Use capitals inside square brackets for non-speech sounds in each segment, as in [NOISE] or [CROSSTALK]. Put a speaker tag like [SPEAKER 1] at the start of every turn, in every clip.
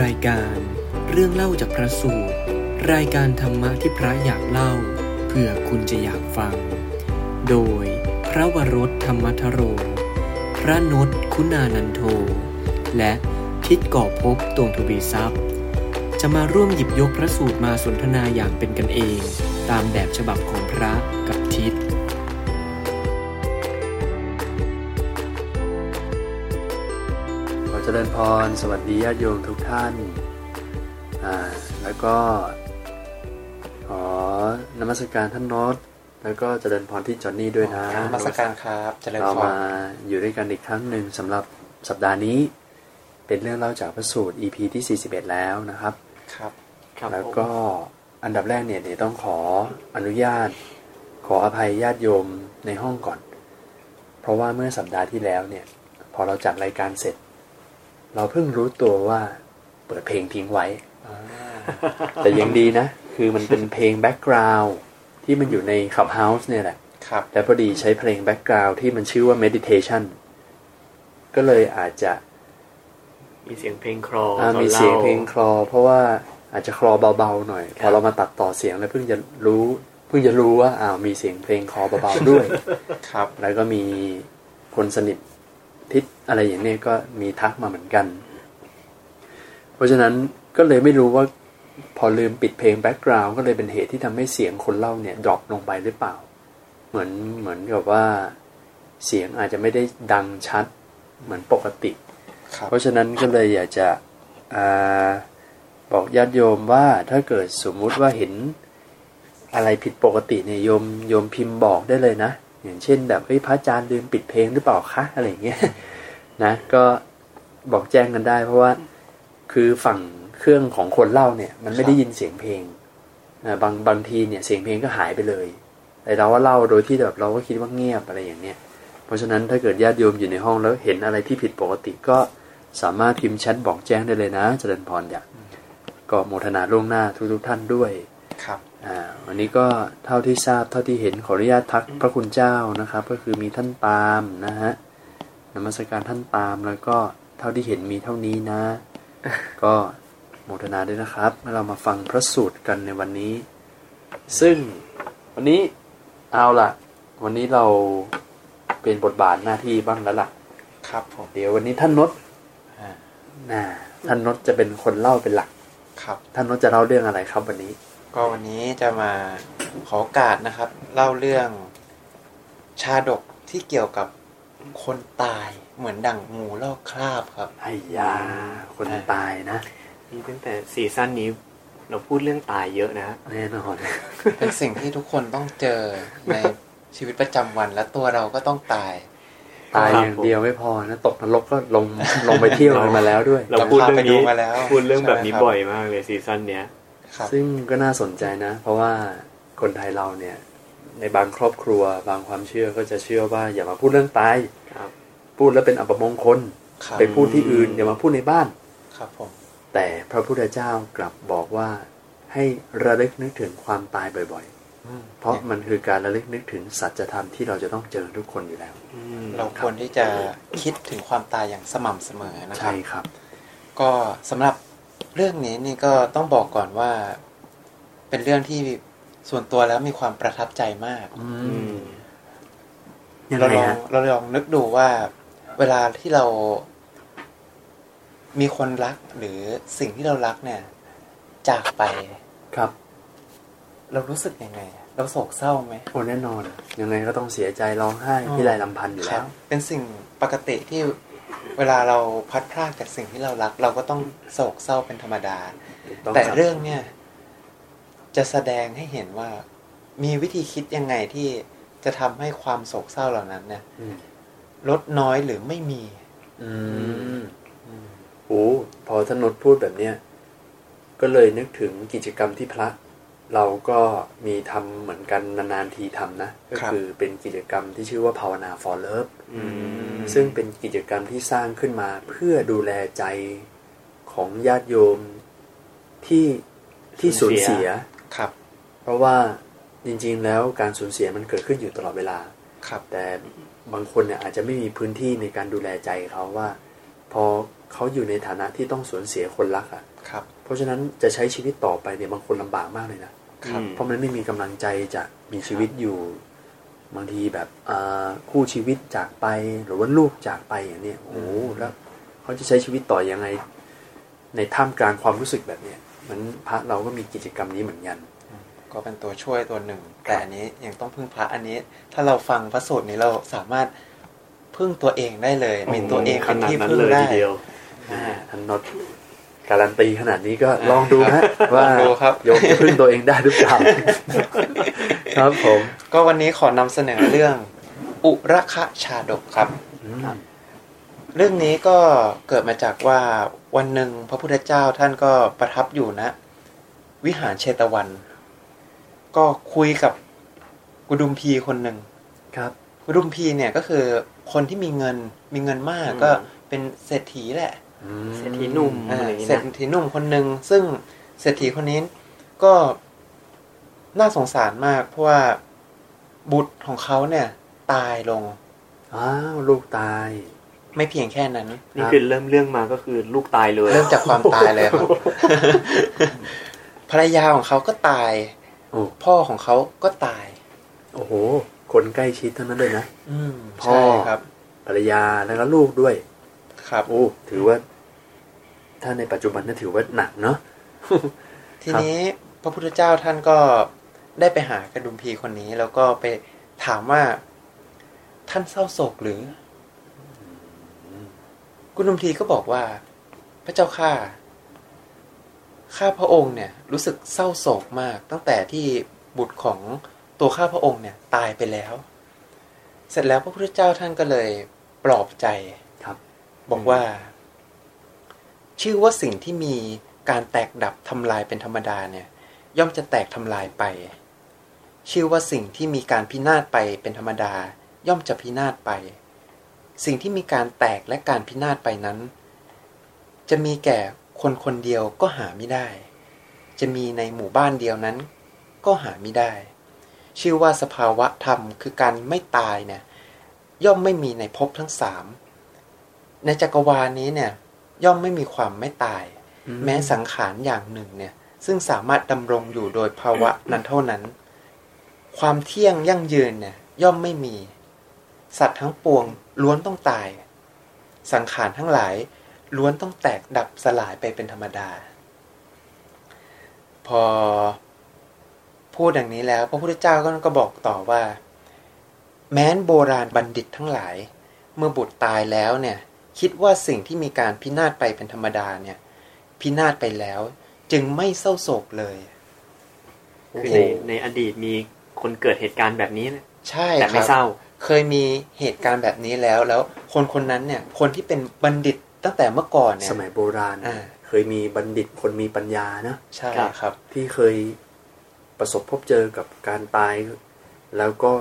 [SPEAKER 1] รายการเรื่องเล่าจากพระสูตร รายการธรรมะที่พระอยากเล่าเผื่อคุณจะอยากฟัง โดยพระวรถธรรมทโร พระนศคุณานันโท และทิศก่อภพบตวงทวีทรัพย์ จะมาร่วมหยิบยกพระสูตรมาสนทนาอย่างเป็นกันเอง ตามแบบฉบับของพระกับทิศ
[SPEAKER 2] ขอเจริญพร สวัสดีญาติโยมทุกท่านอ่าแล้วก็ ขอนมัสการท่านโนตแล้วก็เจริญพรที่จอนนี่ด้วยนะ
[SPEAKER 3] นมัสการครับเจริญ
[SPEAKER 2] เรา
[SPEAKER 3] พร
[SPEAKER 2] มาอยู่ด้วยกันอีกครั้งหนึ่งสำหรับสัปดาห์นี้ เป็นเรื่องเล่าจากพระสูตร EP ที่ 41 แล้วนะครับ
[SPEAKER 3] ครับ
[SPEAKER 2] แล้วก็อันดับแรกเนี่ยเดี๋ยวต้องขออนุญาต ขออภัยญาติโยมในห้องก่อน เพราะว่าเมื่อสัปดาห์ที่แล้วเนี่ย พอเราจัดรายการเสร็จ เราเพิ่งรู้ตัวว่าเปิดเพลงทิ้งไว้
[SPEAKER 3] [LAUGHS]
[SPEAKER 2] แต่ยังดีนะ คือมันเป็นเพลงแบ็กกราวด์ที่มันอยู่ในขับเฮาส์เนี่ยแหละ
[SPEAKER 3] ครับ
[SPEAKER 2] แล้วพอดีใช้เพลงแบ็กกราวด์ที่มันชื่อว่า meditation ก็เลยอาจจะ
[SPEAKER 4] มีเสียงเพลงคลอ
[SPEAKER 2] อ่า
[SPEAKER 4] ตอน
[SPEAKER 2] มี
[SPEAKER 4] เล่า
[SPEAKER 2] เสียงเพลงคลอ เพราะว่าอาจจะคลอเบาๆหน่อย พอเรามาตัดต่อเสียงแล้วเพิ่งจะรู้ เพิ่งจะรู้ว่าอ้าวมีเสียงเพลงคลอเบาๆด้วย
[SPEAKER 3] ครับ
[SPEAKER 2] แล้วก็มีคนสนิททิศอะไรอย่างเนี้ยก็มีทักมาเหมือนกัน เพราะฉะนั้นก็เลยไม่รู้ว่าพอลืมปิดเพลงแบ็กกราวน์ก็เลยเป็นเหตุที่ทำให้เสียงคนเล่าเนี่ยดรอปลงไปหรือเปล่า เหมือนเหมือนกับว่าเสียงอาจจะไม่ได้ดังชัดเหมือนปกติ
[SPEAKER 3] ครับ
[SPEAKER 2] เพราะฉะนั้นก็เลยอยากจะอาบอกญาติโยมว่าถ้าเกิดสมมุติว่าเห็นอะไรผิดปกติเนี่ยโยมโยมพิมพ์บอกได้เลยนะ อย่างเช่นแบบเฮ้ยพระอาจารย์ลืมปิดเพลงหรือเปล่าคะอะไรอย่างเงี้ย [LAUGHS] นะก็บอกแจ้งกันได้ เพราะว่าคือฝั่งเครื่องของคนเล่าเนี่ย มันไม่ได้ยินเสียงเพลงอ่าบางบางทีเนี่ยเสียงเพลงก็หายไปเลยแต่เราว่าเล่าโดยที่แบบเราก็คิดว่าเงียบอะไรอย่างเนี้ย เพราะฉะนั้นถ้าเกิดญาติโยมอยู่ในห้องแล้วเห็นอะไรที่ผิดปกติก็สามารถพิมพ์แชทบอกแจ้งได้เลยนะ เจริญพรอยากก็โมทนาล่วงหน้าทุกๆท่านด้วย
[SPEAKER 3] ครับ
[SPEAKER 2] อ่าวันนี้ก็เท่าที่ทราบเท่าที่เห็นขออนุญาตทักพระคุณเจ้านะครับ ก็คือมีท่านปาล์มนะฮะนมัสการท่านปาล์มแล้วก็เท่าที่เห็นมีเท่านี้นะ ก็โมทนาด้วยนะครับแล้วเรามาฟังพระสูตรกันในวันนี้ ซึ่งวันนี้เอาล่ะ วันนี้เราเป็นบทบาทหน้าที่บ้างแล้วล่ะ
[SPEAKER 3] ครับผม
[SPEAKER 2] เดี๋ยววันนี้ท่านนศนะท่านนศจะเป็นคนเล่าเป็นหลัก
[SPEAKER 3] ครับ
[SPEAKER 2] ท่านนศจะเล่าเรื่องอะไรครับวันนี้
[SPEAKER 3] ก็วันนี้จะมาขอโอกาสนะครับ เล่าเรื่องชาดกที่เกี่ยวกับคนตายเหมือนดั่งหมูลอกคราบครับ
[SPEAKER 2] [LAUGHS] ไอ้ยา คนตายนะ
[SPEAKER 4] นี่ตั้งแต่ซีซั่นนี้เราพูดเรื่องตายเยอะนะ
[SPEAKER 2] แน่นอน
[SPEAKER 3] เป็นสิ่งที่ทุกคนต้องเจอในชีวิตประจำวันและตัวเราก็ต้องตาย
[SPEAKER 2] ตายอย่างเดียวไม่พอนะ ตกนรกก็ลงลงไปเที่ยวกันมาแล้วด้วย
[SPEAKER 4] เราพูด
[SPEAKER 3] เราพา
[SPEAKER 4] เรื่อง
[SPEAKER 3] ไปดู
[SPEAKER 4] นี้
[SPEAKER 3] มาแล้ว
[SPEAKER 4] พูดเรื่องแบบนี้
[SPEAKER 3] ใช่ไหมครับ
[SPEAKER 4] บ่อยมากเลยซีซั่นเนี้ย
[SPEAKER 3] ครับ
[SPEAKER 2] ซึ่งก็น่าสนใจนะ เพราะว่าคนไทยเราเนี่ย ในบางครอบครัว บางความเชื่อก็จะเชื่อว่า อย่ามาพูดเรื่องตาย
[SPEAKER 4] ครับ
[SPEAKER 2] พูดแล้วเป็นอัปมงคล
[SPEAKER 3] ครับ
[SPEAKER 2] ไปพูดที่อื่นอย่ามาพูดในบ้าน
[SPEAKER 3] ครับผม
[SPEAKER 2] แต่พระพุทธเจ้ากลับบอกว่าให้ระลึกนึกถึงความตายบ่อยๆ เพราะมันคือการระลึกนึกถึงสัจธรรมที่เราจะต้องเจอทุกคนอยู่แล้ว
[SPEAKER 3] เราควรที่จะคิดถึงความตายอย่างสม่ำเสมอนะครั
[SPEAKER 2] ใช่
[SPEAKER 3] บ
[SPEAKER 2] ครับ
[SPEAKER 3] ก็สำหรับเรื่องนี้นี่ก็ต้องบอกก่อนว่า เป็นเรื่องที่ส่วนตัวแล้วมีความประทับใจมาก
[SPEAKER 2] อื
[SPEAKER 4] อื
[SPEAKER 2] ม
[SPEAKER 4] ม
[SPEAKER 2] ยัง
[SPEAKER 3] เรา
[SPEAKER 2] ไง
[SPEAKER 3] ลอง
[SPEAKER 2] ฮะ
[SPEAKER 3] เราลองนึกดูว่า เวลาที่เรา มีคนรักหรือสิ่งที่เรารักเนี่ย จากไป
[SPEAKER 2] ครับ
[SPEAKER 3] เรารู้สึกยังไง เราโศกเศร้าไหม
[SPEAKER 2] โอ้แน่นอน ยังไงก็ต้องเสียใจร้องไห้พี่ไรลำพันธ์อยู่แล้ว
[SPEAKER 3] เป็นสิ่งปกติที่เวลาเราพลัดพรากจากสิ่งที่เรารัก เราก็ต้องโศกเศร้าเป็นธรรมดา
[SPEAKER 2] ต้อง
[SPEAKER 3] แต่
[SPEAKER 2] ครับ
[SPEAKER 3] เรื่องเนี่ยจะแสดงให้เห็นว่ามีวิธีคิดยังไงที่จะทำให้ความโศกเศร้าเหล่านั้นเนี่ย
[SPEAKER 2] อืม
[SPEAKER 3] ลดน้อยหรือไม่มี
[SPEAKER 2] อืมโอ้พอท่านนดพูดแบบเนี้ยก็เลยนึกถึงกิจกรรมที่พระ เราก็มีทำเหมือนกันนานๆทีทำนะ ก็คือเป็นกิจกรรมที่ชื่อว่าภาวนา for love
[SPEAKER 4] อืม
[SPEAKER 2] ซึ่งเป็นกิจกรรมที่สร้างขึ้นมาเพื่อดูแลใจของญาติโยมที่ที่สูญเสีย
[SPEAKER 3] ครับ
[SPEAKER 2] เพราะว่าจริงๆแล้วการสูญเสียมันเกิดขึ้นอยู่ตลอดเวลา
[SPEAKER 3] ครับ
[SPEAKER 2] แต่บางคนเนี่ยอาจจะไม่มีพื้นที่ในการดูแลใจเขาว่า พอเขาอยู่ในฐานะที่ต้องสูญเสียคนรักอะ่ะ
[SPEAKER 3] ครับ
[SPEAKER 2] เพราะฉะนั้นจะใช้ชีวิตต่อไปเนี่ยบางคนลำบากมากเลยนะ
[SPEAKER 3] ครับ
[SPEAKER 2] เพราะมันไม่มีกำลังใจจะมีชีวิตอยู่ บางทีแบบอ่าคู่ชีวิตจากไปหรือว่าลูกจากไปอย่างเนี้ยโอ้โหแล้วเขาจะใช้ชีวิตต่อยังไง ในท่ามกลางความรู้สึกแบบเนี้ยมันพระเราก็มีกิจกรรมนี้เหมือนกัน
[SPEAKER 3] ก็เป็นตัวช่วยตัวหนึ่ง แต่อันนี้ยังต้องพึ่งพระอันนี้ ถ้าเราฟังพระสูตรนี้เราสามารถพึ่งตัวเองได้เลยมีตัวเอง
[SPEAKER 4] ข
[SPEAKER 3] เป็น
[SPEAKER 4] นาด
[SPEAKER 3] ที่
[SPEAKER 4] นั้น
[SPEAKER 3] พึ่ง
[SPEAKER 4] เลย
[SPEAKER 3] ได้
[SPEAKER 4] ทีเดียว
[SPEAKER 2] อ่าท่านนดการันตีขนาดนี้ก็ลองดูฮะว่า
[SPEAKER 3] ลองดูครับ
[SPEAKER 2] โยมจะพึ่งตัวเองได้หรือเปล่า ครับผม
[SPEAKER 3] ก็วันนี้ขอนำเสนอเรื่อง อุระคะชาดกครับ
[SPEAKER 2] อืม
[SPEAKER 3] เรื่องนี้ก็เกิดมาจากว่าวันหนึ่งพระพุทธเจ้าท่านก็ประทับอยู่นะ วิหารเชตวัน ก็คุยกับกุดุมพีคนหนึ่ง
[SPEAKER 2] ครับ
[SPEAKER 3] กุดุมพีเนี่ยก็คือคนที่มีเงินมีเงินมาก
[SPEAKER 4] อืม
[SPEAKER 3] ก็เป็นเศรษฐีแหละ
[SPEAKER 2] อืม
[SPEAKER 4] เศรษฐีหนุ่มอะไรอย่าง
[SPEAKER 3] อ่า
[SPEAKER 4] นี้
[SPEAKER 3] เศรษ
[SPEAKER 4] นะ
[SPEAKER 3] ฐีหนุ่มคนหนึ่งซึ่งเศรษฐีคนนี้ก็น่าสงสารมาก เพราะว่าบุตรของเขาเนี่ยตายลง
[SPEAKER 2] อ้าวลูกตาย
[SPEAKER 3] ไม่เพียงแค่นั้น
[SPEAKER 4] นี่คือเริ่มเรื่องมาก็คือลูกตายเลย
[SPEAKER 3] เริ่มจากความตายเลยครับ ภรรยาของเขาก็ตาย
[SPEAKER 2] โอ้
[SPEAKER 3] พ่อของเขาก็ตาย
[SPEAKER 2] โอ้โห คนใกล้ชิดทั้งนั้นเลยนะ
[SPEAKER 3] อืม
[SPEAKER 2] พ่อ
[SPEAKER 3] ใช่ครับ
[SPEAKER 2] ภรรยาแล้วก็ลูกด้วย
[SPEAKER 3] ครับ
[SPEAKER 2] โอ้ ถือว่า ถ้าในปัจจุบันน่าถือว่าหนักเนาะ
[SPEAKER 3] ที
[SPEAKER 2] ครับ
[SPEAKER 3] นี้พระพุทธเจ้าท่านก็ได้ไปหากระดุมพีคนนี้ แล้วก็ไปถามว่าท่านเศร้าโศกหรือ กุณุมพีก็บอกว่า พระเจ้าข้าข้าพระองค์เนี่ยรู้สึกเศร้าโศกมาก ตั้งแต่ที่บุตรของตัวข้าพระองค์เนี่ยตายไปแล้ว เสร็จแล้วพระพุทธเจ้าท่านก็เลยปลอบใจ
[SPEAKER 2] ครับ
[SPEAKER 3] บอกว่า ชื่อว่าสิ่งที่มีการแตกดับทำลายเป็นธรรมดาเนี่ย ย่อมจะแตกทำลายไป ชื่อว่าสิ่งที่มีการพินาศไปเป็นธรรมดา ย่อมจะพินาศไป สิ่งที่มีการแตกและการพินาศไปนั้น จะมีแก่คนคนเดียวก็หาไม่ได้ จะมีในหมู่บ้านเดียวนั้น ก็หาไม่ได้ ชื่อว่าสภาวะธรรมคือการไม่ตายเนี่ย ย่อมไม่มีในภพทั้งสาม ในจักรวาลนี้เนี่ย ย่อมไม่มีความไม่ตาย
[SPEAKER 2] อืม
[SPEAKER 3] แม้สังขารอย่างหนึ่งเนี่ย ซึ่งสามารถดำรงอยู่โดยภาวะนั้นเท่านั้น ความเที่ยงยั่งยืนเนี่ย ย่อมไม่มี สัตว์ทั้งปวงล้วนต้องตาย สังขารทั้งหลาย ล้วนต้องแตกดับสลายไปเป็นธรรมดา พอ พูดอย่างนี้แล้ว พระพุทธเจ้าก็ก็บอกต่อว่า แม้นโบราณบัณฑิตทั้งหลาย เมื่อบุตรตายแล้วเนี่ย คิดว่าสิ่งที่มีการพินาศไปเป็นธรรมดาเนี่ย พินาศไปแล้ว จึงไม่เศร้าโศกเลย
[SPEAKER 4] คือในในอดีตมีคนเกิดเหตุการณ์แบบนี้นะ
[SPEAKER 3] ใช่
[SPEAKER 4] แต่
[SPEAKER 3] ค
[SPEAKER 4] ไม่
[SPEAKER 3] รับ
[SPEAKER 4] เศร้า
[SPEAKER 3] เคยมีเหตุการณ์แบบนี้แล้ว แล้วคนคนนั้นเนี่ย คนที่เป็นบัณฑิตตั้งแต่เมื่อก่อนเนี่ย
[SPEAKER 2] สมัยโบราณ
[SPEAKER 3] อ่า
[SPEAKER 2] เคยมีบัณฑิตคนมีปัญญานะ
[SPEAKER 3] ใช่
[SPEAKER 4] ครับ
[SPEAKER 3] ครับ
[SPEAKER 2] ที่เคยประสบพบเจอกับการตาย แล้วก็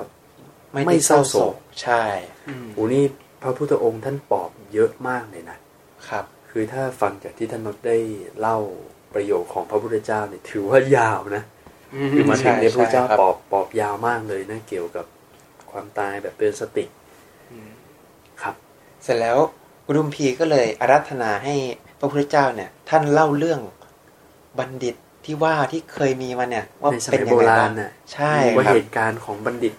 [SPEAKER 3] ไม่
[SPEAKER 2] ไม่
[SPEAKER 3] ได้
[SPEAKER 2] เศร้าโศก
[SPEAKER 3] ใช่
[SPEAKER 2] อูนี่พระพุทธองค์ท่านปอบเยอะมากเลยนะ
[SPEAKER 3] ครับ
[SPEAKER 2] คือถ้าฟังจากที่ท่านนดได้เล่าประโยคของพระพุทธเจ้าเนี่ยถือว่ายาวนะ คือมาถึงเนี่ย
[SPEAKER 3] ใช่
[SPEAKER 2] พระเจ้า
[SPEAKER 3] ใช่ครับ
[SPEAKER 2] ปอบปอบยาวมากเลยนะเกี่ยวกับความตายแบบเตือนสติครับ
[SPEAKER 3] เสร็จแล้วกุดุมพีก็เลยอารัธนาให้พระพุทธเจ้าเนี่ย ท่านเล่าเรื่องบัณฑิตที่ว่าที่เคยมีมาเนี่ย ว่า
[SPEAKER 2] ในส
[SPEAKER 3] เป็น
[SPEAKER 2] มัย
[SPEAKER 3] ยั
[SPEAKER 2] โบ
[SPEAKER 3] งไง
[SPEAKER 2] รา
[SPEAKER 3] บ้า
[SPEAKER 2] ณ
[SPEAKER 3] ง
[SPEAKER 2] น่ะ
[SPEAKER 3] ใช่
[SPEAKER 2] ว่า
[SPEAKER 3] ครับ
[SPEAKER 2] เหตุการณ์ของบัณฑิต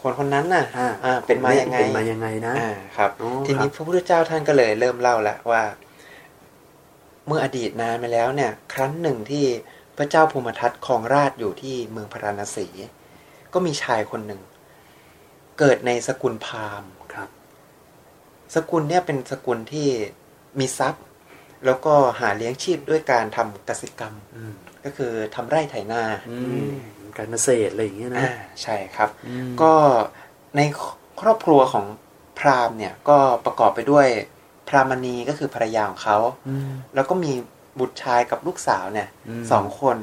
[SPEAKER 3] คนคนนั้นน่ะ
[SPEAKER 2] อ่า
[SPEAKER 3] อ่าเป็นมายังไง
[SPEAKER 2] เป็นมายังไงนะ
[SPEAKER 3] อ่าครับ
[SPEAKER 2] อ๋อ
[SPEAKER 3] ที
[SPEAKER 2] ครั
[SPEAKER 3] นี้
[SPEAKER 2] บ
[SPEAKER 3] พระพุทธเจ้าท่านก็เลยเริ่มเล่าละว่า เมื่ออดีตนานมาแล้วเนี่ย ครั้งหนึ่งที่พระเจ้าภูมิทัตครองราชย์อยู่ที่เมืองพาราณสี ก็มีชายคนหนึ่ง เกิดในสกุลพราหมณ์
[SPEAKER 2] ครับ
[SPEAKER 3] สกุลเนี่ยเป็นสกุลที่มีทรัพย์ แล้วก็หาเลี้ยงชีพด้วยการทำกสิกรรม
[SPEAKER 2] อืม
[SPEAKER 3] ก็คือทำไร่ไถนา
[SPEAKER 2] อืมการเกษตรอะไรอย่างเงี้ยนะ
[SPEAKER 3] อ่าใช่ครับ
[SPEAKER 2] อืม
[SPEAKER 3] ก็ในครอบครัวของพราหมณ์เนี่ยก็ประกอบไปด้วยพราหมณีก็คือภรรยาของเขา
[SPEAKER 2] อืม
[SPEAKER 3] แล้วก็มีบุตรชายกับลูกสาวเนี่ย
[SPEAKER 2] อืม
[SPEAKER 3] สองคน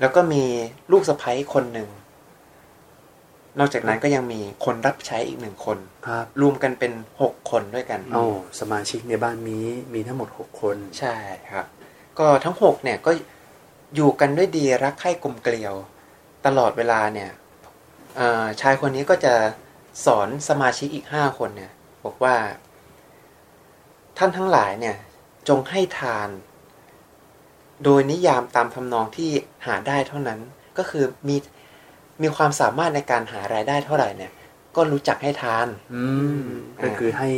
[SPEAKER 3] แล้วก็มีลูกสะใภ้คนหนึ่ง นอกจากนั้นก็ยังมีคนรับใช้อีกหนึ่งคน
[SPEAKER 2] ครับ
[SPEAKER 3] รวมกันเป็นหกคนด้วยกัน
[SPEAKER 2] โอ้สมาชิกในบ้านนี้มีทั้งหมดหกคน
[SPEAKER 3] ใช่ครับ ก็ทั้งหกเนี่ยก็อยู่กันด้วยดีรักใคร่กลมเกลียว ตลอดเวลาเนี่ยเอ่อชายคนนี้ก็จะสอนสมาชิกอีกห้าคนเนี่ย บอกว่า ท่านทั้งหลายเนี่ย จงให้ทาน โดยนิยามตามทำนองที่หาได้เท่านั้น ก็คือมีมีความสามารถในการหารายได้เท่าไหร่เนี่ย ก็รู้จักให้ทาน
[SPEAKER 2] อืมก็คือให้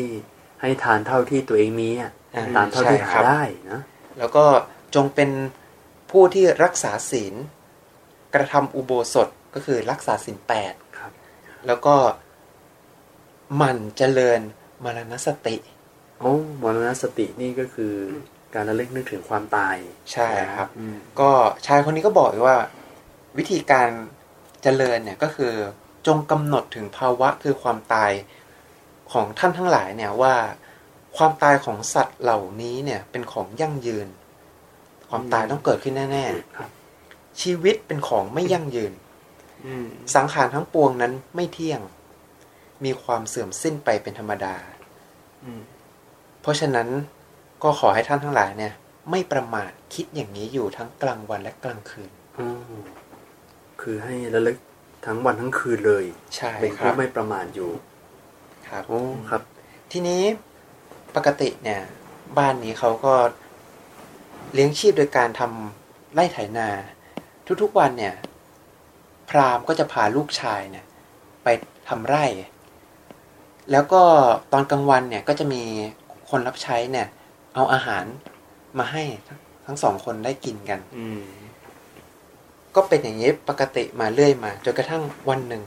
[SPEAKER 2] ให้ทานเท่าที่ตัวเองมีอะ
[SPEAKER 3] อ่า
[SPEAKER 2] ตามเท่าที่
[SPEAKER 3] ใช่
[SPEAKER 2] หา
[SPEAKER 3] ครับ
[SPEAKER 2] ได้นะ
[SPEAKER 3] แล้วก็จงเป็นผู้ที่รักษาศีล กระทำอุโบสถก็คือรักษาศีลแปด
[SPEAKER 2] ครับ
[SPEAKER 3] แล้วก็หมั่นเจริญมรณสติ
[SPEAKER 2] โอ้มรณสตินี่ก็คือการระลึกนึกถึงความตาย
[SPEAKER 3] ใช่ครับ
[SPEAKER 4] อืม
[SPEAKER 3] ก็ชายคนนี้ก็บอกอีกว่า วิธีการเจริญเนี่ยก็คือจงกำหนดถึงภาวะคือความตายของท่านทั้งหลายเนี่ยว่า ความตายของสัตว์เหล่านี้เนี่ยเป็นของยั่งยืน ความตายต้องเกิดขึ้นแน่
[SPEAKER 2] ครับ
[SPEAKER 3] ๆ ชีวิตเป็นของไม่ยั่งยืน
[SPEAKER 4] อืม
[SPEAKER 3] สังขารทั้งปวงนั้นไม่เที่ยง มีความเสื่อมสิ้นไปเป็นธรรมดา
[SPEAKER 4] อืม
[SPEAKER 3] เพราะฉะนั้นก็ขอให้ท่านทั้งหลายเนี่ย ไม่ประมาทคิดอย่างนี้อยู่ทั้งกลางวันและกลางคืน
[SPEAKER 2] อ๋อคือให้ระลึกทั้งวันทั้งคืนเลย
[SPEAKER 3] ใช่
[SPEAKER 2] เป็น
[SPEAKER 3] ค
[SPEAKER 2] ผู้
[SPEAKER 3] รับ
[SPEAKER 2] ไม่ประมาทอยู่
[SPEAKER 3] ครับ
[SPEAKER 2] โอ้ครับ
[SPEAKER 3] ทีนี้ปกติเนี่ย บ้านนี้เขาก็เลี้ยงชีพโดยการทำไร่ไถนา ทุกๆวันเนี่ย พราหมณ์ก็จะพาลูกชายเนี่ย ไปทำไร่ แล้วก็ตอนกลางวันเนี่ยก็จะมีคนรับใช้เนี่ย เอาอาหารมาให้ทั้งสองคนได้กินกัน
[SPEAKER 4] อืม
[SPEAKER 3] ก็เป็นอย่างนี้ปกติมาเรื่อยมาจนกระทั่งวันหนึ่ง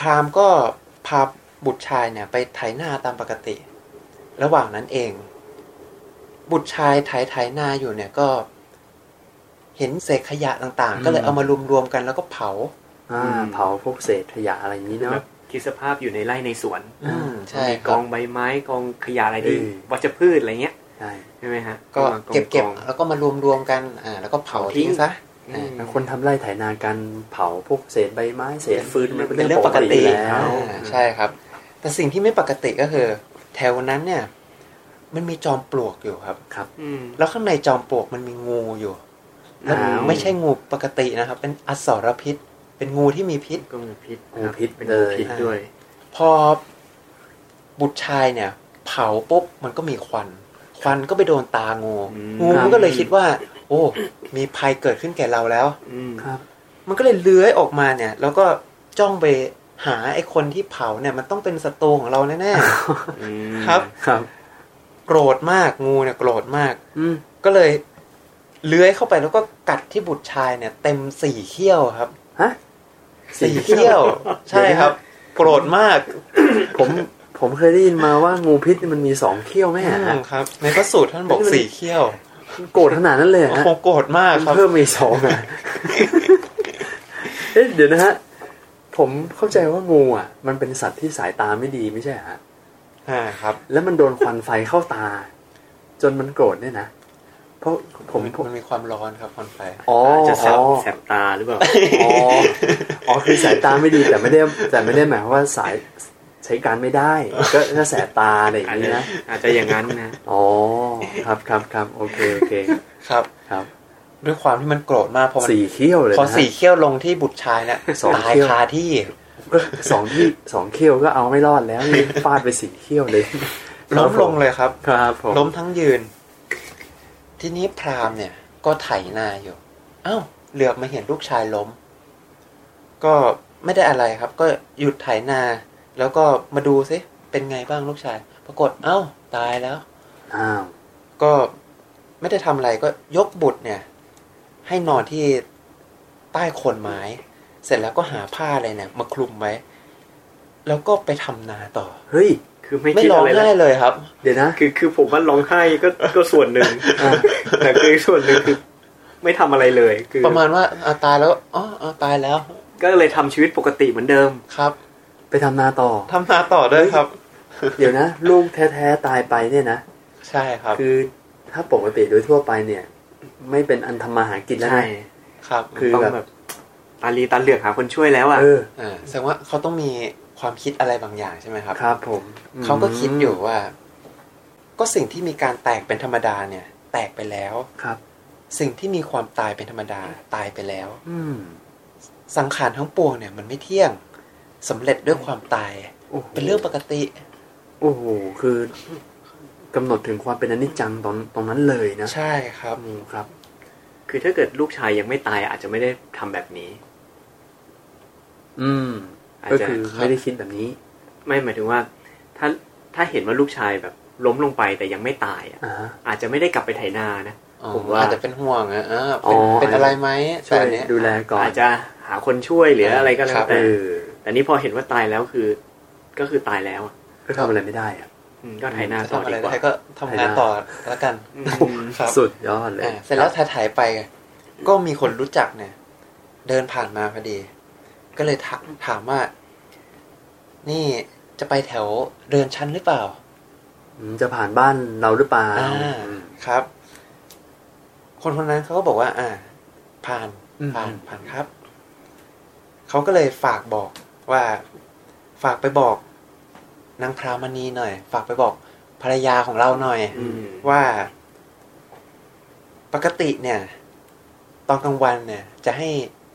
[SPEAKER 3] พราหมณ์ก็พาบุตรชายเนี่ย ไปไถนาตามปกติ ระหว่างนั้นเอง บุตรชายไถไถนาอยู่เนี่ยก็ เห็นเศษขยะต่าง
[SPEAKER 2] อืม
[SPEAKER 3] ๆ ก็เลยเอามารวมๆกันแล้วก็เผา
[SPEAKER 2] อ่าเผาพวกเศษขยะอะไรอย่างนี้เนาะ
[SPEAKER 4] แบบคิดสภาพอยู่ในไร่ในสวน
[SPEAKER 2] อื
[SPEAKER 3] อื
[SPEAKER 2] ม
[SPEAKER 3] มใช่
[SPEAKER 4] มี
[SPEAKER 3] ค
[SPEAKER 4] ก
[SPEAKER 3] รั
[SPEAKER 4] อบ งใบไม้กองขยะอะไรที่
[SPEAKER 2] เออ
[SPEAKER 4] วัชพืชอะไรเงี้ย
[SPEAKER 2] ใช่
[SPEAKER 4] ใช่ไหมฮะ
[SPEAKER 3] ก็
[SPEAKER 4] มาง
[SPEAKER 3] เก็บเก็บ
[SPEAKER 4] อง
[SPEAKER 3] แล้วก็มารวมๆกัน อ่า แล้วก็เผาทิ้งซะ
[SPEAKER 4] อืม
[SPEAKER 2] แล้วคนทำไร่ไถนากันเผาพวกเศษใบไม้เศษฟืนมันเป็น
[SPEAKER 3] เป็น
[SPEAKER 2] เรื่
[SPEAKER 3] เรื่
[SPEAKER 2] อ
[SPEAKER 3] อง ง
[SPEAKER 2] ป
[SPEAKER 3] ป
[SPEAKER 2] ก
[SPEAKER 3] ก
[SPEAKER 2] ติ
[SPEAKER 3] ติ
[SPEAKER 2] อยู่แล้ว
[SPEAKER 3] อ่าใช่ครับ แต่สิ่งที่ไม่ปกติก็คือ แถวนั้นเนี่ย มันมีจอมปลวกอยู่ครับ
[SPEAKER 4] อืม
[SPEAKER 3] แล้วข้างในจอมปลวกมันมีงูอยู่แล้ว
[SPEAKER 2] อ้าว
[SPEAKER 3] ไม่ใช่งูปกตินะครับ เป็นอสรพิษ เป็นงูที่มีพิษ
[SPEAKER 4] ก็งูพิษ
[SPEAKER 2] งูพิษ
[SPEAKER 4] เป็น
[SPEAKER 2] เล
[SPEAKER 4] งู
[SPEAKER 2] ย
[SPEAKER 4] พิษด้วย
[SPEAKER 3] พอบุตรชายเนี่ย เผาปุ๊บมันก็มีควัน ควันก็ไปโดนตางู
[SPEAKER 4] อืม
[SPEAKER 3] งูมันก็เลยคิดว่า โอ้ มีภัยเกิดขึ้นแก่เราแล้ว
[SPEAKER 4] อืม
[SPEAKER 2] ครับ
[SPEAKER 3] มันก็เลยเลื้อยออกมาเนี่ย แล้วก็จ้องไปหาไอ้คนที่เผาเนี่ย มันต้องเป็นศัตรูของเราแน่
[SPEAKER 4] อืม
[SPEAKER 3] ๆ ครับ
[SPEAKER 2] ครับ
[SPEAKER 3] โกรธมากงูเนี่ยโกรธมาก
[SPEAKER 2] อืม
[SPEAKER 3] ก็เลยเลื้อยเข้าไปแล้วก็กัดที่บุตรชายเนี่ย เต็มสี่เขี้ยวครับ
[SPEAKER 2] ฮะ
[SPEAKER 3] สี่เขี้ยว
[SPEAKER 2] [LAUGHS]
[SPEAKER 3] ใช่ครับ โกรธมาก
[SPEAKER 2] ผมผมเคยได้ยินมาว่างูพิษนี่มันมีสองเขี้ยวแม่
[SPEAKER 3] อืม
[SPEAKER 2] ฮะ
[SPEAKER 3] ครับ ในพระสูตรท่านบอก
[SPEAKER 2] นี่มัน
[SPEAKER 3] สี่เขี้ยว
[SPEAKER 2] โกรธขนาดนั้นเลยเหรอ
[SPEAKER 3] โอ้
[SPEAKER 2] ฮะ
[SPEAKER 3] โหโกรธมากครับ
[SPEAKER 2] เพิ่มมาอีกสอง
[SPEAKER 3] [LAUGHS]
[SPEAKER 2] อ่ะเอ๊ะเดี๋ยวนะฮะ ผมเข้าใจว่างูอ่ะ มันเป็นสัตว์ที่สายตาไม่ดีไม่ใช่เหรอฮะ
[SPEAKER 3] อ่าครับ
[SPEAKER 2] แล้วมันโดนควันไฟเข้าตา จนมันโกรธเนี่ยนะ เพราะผ
[SPEAKER 3] ผม
[SPEAKER 2] มผม
[SPEAKER 3] มันมีความร้อนครับควันไฟ
[SPEAKER 2] อ๋อ
[SPEAKER 4] อาจจะแสบ
[SPEAKER 2] อ๋อ
[SPEAKER 4] แสบตาหรือเปล่า
[SPEAKER 2] อ๋ออ๋อคือสายตาไม่ดีแต่ไม่ได้แต่ไม่ได้หมายความว่าสายใช้การไม่ได้ ก็ก็แสบตาอะไรอย่าง
[SPEAKER 4] อาจ
[SPEAKER 2] นี้
[SPEAKER 4] จะ
[SPEAKER 2] นะ
[SPEAKER 4] อาจจะอย่างนั้นนะ
[SPEAKER 2] อ๋อครับครับครับโอเคโอเค
[SPEAKER 3] ครับ
[SPEAKER 2] ครับ
[SPEAKER 3] ด้วยความที่มันโกรธมากพอมัน
[SPEAKER 2] สี่เขี้ยวเลย
[SPEAKER 3] พอ
[SPEAKER 2] นะฮะ
[SPEAKER 3] สี่เขี้ยวลงที่บุตรชายเนี่ย
[SPEAKER 2] สอง
[SPEAKER 3] ตาย
[SPEAKER 2] เขี้ยว
[SPEAKER 3] คาที่
[SPEAKER 2] ก็สองที่สองเขี้ยวก็เอาไม่รอดแล้วนี่ฟาดไปสี่เขี้ยวเลย
[SPEAKER 3] ล้มลงเลยครับ
[SPEAKER 2] ครับผม
[SPEAKER 3] ล้มทั้งยืน ทีนี้พราหมณ์เนี่ย ก็ไถนาอยู่ เอ้า เหลือบมาเห็นลูกชายล้ม ก็ไม่ได้อะไรครับ ก็หยุดไถนา แล้วก็มาดูซิเป็นไงบ้างลูกชาย ปรากฏ เอ้า ตายแล้ว
[SPEAKER 2] อ้าว
[SPEAKER 3] ก็ไม่ได้ทำอะไรก็ยกบุตรเนี่ย ให้นอนที่ใต้โคนไม้ เสร็จแล้วก็หาผ้าอะไรเนี่ย มาคลุมไว้ แล้วก็ไปทำนาต่อ
[SPEAKER 2] เฮ้ย
[SPEAKER 4] คือไม่
[SPEAKER 3] ไม่
[SPEAKER 4] คิด
[SPEAKER 3] ร้อง
[SPEAKER 4] อะไรแล้ว
[SPEAKER 3] ไห้เลยครับ
[SPEAKER 2] เดี๋ยวนะ
[SPEAKER 4] คือคือผมว่าร้องไห้ก็ก็ส่วนหนึ่งแต่คือส่วนหนึ่งคือ ไม่ทำอะไรเลย คือ
[SPEAKER 3] ประมาณว่าอาตายแล้วอ๋ออาตายแล้ว
[SPEAKER 4] ก็เลยทำชีวิตปกติเหมือนเดิม
[SPEAKER 3] ครับ
[SPEAKER 2] ไปทำนาต่อ
[SPEAKER 3] ทำนาต่อด้วยครับ
[SPEAKER 2] เดี๋ยวนะ ลูกแท้ๆตายไปเนี่ยนะ
[SPEAKER 3] ใช่ครับ
[SPEAKER 2] คือถ้าปกติโดยทั่วไปเนี่ย ไม่เป็นอันทำมาหากินแล้ว
[SPEAKER 4] ใช่
[SPEAKER 2] นะ
[SPEAKER 3] ครับ
[SPEAKER 2] คือ
[SPEAKER 4] ต้อง
[SPEAKER 2] แบบ
[SPEAKER 4] แบบตาลีตาเหลือกหาคนช่วยแล้วอ่ะ
[SPEAKER 2] เออ
[SPEAKER 3] อ่าแสดงว่าเขาต้องมีความคิดอะไรบางอย่างใช่ไหมครับ
[SPEAKER 2] ครับผม
[SPEAKER 3] เขาก็คิดอยู่ว่า ก็สิ่งที่มีการแตกเป็นธรรมดาเนี่ย แตกไปแล้ว
[SPEAKER 2] ครับ
[SPEAKER 3] สิ่งที่มีความตายเป็นธรรมดาตายไปแล้ว
[SPEAKER 2] อืม
[SPEAKER 3] สังขารทั้งปวงเนี่ยมันไม่เที่ยงสำเร็จด้วยความตาย
[SPEAKER 2] โอ้โห
[SPEAKER 3] เป็นเรื่องปกติ
[SPEAKER 2] โอ้โหคือ กำหนดถึงความเป็นอนิจจังตรงตรงนั้นเลยนะ
[SPEAKER 3] ใช่ครับ
[SPEAKER 2] อืมครับ
[SPEAKER 5] คือถ้าเกิดลูกชายยังไม่ตายอาจจะไม่ได้ทำแบบนี้
[SPEAKER 2] อืม
[SPEAKER 5] อาจ
[SPEAKER 2] ก็
[SPEAKER 5] จะ
[SPEAKER 2] คือไม่ได้คิดแบบนี้
[SPEAKER 5] ไม่หมายถึงว่า ถ้าถ้าเห็นว่าลูกชายแบบล้มลงไปแต่ยังไม่ตายอะ
[SPEAKER 2] อ่าฮะ
[SPEAKER 5] อาจจะไม่ได้กลับไปไถนานะ
[SPEAKER 3] อ๋อ
[SPEAKER 5] ผมว่า
[SPEAKER 3] อาจจะเป็นห่วงอะอ่า
[SPEAKER 2] อ๋อ
[SPEAKER 3] เป็นเป็นอะไรไหม
[SPEAKER 2] ช่
[SPEAKER 3] แต่
[SPEAKER 2] วย
[SPEAKER 3] อันเนี้ย
[SPEAKER 2] ดูแลก่อน
[SPEAKER 5] อาจจะหาคนช่วยหรืออะไรก็แล้
[SPEAKER 3] ครั
[SPEAKER 5] ว
[SPEAKER 3] บ
[SPEAKER 5] แต่
[SPEAKER 2] เออ
[SPEAKER 5] แต่นี่พอเห็นว่าตายแล้วคือ ก็คือตายแล้วอะ
[SPEAKER 2] ก็ทำอะไรไม่ได้อะ
[SPEAKER 5] อืมก็ไถนา
[SPEAKER 3] ถ้า
[SPEAKER 5] ต่อ
[SPEAKER 3] ทำอะ
[SPEAKER 5] ดี
[SPEAKER 3] ไร
[SPEAKER 5] กว่า
[SPEAKER 3] ได้ก็ทำงานต่อแล้วกัน
[SPEAKER 5] อืม
[SPEAKER 3] ครับ
[SPEAKER 2] สุดยอดเลย
[SPEAKER 3] อ่าเสร็จแล้วถ่ายๆไป ก็มีคนรู้จักเนี่ย เดินผ่านมาพอดี ก็เลยถามถามว่า นี่จะไปแถวเดินชั้นหรือเปล่า
[SPEAKER 2] อืมจะผ่านบ้านเราหรือเปล่า
[SPEAKER 3] อ่า
[SPEAKER 2] อืม
[SPEAKER 3] ครับ คนคนนั้นเขาก็บอกว่า อ่า ผ่าน
[SPEAKER 2] อืม
[SPEAKER 3] ผ่านผ่านครับเขาก็เลยฝากบอกว่า ฝากไปบอกนางพรามณีหน่อย ฝากไปบอกภรรยาของเราหน่อย
[SPEAKER 5] อืม
[SPEAKER 3] ว่า ปกติเนี่ย ตอนกลางวันเนี่ย จะให้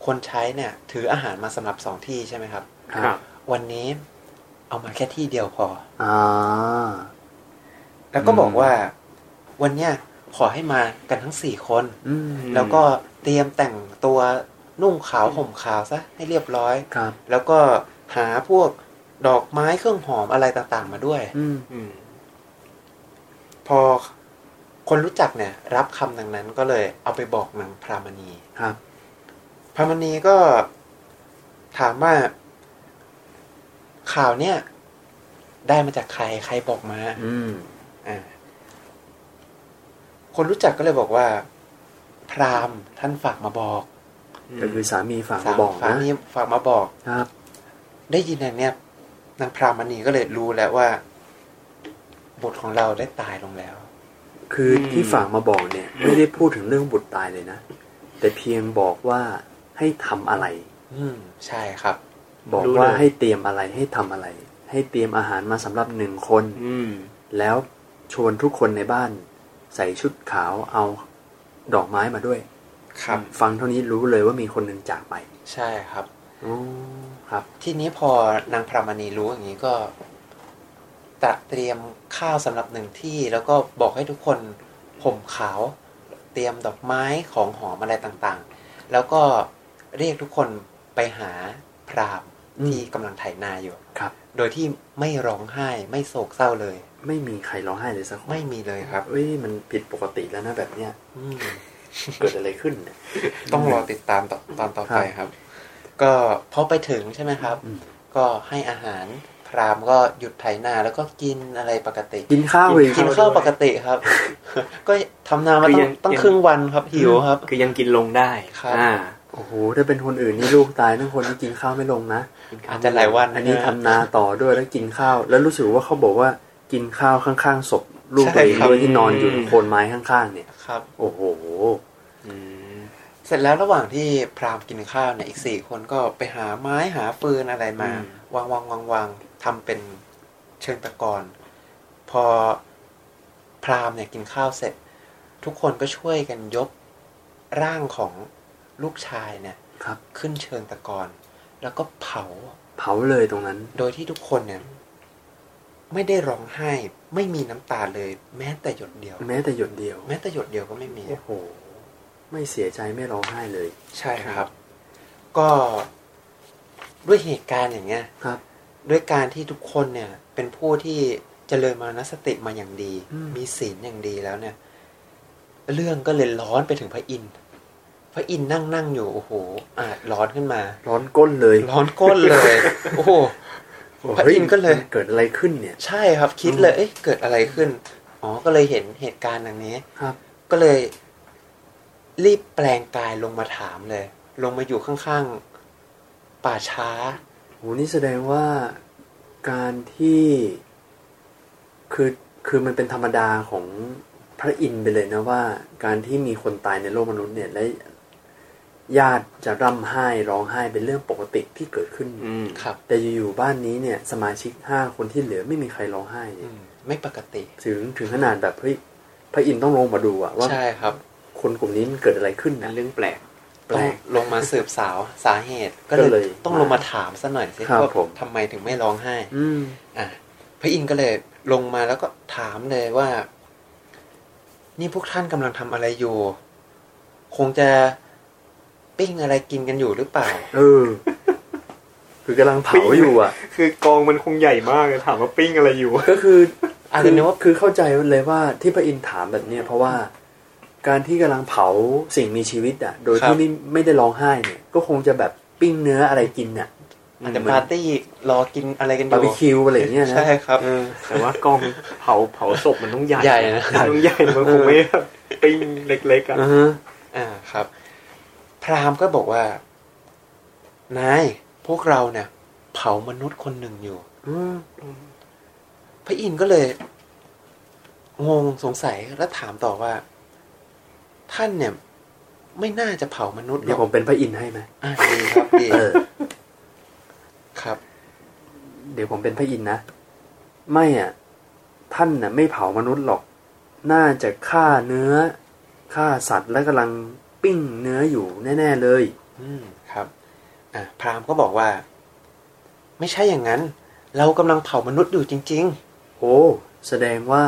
[SPEAKER 3] คนใช้เนี่ย ถืออาหารมาสำหรับสองที่ใช่ไหมครับ
[SPEAKER 5] ครับ
[SPEAKER 3] วันนี้เอามาแค่ที่เดียวพอ
[SPEAKER 2] อ่า
[SPEAKER 3] แล้วก็บอก
[SPEAKER 2] อืม
[SPEAKER 3] ว่าวันเนี้ยขอให้มากันทั้งสี่คน
[SPEAKER 2] อืม
[SPEAKER 5] อืม
[SPEAKER 3] แล้วก็เตรียมแต่งตัวนุ่งขาวห่มขาวซะให้เรียบร้อย
[SPEAKER 2] ครับ
[SPEAKER 3] แล้วก็หาพวกดอกไม้เครื่องหอมอะไรต่างๆ มาด้วย
[SPEAKER 2] อืม
[SPEAKER 5] อืม
[SPEAKER 3] พอคนรู้จักเนี่ย รับคำดังนั้นก็เลยเอาไปบอกนางพรามณี
[SPEAKER 2] ครับ
[SPEAKER 3] พรามณีก็ถามว่า ข่าวเนี่ย ได้มาจากใครใครบอกมา
[SPEAKER 2] อืม
[SPEAKER 3] อ่าคนรู้จักก็เลยบอกว่า พราหมณ์ท่านฝากมาบอก
[SPEAKER 2] ก็คือสามีฝาก
[SPEAKER 3] สาม
[SPEAKER 2] บอก
[SPEAKER 3] ฝาก
[SPEAKER 2] นะ
[SPEAKER 3] นี่ฝากมาบอก
[SPEAKER 2] ครับ
[SPEAKER 3] ได้ยินอย่างเนี้ยนางพราหมณีก็เลยรู้แล้วว่าบุตรของเราได้ตายลงแล้ว
[SPEAKER 2] คืออที่ฝากมาบอกเนี่ย ไม่ได้พูดถึงเรื่องบุตรตายเลยนะ แต่เพียงบอกว่าให้ทำอะไร
[SPEAKER 3] อืมใช่ครับ
[SPEAKER 2] บอก
[SPEAKER 5] รู้
[SPEAKER 2] ว่า
[SPEAKER 5] เลย
[SPEAKER 2] ให้เตรียมอะไรให้ทำอะไร ให้เตรียมอาหารมาสำหรับหนึ่งคน
[SPEAKER 5] อืม
[SPEAKER 2] แล้วชวนทุกคนในบ้าน ใส่ชุดขาวเอาดอกไม้มาด้วย
[SPEAKER 3] ครับ
[SPEAKER 2] ฟังเท่านี้รู้เลยว่ามีคนหนึ่งจากไป
[SPEAKER 3] ใช่ครับ
[SPEAKER 2] อ๋อครับ
[SPEAKER 3] ทีนี้พอนางพรามณีรู้อย่างนี้ก็ตระเตรียมข้าวสำหรับหนึ่งที่ แล้วก็บอกให้ทุกคนห่มขาว เตรียมดอกไม้ของหอมอะไรต่างๆ แล้วก็เรียกทุกคนไปหาพราหมณ์
[SPEAKER 2] อืม
[SPEAKER 3] ที่กำลังไถนาอยู่
[SPEAKER 2] ครับ
[SPEAKER 3] โดยที่ไม่ร้องไห้ไม่โศกเศร้าเลย
[SPEAKER 2] ไม่มีใครร้องไห้เลยสักคน
[SPEAKER 3] ไม่มีเลยครับ
[SPEAKER 2] เอ้ยมันผิดปกติแล้วนะแบบเนี้ย
[SPEAKER 3] อืม
[SPEAKER 2] เกิดอะไรขึ้นเนี่ย
[SPEAKER 3] ต้องรอติดตามต่อตอนต่อไปครับ ก็พอไปถึงใช่ไหมครับ
[SPEAKER 2] อืม
[SPEAKER 3] ก็ให้อาหารพราหมณ์ก็หยุดไถนาแล้วก็กินอะไรปกติ
[SPEAKER 2] กินข้าวเอง
[SPEAKER 3] กินข้าวปกติครับ ก็ทำนามา
[SPEAKER 5] คือยั
[SPEAKER 3] ต้องต้
[SPEAKER 5] ง
[SPEAKER 3] อง
[SPEAKER 5] ยัง
[SPEAKER 3] ครึ่งวันครับหิวครับ
[SPEAKER 5] คือยังกินลงได้
[SPEAKER 3] ครับ
[SPEAKER 5] อ่า
[SPEAKER 2] โอ้โหถ้าเป็นคนอื่นนี่ลูกตายทั้งคนที่กินข้าวไม่ลงนะ
[SPEAKER 3] อาจจะหลายวัน
[SPEAKER 2] อันนี้
[SPEAKER 3] ะ
[SPEAKER 2] ทำนาต่อด้วยแล้วกินข้าว แล้วรู้สึกว่าเขาบอกว่ากินข้าวข้างๆศพลูก
[SPEAKER 3] ใช่
[SPEAKER 2] ตัวเอง
[SPEAKER 3] ครับ
[SPEAKER 2] ด้วยที่นอนอยู่
[SPEAKER 5] อืม
[SPEAKER 2] โคนไม้ข้างๆ เนี่ย
[SPEAKER 3] ครับ
[SPEAKER 2] โอ้โห
[SPEAKER 5] อืม
[SPEAKER 3] เสร็จแล้วระหว่างที่พราหมณ์กินข้าวเนี่ยอีกสี่คนก็ไปหาไม้หาฟืนอะไรมา วางวางวางวางทำเป็นเชิงตะกอนพอพราหมณ์เนี่ยกินข้าวเสร็จ ทุกคนก็ช่วยกันยกร่างของลูกชายเนี่ย
[SPEAKER 2] ครับ
[SPEAKER 3] ขึ้นเชิงตะกอนแล้วก็เผา
[SPEAKER 2] เผาเลยตรงนั้น
[SPEAKER 3] โดยที่ทุกคนเนี่ย ไม่ได้ร้องไห้ ไม่มีน้ำตาเลย แม้แต่หยดเดียว
[SPEAKER 2] แม้แต่หยดเดียว
[SPEAKER 3] แม้แต่หยดเดียวก็ไม่มี
[SPEAKER 2] โอ้โห ไม่เสียใจไม่ร้องไห้เลย
[SPEAKER 3] ใช่ครับ ก็ด้วยเหตุการณ์อย่างเงี้ย
[SPEAKER 2] ครับ
[SPEAKER 3] ด้วยการที่ทุกคนเนี่ย เป็นผู้ที่เจริญมานสติมาอย่างดี
[SPEAKER 2] อืม
[SPEAKER 3] มีศีลอย่างดีแล้วเนี่ย เรื่องก็เลยร้อนไปถึงพระอินทร์พระอินทร์นั่งนั่งอยู่โอ้โห อาจร้อนขึ้นมา
[SPEAKER 2] ร้อนก้นเลย
[SPEAKER 3] ร้อนก้นเลย โอ้โห พระอินทร์ก็เลย
[SPEAKER 2] เกิดอะไรขึ้นเนี่ย
[SPEAKER 3] ใช่ครับคิดเลย เอ๊ะเกิดอะไรขึ้น อ๋อ ก็เลยเห็นเหตุการณ์ดังนี้
[SPEAKER 2] ครับ
[SPEAKER 3] ก็เลยรีบแปลงกายลงมาถามเลย ลงมาอยู่ข้างๆ ป่าช้า
[SPEAKER 2] โหนี่แสดงว่าการที่คือคือมันเป็นธรรมดาของพระอินทร์ไปเลยนะว่า การที่มีคนตายในโลกมนุษย์เนี่ยและญาติจะร่ำไห้ร้องไห้เป็นเรื่องปกติที่เกิดขึ้น
[SPEAKER 5] อืม
[SPEAKER 3] ครับ
[SPEAKER 2] แต่อยู่ๆบ้านนี้เนี่ย สมาชิกห้าคนที่เหลือไม่มีใครร้องไห้เล
[SPEAKER 3] อื
[SPEAKER 2] ย
[SPEAKER 3] มไม่ปกติ
[SPEAKER 2] ถึงถึงขนาดแบบเฮ้ยพระอินทร์ต้องลงมาดูอะว่า
[SPEAKER 3] ใช่ครับ
[SPEAKER 2] คนกลุ่มนี้มันเกิดอะไรขึ้น
[SPEAKER 5] เป็
[SPEAKER 2] นะ
[SPEAKER 5] นเรื่องแปลก
[SPEAKER 2] แปล
[SPEAKER 3] ต้อง
[SPEAKER 2] ก
[SPEAKER 3] ลงมาสืบสาว [LAUGHS] สาเหตุ ก็
[SPEAKER 2] ก็
[SPEAKER 3] เล
[SPEAKER 2] เลย ย
[SPEAKER 3] ต้องลงมาถามซะหน่อยสิ
[SPEAKER 2] ครับ
[SPEAKER 3] ว่า
[SPEAKER 2] ผม
[SPEAKER 3] ทำไมถึงไม่ร้องไห้
[SPEAKER 2] อืม
[SPEAKER 3] อ่ะพระอินทร์ก็เลย ลงมาแล้วก็ถามเลยว่า นี่พวกท่านกำลังทำอะไรอยู่ คงจะปิ้งอะไรกินกันอยู่หรือเปล่า
[SPEAKER 2] เออ คือกำลังเผาอยู่อ่ะ
[SPEAKER 4] คือกองมันคงใหญ่มากเลยถามว่าปิ้งอะไรอยู่
[SPEAKER 2] ก็คือ
[SPEAKER 3] อาจ
[SPEAKER 2] คื
[SPEAKER 3] จะ
[SPEAKER 2] อ
[SPEAKER 3] นึกว่า
[SPEAKER 2] คือเข้าใจเลยว่าที่พระอินทร์ถามแบบเนี้ยเพราะว่าการที่กำลังเผาสิ่งมีชีวิตอ่ะ โดย
[SPEAKER 3] ครั
[SPEAKER 2] ที่
[SPEAKER 3] บ
[SPEAKER 2] ไม่ไม่ได้ร้องไห้เนี่ย ก็คงจะแบบปิ้งเนื้ออะไรกินอ่ะ
[SPEAKER 3] อาจจะปาร์ตี้รอกินอะไรกันอบ
[SPEAKER 2] าร์บี
[SPEAKER 3] ยู่
[SPEAKER 2] คิวอะไรอย่างเงี้ยนะ
[SPEAKER 3] ใช่ครับ
[SPEAKER 2] เออ
[SPEAKER 5] แต่ว่ากองเผาเผาศพมันต้องใหญ่
[SPEAKER 3] ใหญ่นะ
[SPEAKER 4] มันใหญ่มันคงไม่แบบปิ้งเล็กๆอ่ะ
[SPEAKER 2] อ่าฮะ
[SPEAKER 3] อ่าครับ พราหมณ์ก็บอกว่านายพวกเราเนี่ย เผามนุษย์คนหนึ่งอยู่
[SPEAKER 2] อืม
[SPEAKER 3] พระอินทร์ก็เลยงงสงสัยแล้วถามต่อว่า ท่านเนี่ย ไม่น่าจะเผามนุษย์หร
[SPEAKER 2] เดี๋ยว
[SPEAKER 3] อก
[SPEAKER 2] ผมเป็นพระอินทร์ให้ไหม
[SPEAKER 3] อ่าดีครับดี
[SPEAKER 2] เออ
[SPEAKER 3] ครับ
[SPEAKER 2] เดี๋ยวผมเป็นพระอินทร์นะ ไม่อ่ะ ท่านน่ะ ไม่เผามนุษย์หรอก น่าจะฆ่าเนื้อฆ่าสัตว์และกำลังปิ้งเนื้ออยู่แน่ ๆ เลย
[SPEAKER 3] อืมครับ อ่ะพราหมณ์ก็บอกว่า ไม่ใช่อย่างนั้น เรากำลังเผามนุษย์อยู่จริง
[SPEAKER 2] โอ้ แสดงว่า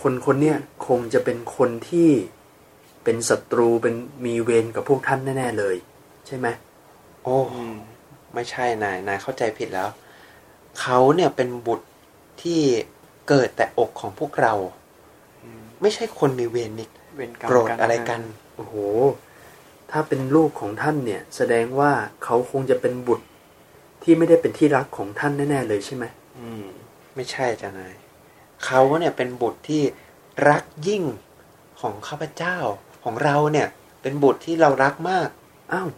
[SPEAKER 2] คนคนเนี้ยคงจะเป็นคนที่เป็นศัตรูเป็นมีเวรกับพวกท่านแน่ ๆ เลย ใช่ไหม
[SPEAKER 3] ๆ โอ้ไม่ใช่นายนายเข้าใจผิดแล้ว เขาเนี่ยเป็นบุตรที่เกิดแต่อกของพวกเรา
[SPEAKER 4] อืม
[SPEAKER 3] ไม่ใช่คนมีเวรมี
[SPEAKER 4] เวรกรรม
[SPEAKER 3] โกรธอะไรกัน
[SPEAKER 2] โอ้โห ถ้าเป็นลูกของท่านเนี่ย แสดงว่าเขาคงจะเป็นบุตรที่ไม่ได้เป็นที่รักของท่านแน่ ๆ เลยใช่ไหม
[SPEAKER 5] อืม
[SPEAKER 3] ไม่ใช่จ้ะนาย เขาเนี่ยเป็นบุตรที่รักยิ่งของข้าพเจ้าของเราเนี่ย เป็นบุตรที่เรารักมาก
[SPEAKER 2] อ้าว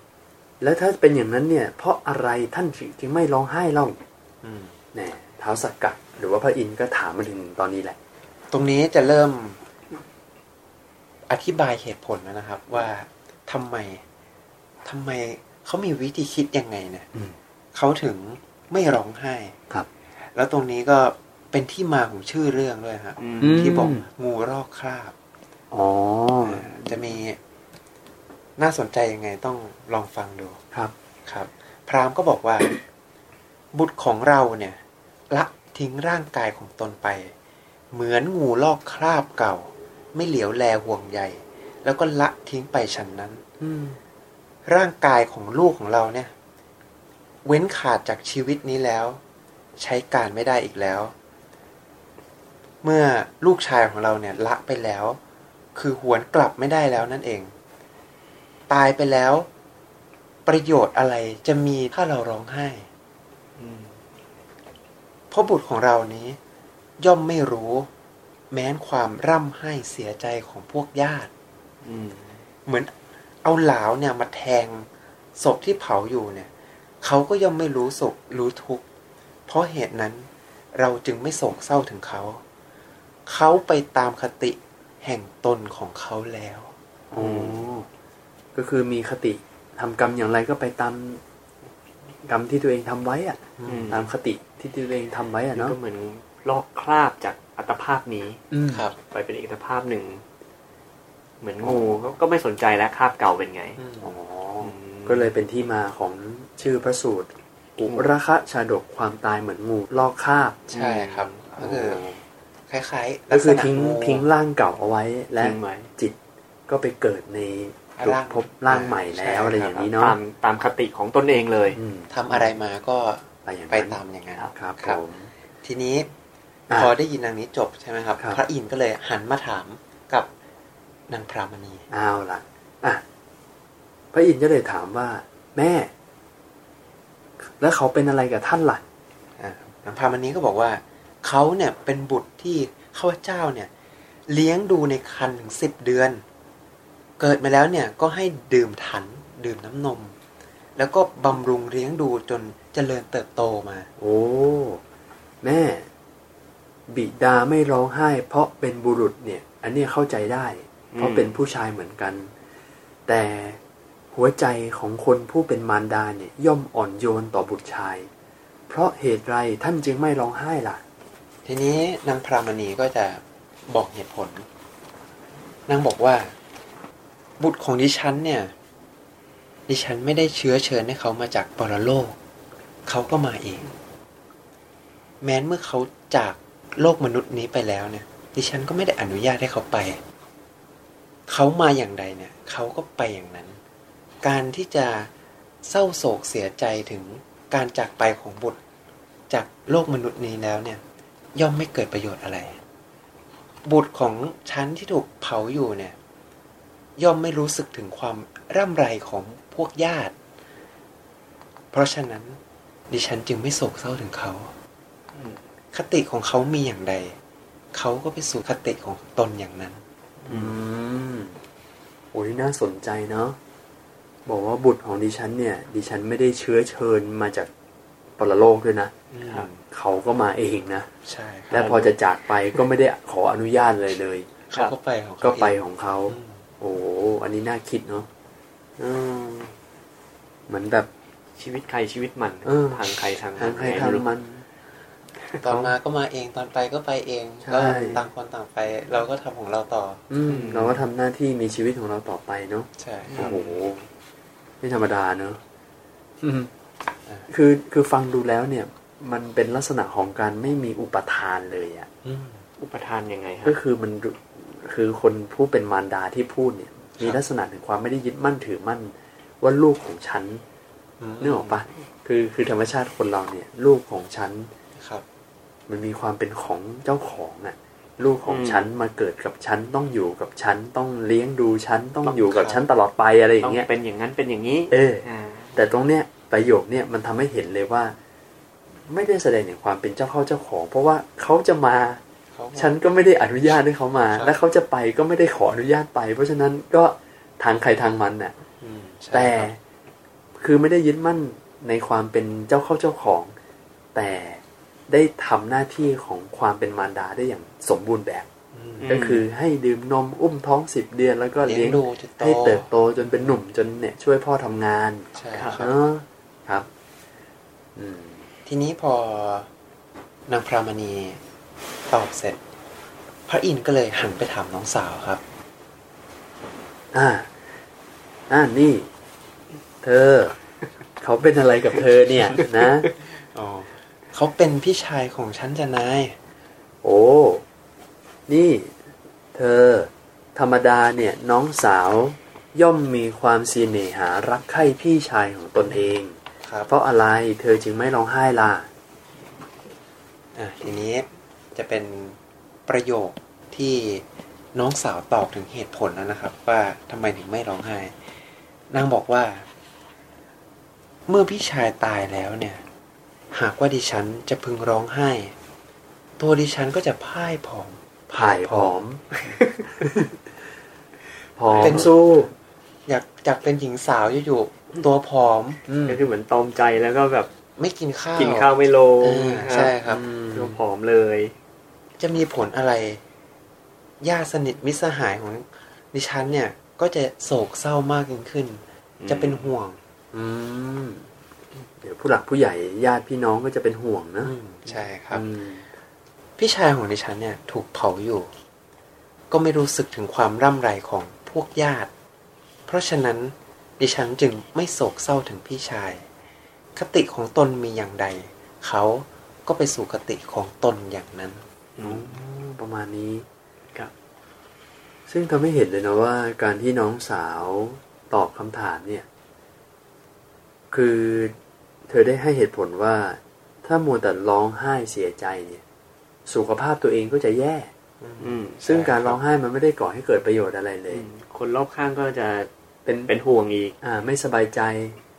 [SPEAKER 2] แล้วถ้าเป็นอย่างนั้นเนี่ย เพราะอะไรท่านถึงไม่ร้องไห้เล่า
[SPEAKER 3] อืม
[SPEAKER 2] แน่ท้าวสักกะ หรือว่าพระอินทร์ก็ถามมาถึงตอนนี้แหละ
[SPEAKER 3] ตรงนี้จะเริ่มอธิบายเหตุผลแล้วนะครับ ว่าทำไมทำไมเขามีวิธีคิดยังไงเนี่ย
[SPEAKER 2] อืม
[SPEAKER 3] เขาถึงไม่ร้องไห้
[SPEAKER 2] ครับ
[SPEAKER 3] แล้วตรงนี้ก็เป็นที่มาของชื่อเรื่องด้วยครับ
[SPEAKER 5] อืม
[SPEAKER 3] ที่บอกงูรอกคราบ
[SPEAKER 2] อ๋อ
[SPEAKER 3] อ่าจะมีน่าสนใจยังไงต้องลองฟังดู
[SPEAKER 2] ครับ
[SPEAKER 3] ครับ พราหมณ์ก็บอกว่า [COUGHS] บุตรของเราเนี่ย ละทิ้งร่างกายของตนไป เหมือนงูลอกคราบเก่า ไม่เหลียวแลห่วงใยแล้วก็ละทิ้งไปฉันนั้น
[SPEAKER 2] อืม
[SPEAKER 3] ร่างกายของลูกของเราเนี่ย เว้นขาดจากชีวิตนี้แล้ว ใช้การไม่ได้อีกแล้ว เมื่อลูกชายของเราเนี่ยละไปแล้ว คือหวนกลับไม่ได้แล้วนั่นเอง ตายไปแล้ว ประโยชน์อะไรจะมีถ้าเราร้องไห้เพราะบุตรของเรานี้ ย่อมไม่รู้ แม้นความร่ำไห้เสียใจของพวกญาติ
[SPEAKER 5] อืม
[SPEAKER 3] เหมือนเอาหลาวเนี่ยมาแทงศพที่เผาอยู่เนี่ยเขาก็ย่อมไม่รู้สุขรู้ทุกข์เพราะเหตุนั้นเราจึงไม่โศกเศร้าถึงเขาเขาไปตามคติแห่งตนของเขาแล้ว
[SPEAKER 2] อ๋อก็คือมีคติทำกรรมอย่างไรก็ไปตามกรรมที่ตัวเองทำไว้อะ
[SPEAKER 3] อื
[SPEAKER 2] ตามคติที่ตัวเองทำไว้อะเนาะ
[SPEAKER 5] ก็เหมือนลอกคราบจากอัตภาพนี้
[SPEAKER 2] อืม
[SPEAKER 3] ครับ
[SPEAKER 5] ไปเป็นอีกอัตภาพหนึ่ง เหมือนงูก็ก็ไม่สนใจแล้วคราบเก่าเป็นไง
[SPEAKER 3] อืม
[SPEAKER 2] อ๋ออ
[SPEAKER 5] อืม
[SPEAKER 2] ก็เลยเป็นที่มาของชื่อพระสูตร อุระคะชาดกความตายเหมือนงูลอกคราบ
[SPEAKER 3] ใช่ครับก็คือคล้ายๆลั
[SPEAKER 2] ก็
[SPEAKER 3] กษ
[SPEAKER 2] คือ
[SPEAKER 3] ณะ
[SPEAKER 2] ทิ้ง
[SPEAKER 3] งู
[SPEAKER 2] ทิ้งร่างเก่าเอาไว้และ
[SPEAKER 5] ทิ้งไว้
[SPEAKER 2] จิตก็ไปเกิดในภพ
[SPEAKER 3] ร่าง
[SPEAKER 2] ภพร่างใหม่
[SPEAKER 3] ใช่
[SPEAKER 2] แล้วอะไรอย่างนี้
[SPEAKER 5] ตา
[SPEAKER 2] เนาะ
[SPEAKER 5] มตามคติของตนเองเลย
[SPEAKER 2] อืม
[SPEAKER 3] ทำอะไรมาก็
[SPEAKER 2] ไปอย่าง
[SPEAKER 3] ไป
[SPEAKER 2] นั้น
[SPEAKER 3] ตามอย่างนั้น
[SPEAKER 2] ครับ
[SPEAKER 3] ค
[SPEAKER 2] ผ
[SPEAKER 3] รับ
[SPEAKER 2] ม
[SPEAKER 3] ทีนี้
[SPEAKER 2] อ่ะ
[SPEAKER 3] พอได้ยินนางนี้จบใช่ไหมครับ
[SPEAKER 2] ครับ
[SPEAKER 3] พระอินทร์ก็เลยหันมาถามกับนางพรามณี
[SPEAKER 2] เอาล่ะอ่ะพระอินทร์ก็เลยถามว่า แม่ แล้วเขาเป็นอะไรกับท่านล่ะ
[SPEAKER 3] อ่านางพรามณีก็บอกว่าเขาเนี่ยเป็นบุตรที่ข้าพเจ้าเนี่ย เลี้ยงดูในครรภ์ถึงสิบเดือน เกิดมาแล้วเนี่ยก็ให้ดื่มถันดื่มน้ำนม แล้วก็บำรุงเลี้ยงดูจนเจริญเติบโตมา
[SPEAKER 2] โอ้ แม่ บิดาไม่ร้องไห้ เพราะเป็นบุรุษเนี่ย อันเนี้ยเข้าใจได้ เพราะ
[SPEAKER 5] อืม
[SPEAKER 2] เป็นผู้ชายเหมือนกัน แต่หัวใจของคนผู้เป็นมารดาเนี่ย ย่อมอ่อนโยนต่อบุตรชาย เพราะเหตุไรท่านจึงไม่ร้องไห้ล่ะ
[SPEAKER 3] ทีนี้นางพรามณีก็จะบอกเหตุผล นางบอกว่า บุตรของดิฉันเนี่ย ดิฉันไม่ได้เชื้อเชิญให้เขามาจากปรโลก เขาก็มาเอง แม้นเมื่อเขาจาก โลกมนุษย์นี้ไปแล้วเนี่ย ดิฉันก็ไม่ได้อนุญาตให้เขาไป เขามาอย่างใดเนี่ย เขาก็ไปอย่างนั้น การที่จะเศร้าโศกเสียใจถึงการจากไปของบุตร จากโลกมนุษย์นี้แล้วเนี่ย ย่อมไม่เกิดประโยชน์อะไร บุตรของฉันที่ถูกเผาอยู่เนี่ย ย่อมไม่รู้สึกถึงความร่ำไรของพวกญาติ เพราะฉะนั้น ดิฉันจึงไม่โศกเศร้าถึงเขา คติของเขามีอย่างใด เขาก็ไปสู่คติของตนอย่างนั้น
[SPEAKER 2] อืมโอ้ยน่าสนใจเนาะบอกว่าบุตรของดิฉันเนี่ย ดิฉันไม่ได้เชื้อเชิญมาจากปรโลกด้วยนะ
[SPEAKER 3] อืม
[SPEAKER 2] เขาก็มาเองนะ
[SPEAKER 3] ใช่ค
[SPEAKER 2] และ
[SPEAKER 3] รับ
[SPEAKER 2] พอจะจากไปก็ไม่ได้ขออนุญาตเลยเลย
[SPEAKER 3] เขาก็ไปของเขา
[SPEAKER 2] ก็ไป
[SPEAKER 3] เอง
[SPEAKER 2] ของเขา
[SPEAKER 3] อืม
[SPEAKER 2] โอ้โหอันนี้น่าคิดเนาะอืมเหมือนแบบ
[SPEAKER 5] ชีวิตใครชีวิตมัน
[SPEAKER 2] เออ
[SPEAKER 5] ทางใครทาง
[SPEAKER 2] ทางใคร
[SPEAKER 5] ไม่
[SPEAKER 2] ทาง
[SPEAKER 5] รู้
[SPEAKER 2] มัน
[SPEAKER 3] ตอนมาก็มาเองตอนไปก็ไปเอง
[SPEAKER 2] ใช่
[SPEAKER 3] ก็ต่างคนต่างไป เราก็ทำของเราต่อ
[SPEAKER 2] อืมเราก็ทำหน้าที่มีชีวิตของเราต่อไปเนาะ
[SPEAKER 3] ใช่ค
[SPEAKER 2] โอ้
[SPEAKER 3] รับ
[SPEAKER 2] โหไม่ธรรมดาเนอะ
[SPEAKER 3] อ่า
[SPEAKER 2] คือคือฟังดูแล้วเนี่ย มันเป็นลักษณะของการไม่มีอุปทานเลยอะ่ะ
[SPEAKER 3] อืม
[SPEAKER 5] อุปทานยังไงฮะ
[SPEAKER 2] ก็คือมันคือคนผู้เป็นมารดาที่พูดเนี่ย มีลักษณะถึงความไม่ได้ยึดมั่นถือมั่น ว่าลูกของฉันนึกออกปะคือคือธรรมชาติคนเราเนี่ย ลูกของฉัน
[SPEAKER 3] ครับ
[SPEAKER 2] มันมีความเป็นของเจ้าของอะ่ะ ลูกของฉันมาเกิดกับฉันต้องอยู่กับฉันต้องเลี้ยงดูฉันต้องอยู่กับฉันตลอดไปอะไรอ
[SPEAKER 5] ต้
[SPEAKER 2] ย่า
[SPEAKER 5] องง
[SPEAKER 2] เงี้ย
[SPEAKER 5] เป็นอย่างนั้นเป็นอย่างนี้
[SPEAKER 2] เออ
[SPEAKER 5] อ่า
[SPEAKER 2] แต่ตรงเนี้ยประโยคเนี่ยมันทำให้เห็นเลยว่า ไม่ได้แสดงถึงความเป็นเจ้าเข้าเจ้าของ เพราะว่าเขาจะมา
[SPEAKER 3] เขาก็
[SPEAKER 2] ฉันก็ไม่ได้อนุญาตให้เขามา
[SPEAKER 3] ครับ
[SPEAKER 2] และเขาจะไปก็ไม่ได้ขออนุญาตไป เพราะฉะนั้นก็ทางใครทางมันน่ะ
[SPEAKER 3] อืมใช่
[SPEAKER 2] แต่
[SPEAKER 3] ครับ
[SPEAKER 2] คือไม่ได้ยึดมั่นในความเป็นเจ้าเข้าเจ้าของ แต่ได้ทำหน้าที่ของความเป็นมารดาได้อย่างสมบูรณ์แบบ
[SPEAKER 3] อืม
[SPEAKER 5] ม
[SPEAKER 2] ก็คือให้ดื่มนมอุ้มท้องสิบเดือน แล้วก็
[SPEAKER 3] เลี้
[SPEAKER 2] เลี้ยง
[SPEAKER 3] ยงดูจนโต
[SPEAKER 2] ให้เติบโตจนเป็นหนุ่มจนเนี่ย ช่วยพ่อทำงาน
[SPEAKER 3] ใช่
[SPEAKER 5] ครับ
[SPEAKER 3] ครั
[SPEAKER 2] เอบ อครับ อืม
[SPEAKER 3] ทีนี้พอนางพรามณีตอบเสร็จ พระอินทร์ก็เลยหันไปถามน้องสาวครับ
[SPEAKER 2] อ่า อ่า นี่ เธอ เขาเป็นอะไรกับเธอเนี่ย [LAUGHS] นะ
[SPEAKER 3] เขาเป็นพี่ชายของฉันจะนาย
[SPEAKER 2] โอ้ นี่ เธอ ธรรมดาเนี่ย น้องสาวย่อมมีความเสียเหน่หารักใคร่พี่ชายของตนเอง
[SPEAKER 3] ครับ
[SPEAKER 2] เพราะอะไรเธอจึงไม่ร้องไห้ล่ะ
[SPEAKER 3] อ่ะทีนี้จะเป็นประโยคที่น้องสาวตอบถึงเหตุผลแล้วนะครับ ว่าทำไมถึงไม่ร้องไห้ นางบอกว่า เมื่อพี่ชายตายแล้วเนี่ย หากว่าดิฉันจะพึงร้องไห้ ตัวดิฉันก็จะพ่ายผอม
[SPEAKER 2] ผายผอม [LAUGHS] ผอ
[SPEAKER 3] เป็
[SPEAKER 2] ม
[SPEAKER 3] น
[SPEAKER 2] สู้
[SPEAKER 3] อยากจากเป็นหญิงสาวอยู่ๆตัวผอม
[SPEAKER 2] อืม
[SPEAKER 5] ก็คือเหมือนตอมใจแล้วก็แบบ
[SPEAKER 3] ไม่กินข้าว
[SPEAKER 5] กินข้าวไม่ลง
[SPEAKER 3] อ่าใช่ครับ
[SPEAKER 2] อืม
[SPEAKER 5] ก็ผอมเลย
[SPEAKER 3] จะมีผลอะไร ญาติสนิทมิตรสหายของดิฉันเนี่ย ก็จะโศกเศร้ามากยิ่งขึ้น จะเป็นห่วง
[SPEAKER 2] อืม เดี๋ยวผู้หลักผู้ใหญ่ญาติพี่น้องก็จะเป็นห่วงนะ
[SPEAKER 3] ใช่ครับ
[SPEAKER 2] อืม
[SPEAKER 3] พี่ชายของดิฉันเนี่ย ถูกเผาอยู่ ก็ไม่รู้สึกถึงความร่ำไรของพวกญาติ เพราะฉะนั้นดิฉันจึงไม่โศกเศร้าถึงพี่ชาย คติของตนมีอย่างใด เขาก็ไปสู่คติของตนอย่างนั้น
[SPEAKER 5] อืม
[SPEAKER 2] ประมาณนี้
[SPEAKER 5] ครับ
[SPEAKER 2] ซึ่งทำให้เห็นเลยนะว่าการที่น้องสาวตอบคำถามเนี่ย คือเธอได้ให้เหตุผลว่า ถ้ามัวแต่ร้องไห้เสียใจเนี่ย สุขภาพตัวเองก็จะแย่
[SPEAKER 5] อืม
[SPEAKER 2] ซึ่งการร้องไห้มันไม่ได้ก่อให้เกิดประโยชน์อะไรเลย
[SPEAKER 5] คนรอบข้างก็จะ
[SPEAKER 2] เป็น
[SPEAKER 5] เป็นห่วงอีก
[SPEAKER 2] อ่าไม่สบายใจ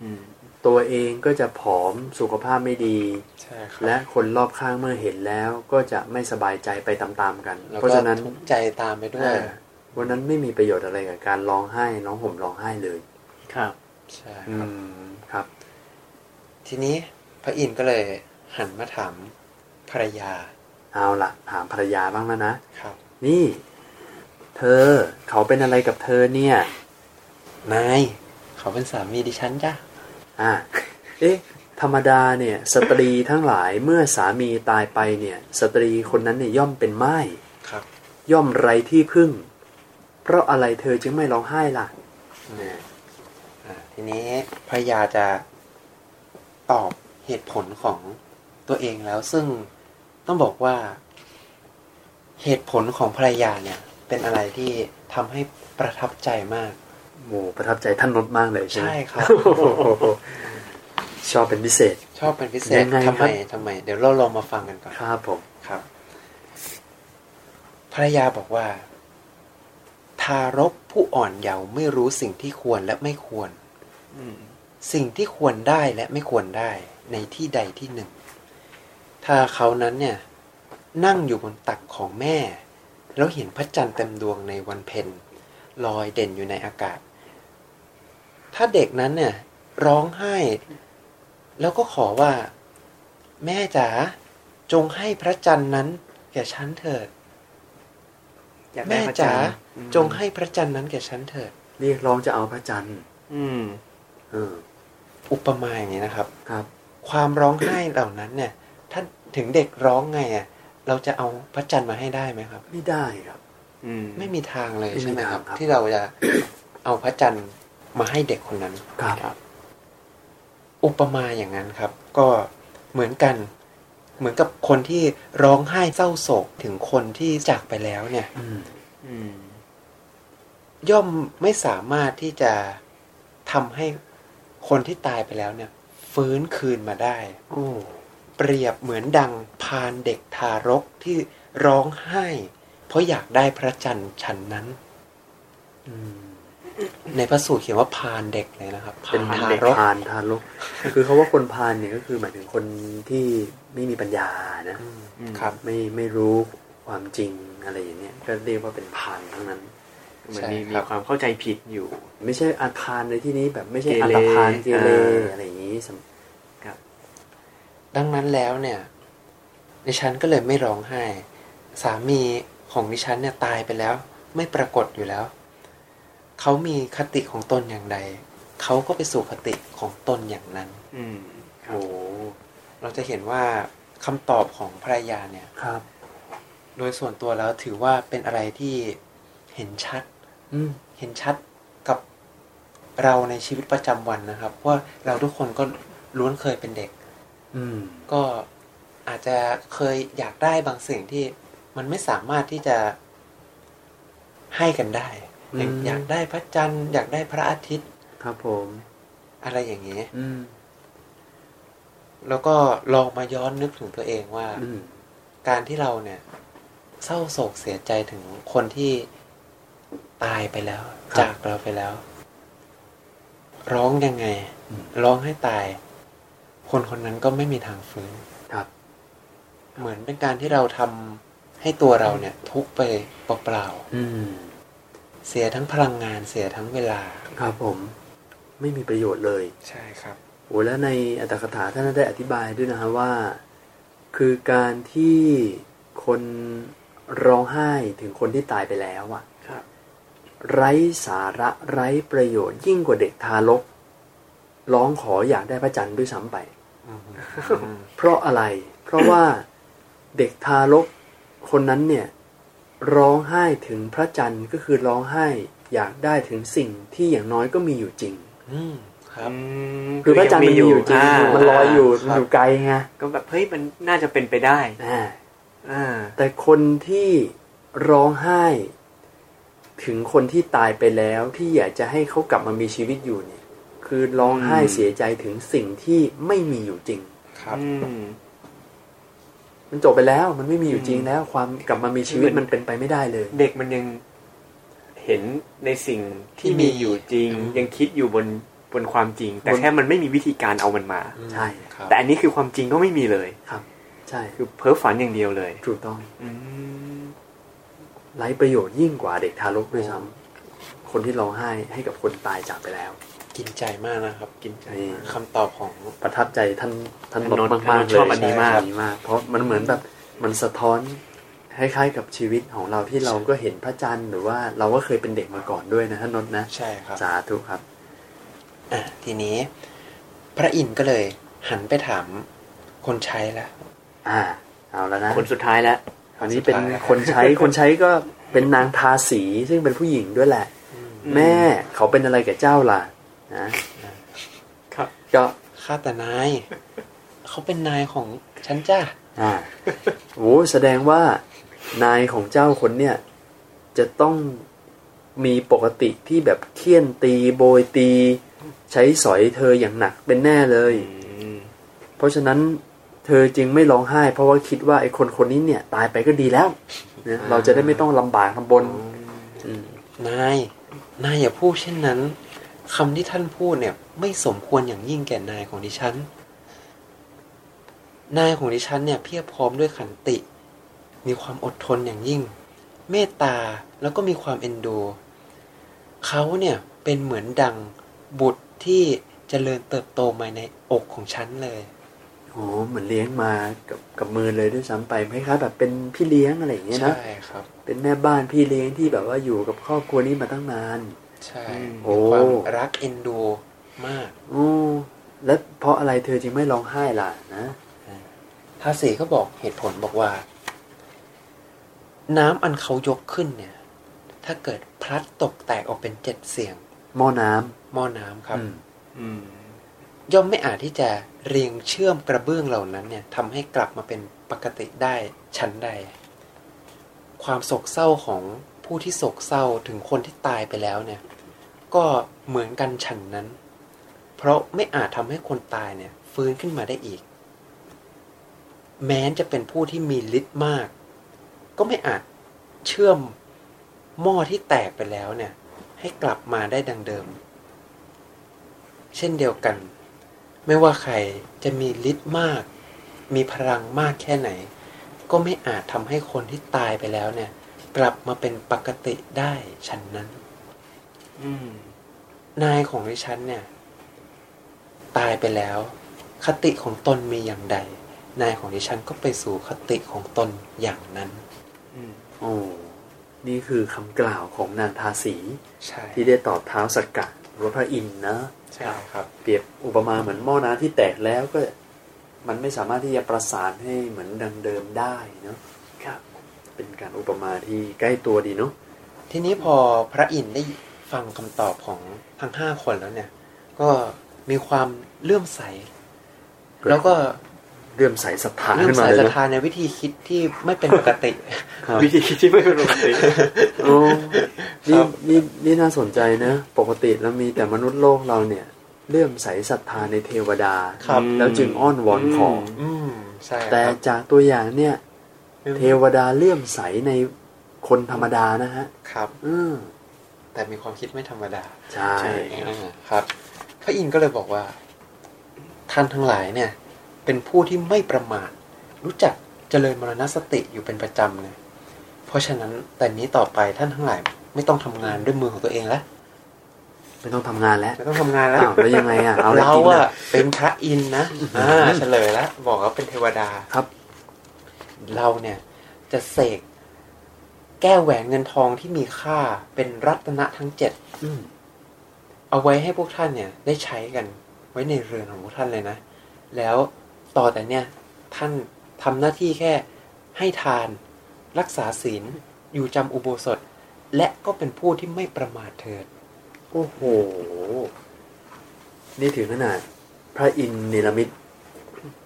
[SPEAKER 5] อืม
[SPEAKER 2] ตัวเองก็จะผอมสุขภาพไม่ดี
[SPEAKER 3] ใช่ครั
[SPEAKER 2] และคนรอบข้างเมื่อเห็นแล้วก็จะไม่สบายใจไปตามๆกัน
[SPEAKER 3] แล้ว
[SPEAKER 2] เพราะ
[SPEAKER 3] ก็
[SPEAKER 2] ฉะนั้น
[SPEAKER 3] ทุกข์ใจตามไปด้ว
[SPEAKER 2] เอย อวันนั้นไม่มีประโยชน์อะไรกับการร้องไห้ร้องห่มร้องไห้เลย
[SPEAKER 5] ครับ
[SPEAKER 3] ใช่
[SPEAKER 2] อื
[SPEAKER 3] ครับ
[SPEAKER 2] มครับ
[SPEAKER 3] ทีนี้พระอินทร์ก็เลยหันมาถามภรรยา
[SPEAKER 2] เอาละถามภรรยาบ้างแล้วนะครับ นี่ เธอเขาเป็นอะไรกับเธอเนี่ย
[SPEAKER 3] นาย เขาเป็นสามีดิฉันจ้ะ
[SPEAKER 2] อ่ะเอ๊ะธรรมดาเนี่ย สตรีทั้งหลายเมื่อสามีตายไปเนี่ย สตรีคนนั้นเนี่ยย่อมเป็นไม้
[SPEAKER 3] ครับ
[SPEAKER 2] ย่อมไรที่พึ่ง เพราะอะไรเธอจึงไม่ร้องไห้ล่ะเนี่ย
[SPEAKER 3] อ่าทีนี้ภรรยาจะตอบเหตุผลของตัวเองแล้วซึ่งต้องบอกว่า เหตุผลของภรรยาเนี่ย เป็นอะไรที่ทำให้ประทับใจมาก
[SPEAKER 2] โหประทับใจท่านนดมากเลยใช่ไหม
[SPEAKER 3] ใช่ครับ
[SPEAKER 2] โอ้โหชอบเป็นพิเศษ
[SPEAKER 3] ชอบเป็นพิเศ
[SPEAKER 2] ยั
[SPEAKER 3] ษ
[SPEAKER 2] งไงครั
[SPEAKER 3] ทำ
[SPEAKER 2] บ
[SPEAKER 3] ไมทำไม เดี๋ยวเราลองมาฟังกันก่อน
[SPEAKER 2] ครับผม
[SPEAKER 3] ครับภรรยาบอกว่า ทารกผู้อ่อนเยาว์ไม่รู้สิ่งที่ควรและไม่ควร สิ่งที่ควรได้และไม่ควรได้ในที่ใดที่หนึ่ง ถ้าเขานั้นเนี่ย นั่งอยู่บนตักของแม่ แล้วเห็นพระจันทร์เต็มดวงในวันเพ็ญลอยเด่นอยู่ในอากาศ ถ้าเด็กนั้นเนี่ย ร้องไห้ แล้วก็ขอว่า แม่จ๋าจงให้พระจันทร์นั้น แก่ฉันเถิด
[SPEAKER 5] อยากได้
[SPEAKER 3] แม่
[SPEAKER 5] พระ
[SPEAKER 3] จ๋า
[SPEAKER 5] ทร์
[SPEAKER 3] จงให้พระจันทร์นั้นแก่ฉันเถิด
[SPEAKER 2] เรียกร้องจะเอาพระจันทร์
[SPEAKER 5] อืม
[SPEAKER 2] เออ
[SPEAKER 3] อุปมาอย่างนี้นะครับ
[SPEAKER 2] ครับ
[SPEAKER 3] ความร้องไห้เหล่านั้นเนี่ย ถ้าถึงเด็กร้องไงอ่ะ เราจะเอาพระจันทร์มาให้ได้ไหมครับ
[SPEAKER 2] ไม่ได้ครับ
[SPEAKER 5] อืม
[SPEAKER 3] ไม่มีทางเลย
[SPEAKER 2] ไม่มี
[SPEAKER 3] ใช่ไหมครับ
[SPEAKER 2] ทางครับ
[SPEAKER 3] ที่เราจะ เอาพระจันทร์มาให้เด็กคนนั้น
[SPEAKER 2] ครับ
[SPEAKER 3] อุปมาอย่างนั้นครับ ก็เหมือนกัน เหมือนกับคนที่ร้องไห้เศร้าโศกถึงคนที่จากไปแล้วเนี่ย
[SPEAKER 2] อืม
[SPEAKER 5] อืม
[SPEAKER 3] ย่อมไม่สามารถที่จะทำให้คนที่ตายไปแล้วเนี่ย ฟื้นคืนมาได้
[SPEAKER 2] โอ้
[SPEAKER 3] เปรียบเหมือนดังพานเด็กทารกที่ร้องไห้ เพราะอยากได้พระจันทร์ชั้นนั้น
[SPEAKER 2] อืม
[SPEAKER 3] ในพระสูตรเขียนว่าพานเด็กเลยนะครับ
[SPEAKER 2] เป็น
[SPEAKER 3] พา
[SPEAKER 2] ทาน น
[SPEAKER 3] ทารก
[SPEAKER 2] พานทารกคือเขาว่าคนพานเนี่ยก็คือหมายถึงคนที่ไม่มีปัญญานะ
[SPEAKER 3] อืม
[SPEAKER 5] อืม
[SPEAKER 3] ครับ
[SPEAKER 2] ไม่ไม่รู้ความจริงอะไรอย่างเนี้ยก็เรียกว่าเป็นพานทั้งนั้น
[SPEAKER 5] เหมือนมี
[SPEAKER 3] ใช่
[SPEAKER 5] มี
[SPEAKER 3] ครับ
[SPEAKER 5] ความเข้าใจผิดอยู่
[SPEAKER 2] ไม่ใช่อาพานในที่นี้แบบไม่ใช่
[SPEAKER 5] เก
[SPEAKER 2] อัน
[SPEAKER 5] เร
[SPEAKER 2] ตพานเกเร
[SPEAKER 5] อ่า
[SPEAKER 2] อะไรอย่างนี้สำ
[SPEAKER 3] ดังนั้นแล้วเนี่ย ดิฉันก็เลยไม่ร้องไห้ สามีของดิฉันเนี่ยตายไปแล้ว ไม่ปรากฏอยู่แล้ว เขามีคติของตนอย่างใด เขาก็ไปสู่คติของตนอย่างนั้น
[SPEAKER 5] อืม
[SPEAKER 2] โอ้
[SPEAKER 3] เราจะเห็นว่าคำตอบของภรรยาเนี่ย
[SPEAKER 2] ครับ
[SPEAKER 3] โดยส่วนตัวแล้วถือว่าเป็นอะไรที่เห็นชัด
[SPEAKER 2] อืม
[SPEAKER 3] เห็นชัดกับเราในชีวิตประจำวันนะครับ ว่าเราทุกคนก็ล้วนเคยเป็นเด็ก
[SPEAKER 2] อืม
[SPEAKER 3] ก็อาจจะเคยอยากได้บางสิ่งที่มันไม่สามารถที่จะให้กันได้อย่างอยากได้พระจันทร์อยากได้พระอาทิตย์
[SPEAKER 2] ครับผม
[SPEAKER 3] อะไรอย่างนี้
[SPEAKER 2] อืม
[SPEAKER 3] แล้วก็ลองมาย้อนนึกถึงตัวเองว่า
[SPEAKER 2] อืม
[SPEAKER 3] การที่เราเนี่ย เศร้าโศกเสียใจถึงคนที่ตายไปแล้ว จากเราไปแล้ว ร้องยังไง ร้องให้ตาย คนคนนั้นก็ไม่มีทางฟื้น
[SPEAKER 2] ครับ
[SPEAKER 3] เหมือนเป็นการที่เราทำให้ตัวเราเนี่ย ทุกข์ไปเปล่า
[SPEAKER 2] อืม
[SPEAKER 3] ๆเสียทั้งพลังงานเสียทั้งเวลา
[SPEAKER 2] ครับผม ไม่มีประโยชน์เลย
[SPEAKER 3] ใช่ครับ
[SPEAKER 2] โอ้แล้วในอัตถกถาท่านได้อธิบายด้วยนะฮะว่า คือการที่คนร้องไห้ถึงคนที่ตายไปแล้วอะ
[SPEAKER 5] ครับ
[SPEAKER 2] ไร้สาระไร้ประโยชน์ยิ่งกว่าเด็กทารก ร้องขออยากได้พระจันทร์ด้วยซ้ำไป เพราะอะไร เพราะว่าเด็กทารกคนนั้นเนี่ย ร้องไห้ถึงพระจันทร์ก็คือร้องไห้อยากได้ถึงสิ่งที่อย่างน้อยก็มีอยู่จริง
[SPEAKER 3] อืมครับ
[SPEAKER 5] ม
[SPEAKER 2] คือพระจันทร์มันมีอยู่จริง
[SPEAKER 5] า
[SPEAKER 2] มันลอยอยู่มันอยู่ไกลไง
[SPEAKER 5] ก็แบบเฮ้ยมันน่าจะเป็นไปได้
[SPEAKER 2] อ่า
[SPEAKER 5] อ่า
[SPEAKER 2] แต่คนที่ร้องไห้ ถึงคนที่ตายไปแล้วที่อยากจะให้เขากลับมามีชีวิตอยู่เนี่ย คือร้องไห้เสียใจถึงสิ่งที่ไม่มีอยู่จริง
[SPEAKER 3] ครับ
[SPEAKER 5] อืม
[SPEAKER 2] มันจบไปแล้วมันไม่มีอยู่จริงแล้ว ความกลับมามีชีวิต
[SPEAKER 5] เหมือน
[SPEAKER 2] มันเป็นไปไม่ได้เลย
[SPEAKER 5] เด็กมันยังเห็นในสิ่งที่
[SPEAKER 3] ที่มี
[SPEAKER 5] มีอยู่จริง
[SPEAKER 3] อืม
[SPEAKER 5] ยังคิดอยู่บนบนความจริง แต่
[SPEAKER 2] บน
[SPEAKER 5] แค่มันไม่มีวิธีการเอามันมา
[SPEAKER 2] ใช่
[SPEAKER 3] ครับ
[SPEAKER 5] แต่อันนี้คือความจริงก็ไม่มีเลย
[SPEAKER 2] ครับ ใช่
[SPEAKER 5] คือเพ้อฝันอย่างเดียวเลย
[SPEAKER 2] ถูกต้อง
[SPEAKER 5] อืม
[SPEAKER 2] ไร้ประโยชน์ยิ่งกว่าเด็กทารกด้วยซ้ำคนที่ร้องไห้ให้กับคนตายจากไปแล้ว
[SPEAKER 3] กินใจมากนะครับ กินใจ
[SPEAKER 2] นี่
[SPEAKER 3] มากคำตอบของ
[SPEAKER 2] ประทับใจท่านท่านนนท์
[SPEAKER 5] ท่
[SPEAKER 2] มากๆ
[SPEAKER 5] ท์
[SPEAKER 2] เลย
[SPEAKER 5] ชอบอันนี้มาก
[SPEAKER 2] อันนี้มาก เพราะมันเหมือนแบบมันสะท้อนคล้ายๆกับชีวิตของเราที่เราก็เห็นพระจันทร์หรือว่าเราก็เคยเป็นเด็กมาก่อนด้วยนะท่านนนท์นะ
[SPEAKER 3] ใช่ครับ
[SPEAKER 2] สาธุครับ
[SPEAKER 3] อ่ะทีนี้ พระอินทร์ก็เลย หันไปถามคนใช้ละ
[SPEAKER 2] อ่า เอาแล้วนะ
[SPEAKER 5] คนสุดท้ายแล้ว
[SPEAKER 2] คราวนี้เป็น
[SPEAKER 3] สุดท้า
[SPEAKER 2] คน
[SPEAKER 3] ย
[SPEAKER 2] ใช้คนใช้ก็เป็นนางทาสีซึ่งเป็นผู้หญิงด้วยแหละ
[SPEAKER 5] อืม
[SPEAKER 2] แม่เขาเป็นอะไรกับเจ้าล่ะนะครับ ก็
[SPEAKER 3] ข้าแต่นาย เขาเป็นนายของฉันจ้า
[SPEAKER 2] อ่าโอ้แสดงว่า นายของเจ้าคนเนี่ย จะต้องมีปกติที่แบบเคี่ยนตีโบยตี ใช้สอยเธออย่างหนักเป็นแน่เลย เพราะฉะนั้นเธอจึงไม่ร้องไห้ เพราะว่าคิดว่าไอ้คนคนนี้เนี่ย ตายไปก็ดีแล้วนะเราจะได้ไม่ต้องลำบากลำบนม
[SPEAKER 3] นาย นายอย่าพูดเช่นนั้นคำที่ท่านพูดเนี่ย ไม่สมควรอย่างยิ่งแก่นายของดิฉัน นายของดิฉันเนี่ย เพียบพร้อมด้วยขันติ มีความอดทนอย่างยิ่ง เมตตาแล้วก็มีความเอ็นดูเขาเนี่ยเป็นเหมือนดังบุตรที่เจริญเติบโตมาในอกของฉันเลย
[SPEAKER 2] โอ้เหมือนเลี้ยงมากับกับมือเลยด้วยซ้ำไปคล้ายๆแบบเป็นพี่เลี้ยงอะไรอย่างเงี้ย
[SPEAKER 3] ใช่
[SPEAKER 2] นะ
[SPEAKER 3] ครับ
[SPEAKER 2] เป็นแม่บ้านพี่เลี้ยงที่แบบว่าอยู่กับครอบครัวนี้มาตั้งนาน
[SPEAKER 3] ใช่
[SPEAKER 2] โอ้
[SPEAKER 3] มีความรักเอ็นดูมาก
[SPEAKER 2] โอ้แล้วเพราะอะไรเธอจึงไม่ร้องไห้ล่ะนะ
[SPEAKER 3] ทาสีก็บอกเหตุผลบอกว่า น้ำอันเขายกขึ้นเนี่ย ถ้าเกิดพลัดตกแตกออกเป็นเจ็ดเสียง
[SPEAKER 2] หม้อน้
[SPEAKER 3] หม้อน้ำ
[SPEAKER 2] ำ
[SPEAKER 3] ครับ
[SPEAKER 2] อืม
[SPEAKER 3] ย่อมไม่อาจที่จะเรียงเชื่อมกระเบื้องเหล่านั้นเนี่ยทำให้กลับมาเป็นปกติได้ชั้นใด ความโศกเศร้าของผู้ที่โศกเศร้าถึงคนที่ตายไปแล้วเนี่ย ก็เหมือนกันฉันนั้น เพราะไม่อาจทำให้คนตายเนี่ย ฟื้นขึ้นมาได้อีก แม้นจะเป็นผู้ที่มีฤทธิ์มาก ก็ไม่อาจเชื่อมหม้อที่แตกไปแล้วเนี่ย ให้กลับมาได้ดังเดิม เช่นเดียวกัน ไม่ว่าใครจะมีฤทธิ์มาก มีพลังมากแค่ไหน ก็ไม่อาจทำให้คนที่ตายไปแล้วเนี่ย กลับมาเป็นปกติได้ฉันนั้น นายของดิฉันเนี่ย ตายไปแล้ว คติของตนมีอย่างใด นายของดิฉันก็ไปสู่คติของตนอย่างนั้น
[SPEAKER 2] โอ้นี่คือคำกล่าวของนางทาสี
[SPEAKER 3] ใช่
[SPEAKER 2] ที่ได้ตอบเท้าวสักกะหรือว่าพระอินทร์นะ
[SPEAKER 3] ใช่ครับ
[SPEAKER 2] เปรียบอุปมาเหมือนหม้อน้ำที่แตกแล้วก็ มันไม่สามารถที่จะประสานให้เหมือนดังเดิมได้เนาะครับเป็นการอุปมาที่ใกล้ตัวดีเนาะ
[SPEAKER 3] ทีนี้พอพระอินทร์ได้ฟังคำตอบของทั้งห้าคนแล้วเนี่ย ก็มีความเลื่อมใส แล้วก็
[SPEAKER 2] เริ่มใสศรัทธา
[SPEAKER 3] เลื่อม
[SPEAKER 2] ขึ้น
[SPEAKER 3] ใส
[SPEAKER 2] มาเลย
[SPEAKER 3] ศรัท
[SPEAKER 2] เนาะ
[SPEAKER 3] ธาในวิธีคิดที่ไม่เป็นปกติ
[SPEAKER 2] ครับ
[SPEAKER 5] วิธีคิดที่ไม่เป็นปกติ
[SPEAKER 2] โอ้นี่
[SPEAKER 3] ครับ
[SPEAKER 2] นี่นี่น่าสนใจนะ ปกติเรามีแต่มนุษย์โลกเราเนี่ยเริ่อมใสศรัทธาในเทวดา
[SPEAKER 3] ครับ
[SPEAKER 2] แล้วจึงอ้อนวอนขอ
[SPEAKER 3] [LAUGHS] อืมใช่
[SPEAKER 2] แต่
[SPEAKER 3] ครับ
[SPEAKER 2] จากตัวอย่างเนี่ย เทวดาเลื่อมใสในคนธรรมดานะฮะ
[SPEAKER 3] ครับ
[SPEAKER 2] อืม
[SPEAKER 3] แต่มีความคิดไม่ธรรมดา
[SPEAKER 2] ใช่
[SPEAKER 3] อ่าครับ พระอินทร์ก็เลยบอกว่า ท่านทั้งหลายเนี่ย เป็นผู้ที่ไม่ประมาท รู้จักเจริญมรณสติอยู่เป็นประจำเนี่ยเพราะฉะนั้นแต่นี้ต่อไปท่านทั้งหลาย ไม่ต้องทำงานด้วยมือของตัวเองแล้ว
[SPEAKER 2] ไม่ต้องทำงานแล้ว
[SPEAKER 3] ไม่ต้องทำงานแล้ว
[SPEAKER 2] อ้าวแล้วยังไงอ่ะ เอาแล้ว
[SPEAKER 3] เรา
[SPEAKER 2] กิน
[SPEAKER 3] อะ
[SPEAKER 2] อ่ะ
[SPEAKER 3] เป็นพระอินทร์นะอ่าเฉลยแล้วบอกว่าเป็นเทวดา
[SPEAKER 2] ครับ
[SPEAKER 3] เราเนี่ย จะเสกแก้วแหวนเงินทองที่มีค่าเป็นรัตนะทั้งเจ็ด
[SPEAKER 2] อืม
[SPEAKER 3] เอาไว้ให้พวกท่านเนี่ยได้ใช้กันไว้ในเรือนของพวกท่านเลยนะ แล้วต่อแต่เนี่ยท่านทำหน้าที่แค่ให้ทานรักษาศีลอยู่จำอุโบสถ และก็เป็นผู้ที่ไม่ประมาทเถิด
[SPEAKER 2] โอ้โห นี่ถึงขนาด พระอินทร์เนรมิต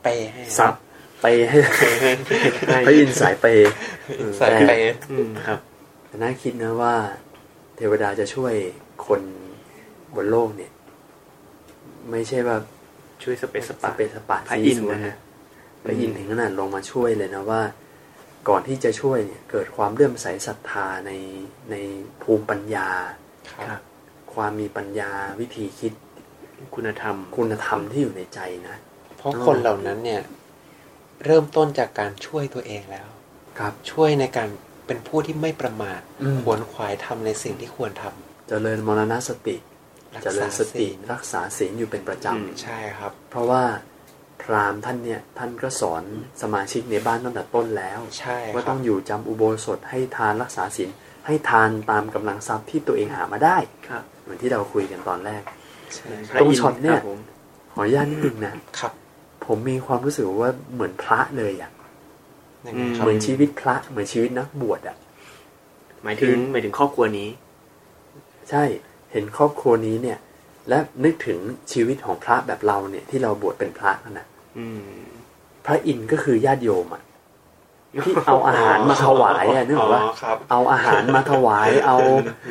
[SPEAKER 3] ไปให้
[SPEAKER 2] ซับไปให้ พระอินทร์สายไป
[SPEAKER 5] [LAUGHS]
[SPEAKER 3] สายไป
[SPEAKER 5] อืมครับ
[SPEAKER 2] แต่น่าคิดนะว่า เทวดาจะช่วยคนบนโลกเนี่ย ไม่ใช่ว่า
[SPEAKER 5] ช่วยสเปซส
[SPEAKER 2] ส
[SPEAKER 5] ปา
[SPEAKER 2] เปซสปา
[SPEAKER 5] พระอินท
[SPEAKER 2] ซี
[SPEAKER 5] ร์
[SPEAKER 2] ซัว
[SPEAKER 5] นะฮะ
[SPEAKER 2] พระอินทร์ถึงขนาดลงมาช่วยเลยนะว่า ก่อนที่จะช่วยเนี่ย เกิดความเลื่อมใสศรัทธาในในภูมิปัญญา
[SPEAKER 3] ครับ
[SPEAKER 2] ความมีปัญญาวิธีคิด
[SPEAKER 5] คุณธรรม
[SPEAKER 2] คุณธรรมที่อยู่ในใจนะ
[SPEAKER 3] เพราะคนเหล่านั้นเนี่ย เริ่มต้นจากการช่วยตัวเองแล้ว
[SPEAKER 2] ครับ
[SPEAKER 3] ช่วยในการเป็นผู้ที่ไม่ประมาทข
[SPEAKER 2] คว
[SPEAKER 3] ว
[SPEAKER 2] ร
[SPEAKER 3] นขวายทำในสิ่งที่ควรทำ
[SPEAKER 2] เจริญมรณสติ
[SPEAKER 3] รัก
[SPEAKER 2] เจริ
[SPEAKER 3] ษา
[SPEAKER 2] ญสติ
[SPEAKER 3] ศีล
[SPEAKER 2] รักษาศีลอยู่เป็นประจ
[SPEAKER 5] อืม
[SPEAKER 3] ใช่ครับ
[SPEAKER 2] ำเพราะว่าพราหมณ์ท่านเนี่ย ท่านก็สอนสมาชิกในบ้านตั้งแต่ต้นแล้ว
[SPEAKER 3] ใช่
[SPEAKER 2] ว่า
[SPEAKER 3] ครั
[SPEAKER 2] ต้
[SPEAKER 3] บ
[SPEAKER 2] องอยู่จำอุโบสถให้ทานรักษาศีลให้ทานตามกำลังทรัพย์ที่ตัวเองหามาได้
[SPEAKER 5] ครับ
[SPEAKER 2] เหมือนที่เราคุยกันตอนแรก
[SPEAKER 3] ใช่ค
[SPEAKER 5] พ
[SPEAKER 3] รั
[SPEAKER 2] ต
[SPEAKER 3] บ
[SPEAKER 5] ระ
[SPEAKER 2] รง
[SPEAKER 5] อินท
[SPEAKER 2] ช็อตเนี่ย
[SPEAKER 5] ครับผม
[SPEAKER 2] ขออนุญาตนิดนึงนะครับผมมีความรู้สึกว่าเหมือนพระเลยอ่ะ
[SPEAKER 3] ยังไงครับ
[SPEAKER 2] เหมือนชีวิตพระเหมือนชีวิตนักบวชอ่ะ
[SPEAKER 5] หมายถึงหมายถึงครอบครัวนี้
[SPEAKER 2] ใช่เห็นครอบครัวนี้เนี่ย และนึกถึงชีวิตของพระแบบเราเนี่ยที่เราบวชเป็นพระนะ
[SPEAKER 5] อืม
[SPEAKER 2] พระอินทร์ก็คือญาติโยมอะ ที่เอาอาหารมาถวายอะนึกออกปะ
[SPEAKER 3] อ๋อครับ
[SPEAKER 2] เอาอาหารมาถวายเอา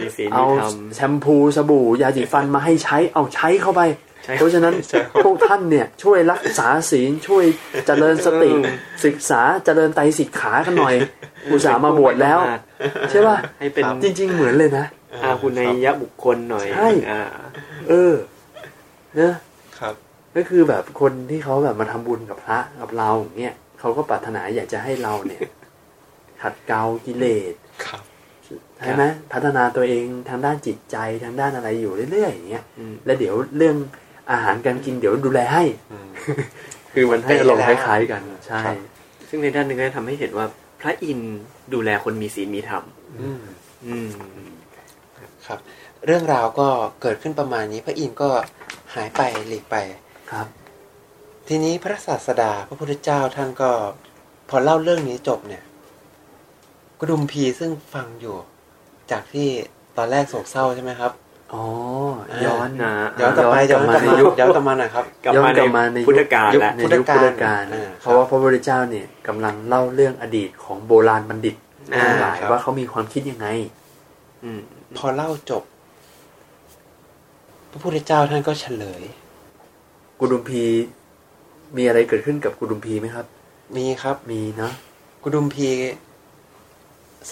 [SPEAKER 5] มีศีล
[SPEAKER 2] เอา
[SPEAKER 5] มีธรรม
[SPEAKER 2] แชมพูสบู่ยาสีฟันมาให้ใช้เอาใช้เข้าไป
[SPEAKER 5] ใช้
[SPEAKER 2] เพราะฉะนั้นพวกท่านเนี่ยช่วยรักษาศีลช่วยเจริญสติศึกษาเจริญไตรสิกขากัน
[SPEAKER 5] [LAUGHS]
[SPEAKER 2] หน่อย อุตส่าห์มาบวชแล้ว ใช่ป่ะ
[SPEAKER 5] ให้เป็น
[SPEAKER 2] จริง ๆ เหมือนเลยนะ
[SPEAKER 5] อาคุณในยะบุคคลหน่อย
[SPEAKER 2] ใช่
[SPEAKER 5] อ่า
[SPEAKER 2] เออเนอะ
[SPEAKER 3] ครับ
[SPEAKER 2] ก็คือแบบคนที่เขาแบบมาทำบุญกับพระกับเราอย่างเนี่ยเขาก็ปรารถนาอยากจะให้เรา
[SPEAKER 5] [LAUGHS]
[SPEAKER 2] เนี่ยขัดเกลากิเลส
[SPEAKER 3] ครับ
[SPEAKER 2] ใช่ไหมพัฒนาตัวเองทางด้านจิตใจทางด้านอะไรอยู่เรื่อยๆอย่างเงี้ย
[SPEAKER 5] อืม
[SPEAKER 2] แล้วเดี๋ยวเรื่องอาหารการกินเดี๋ยวดูแลให้
[SPEAKER 3] อืม
[SPEAKER 2] คือมันให้อารมณ์คล้ายๆกัน ใช่
[SPEAKER 3] ครับ
[SPEAKER 5] ซึ่งในด้านหนึ่งก็ทำให้เห็นว่าพระอินทร์ดูแลคนมีศีลมีธรรม
[SPEAKER 3] อืม
[SPEAKER 5] อืม
[SPEAKER 3] ครับ เรื่องราวก็เกิดขึ้นประมาณนี้ พระอินทร์ก็หายไปหลีกไป
[SPEAKER 2] ครับ
[SPEAKER 3] ทีนี้พระศาสดาพระพุทธเจ้าท่านก็ พอเล่าเรื่องนี้จบเนี่ยกดุมพีซึ่งฟังอยู่ จากที่ตอนแรกโศกเศร้าใช่ไหมครับ
[SPEAKER 2] อ๋อ ย้อน
[SPEAKER 5] นะ
[SPEAKER 3] ย้อนกลับไป
[SPEAKER 2] ย้
[SPEAKER 3] ย้
[SPEAKER 2] อ
[SPEAKER 3] อน
[SPEAKER 2] ก
[SPEAKER 3] นก
[SPEAKER 2] ลั
[SPEAKER 3] ลั
[SPEAKER 2] บบ มา
[SPEAKER 3] มา
[SPEAKER 2] ยุค
[SPEAKER 3] ย้อนกลับมาหน่อยครับ
[SPEAKER 5] กลับมาในพุทธกาลแล้ว
[SPEAKER 2] ในยุคพุทธกาล
[SPEAKER 3] อ่า
[SPEAKER 2] เพราะว่าพระพุทธเจ้าเนี่ยกำลังเล่าเรื่องอดีตของโบราณบัณฑิต
[SPEAKER 5] อ่า
[SPEAKER 2] ทั้งหลาย
[SPEAKER 3] ครับ
[SPEAKER 2] ว่าเขามีความคิดยังไง
[SPEAKER 5] อืม
[SPEAKER 3] พอเล่าจบ พระพุทธเจ้าท่านก็เฉลย
[SPEAKER 2] กุดุมพีมีอะไรเกิดขึ้นกับกุดุมพีไหมครับ
[SPEAKER 3] มีครับ
[SPEAKER 2] มีเนาะ
[SPEAKER 3] กุดุมพี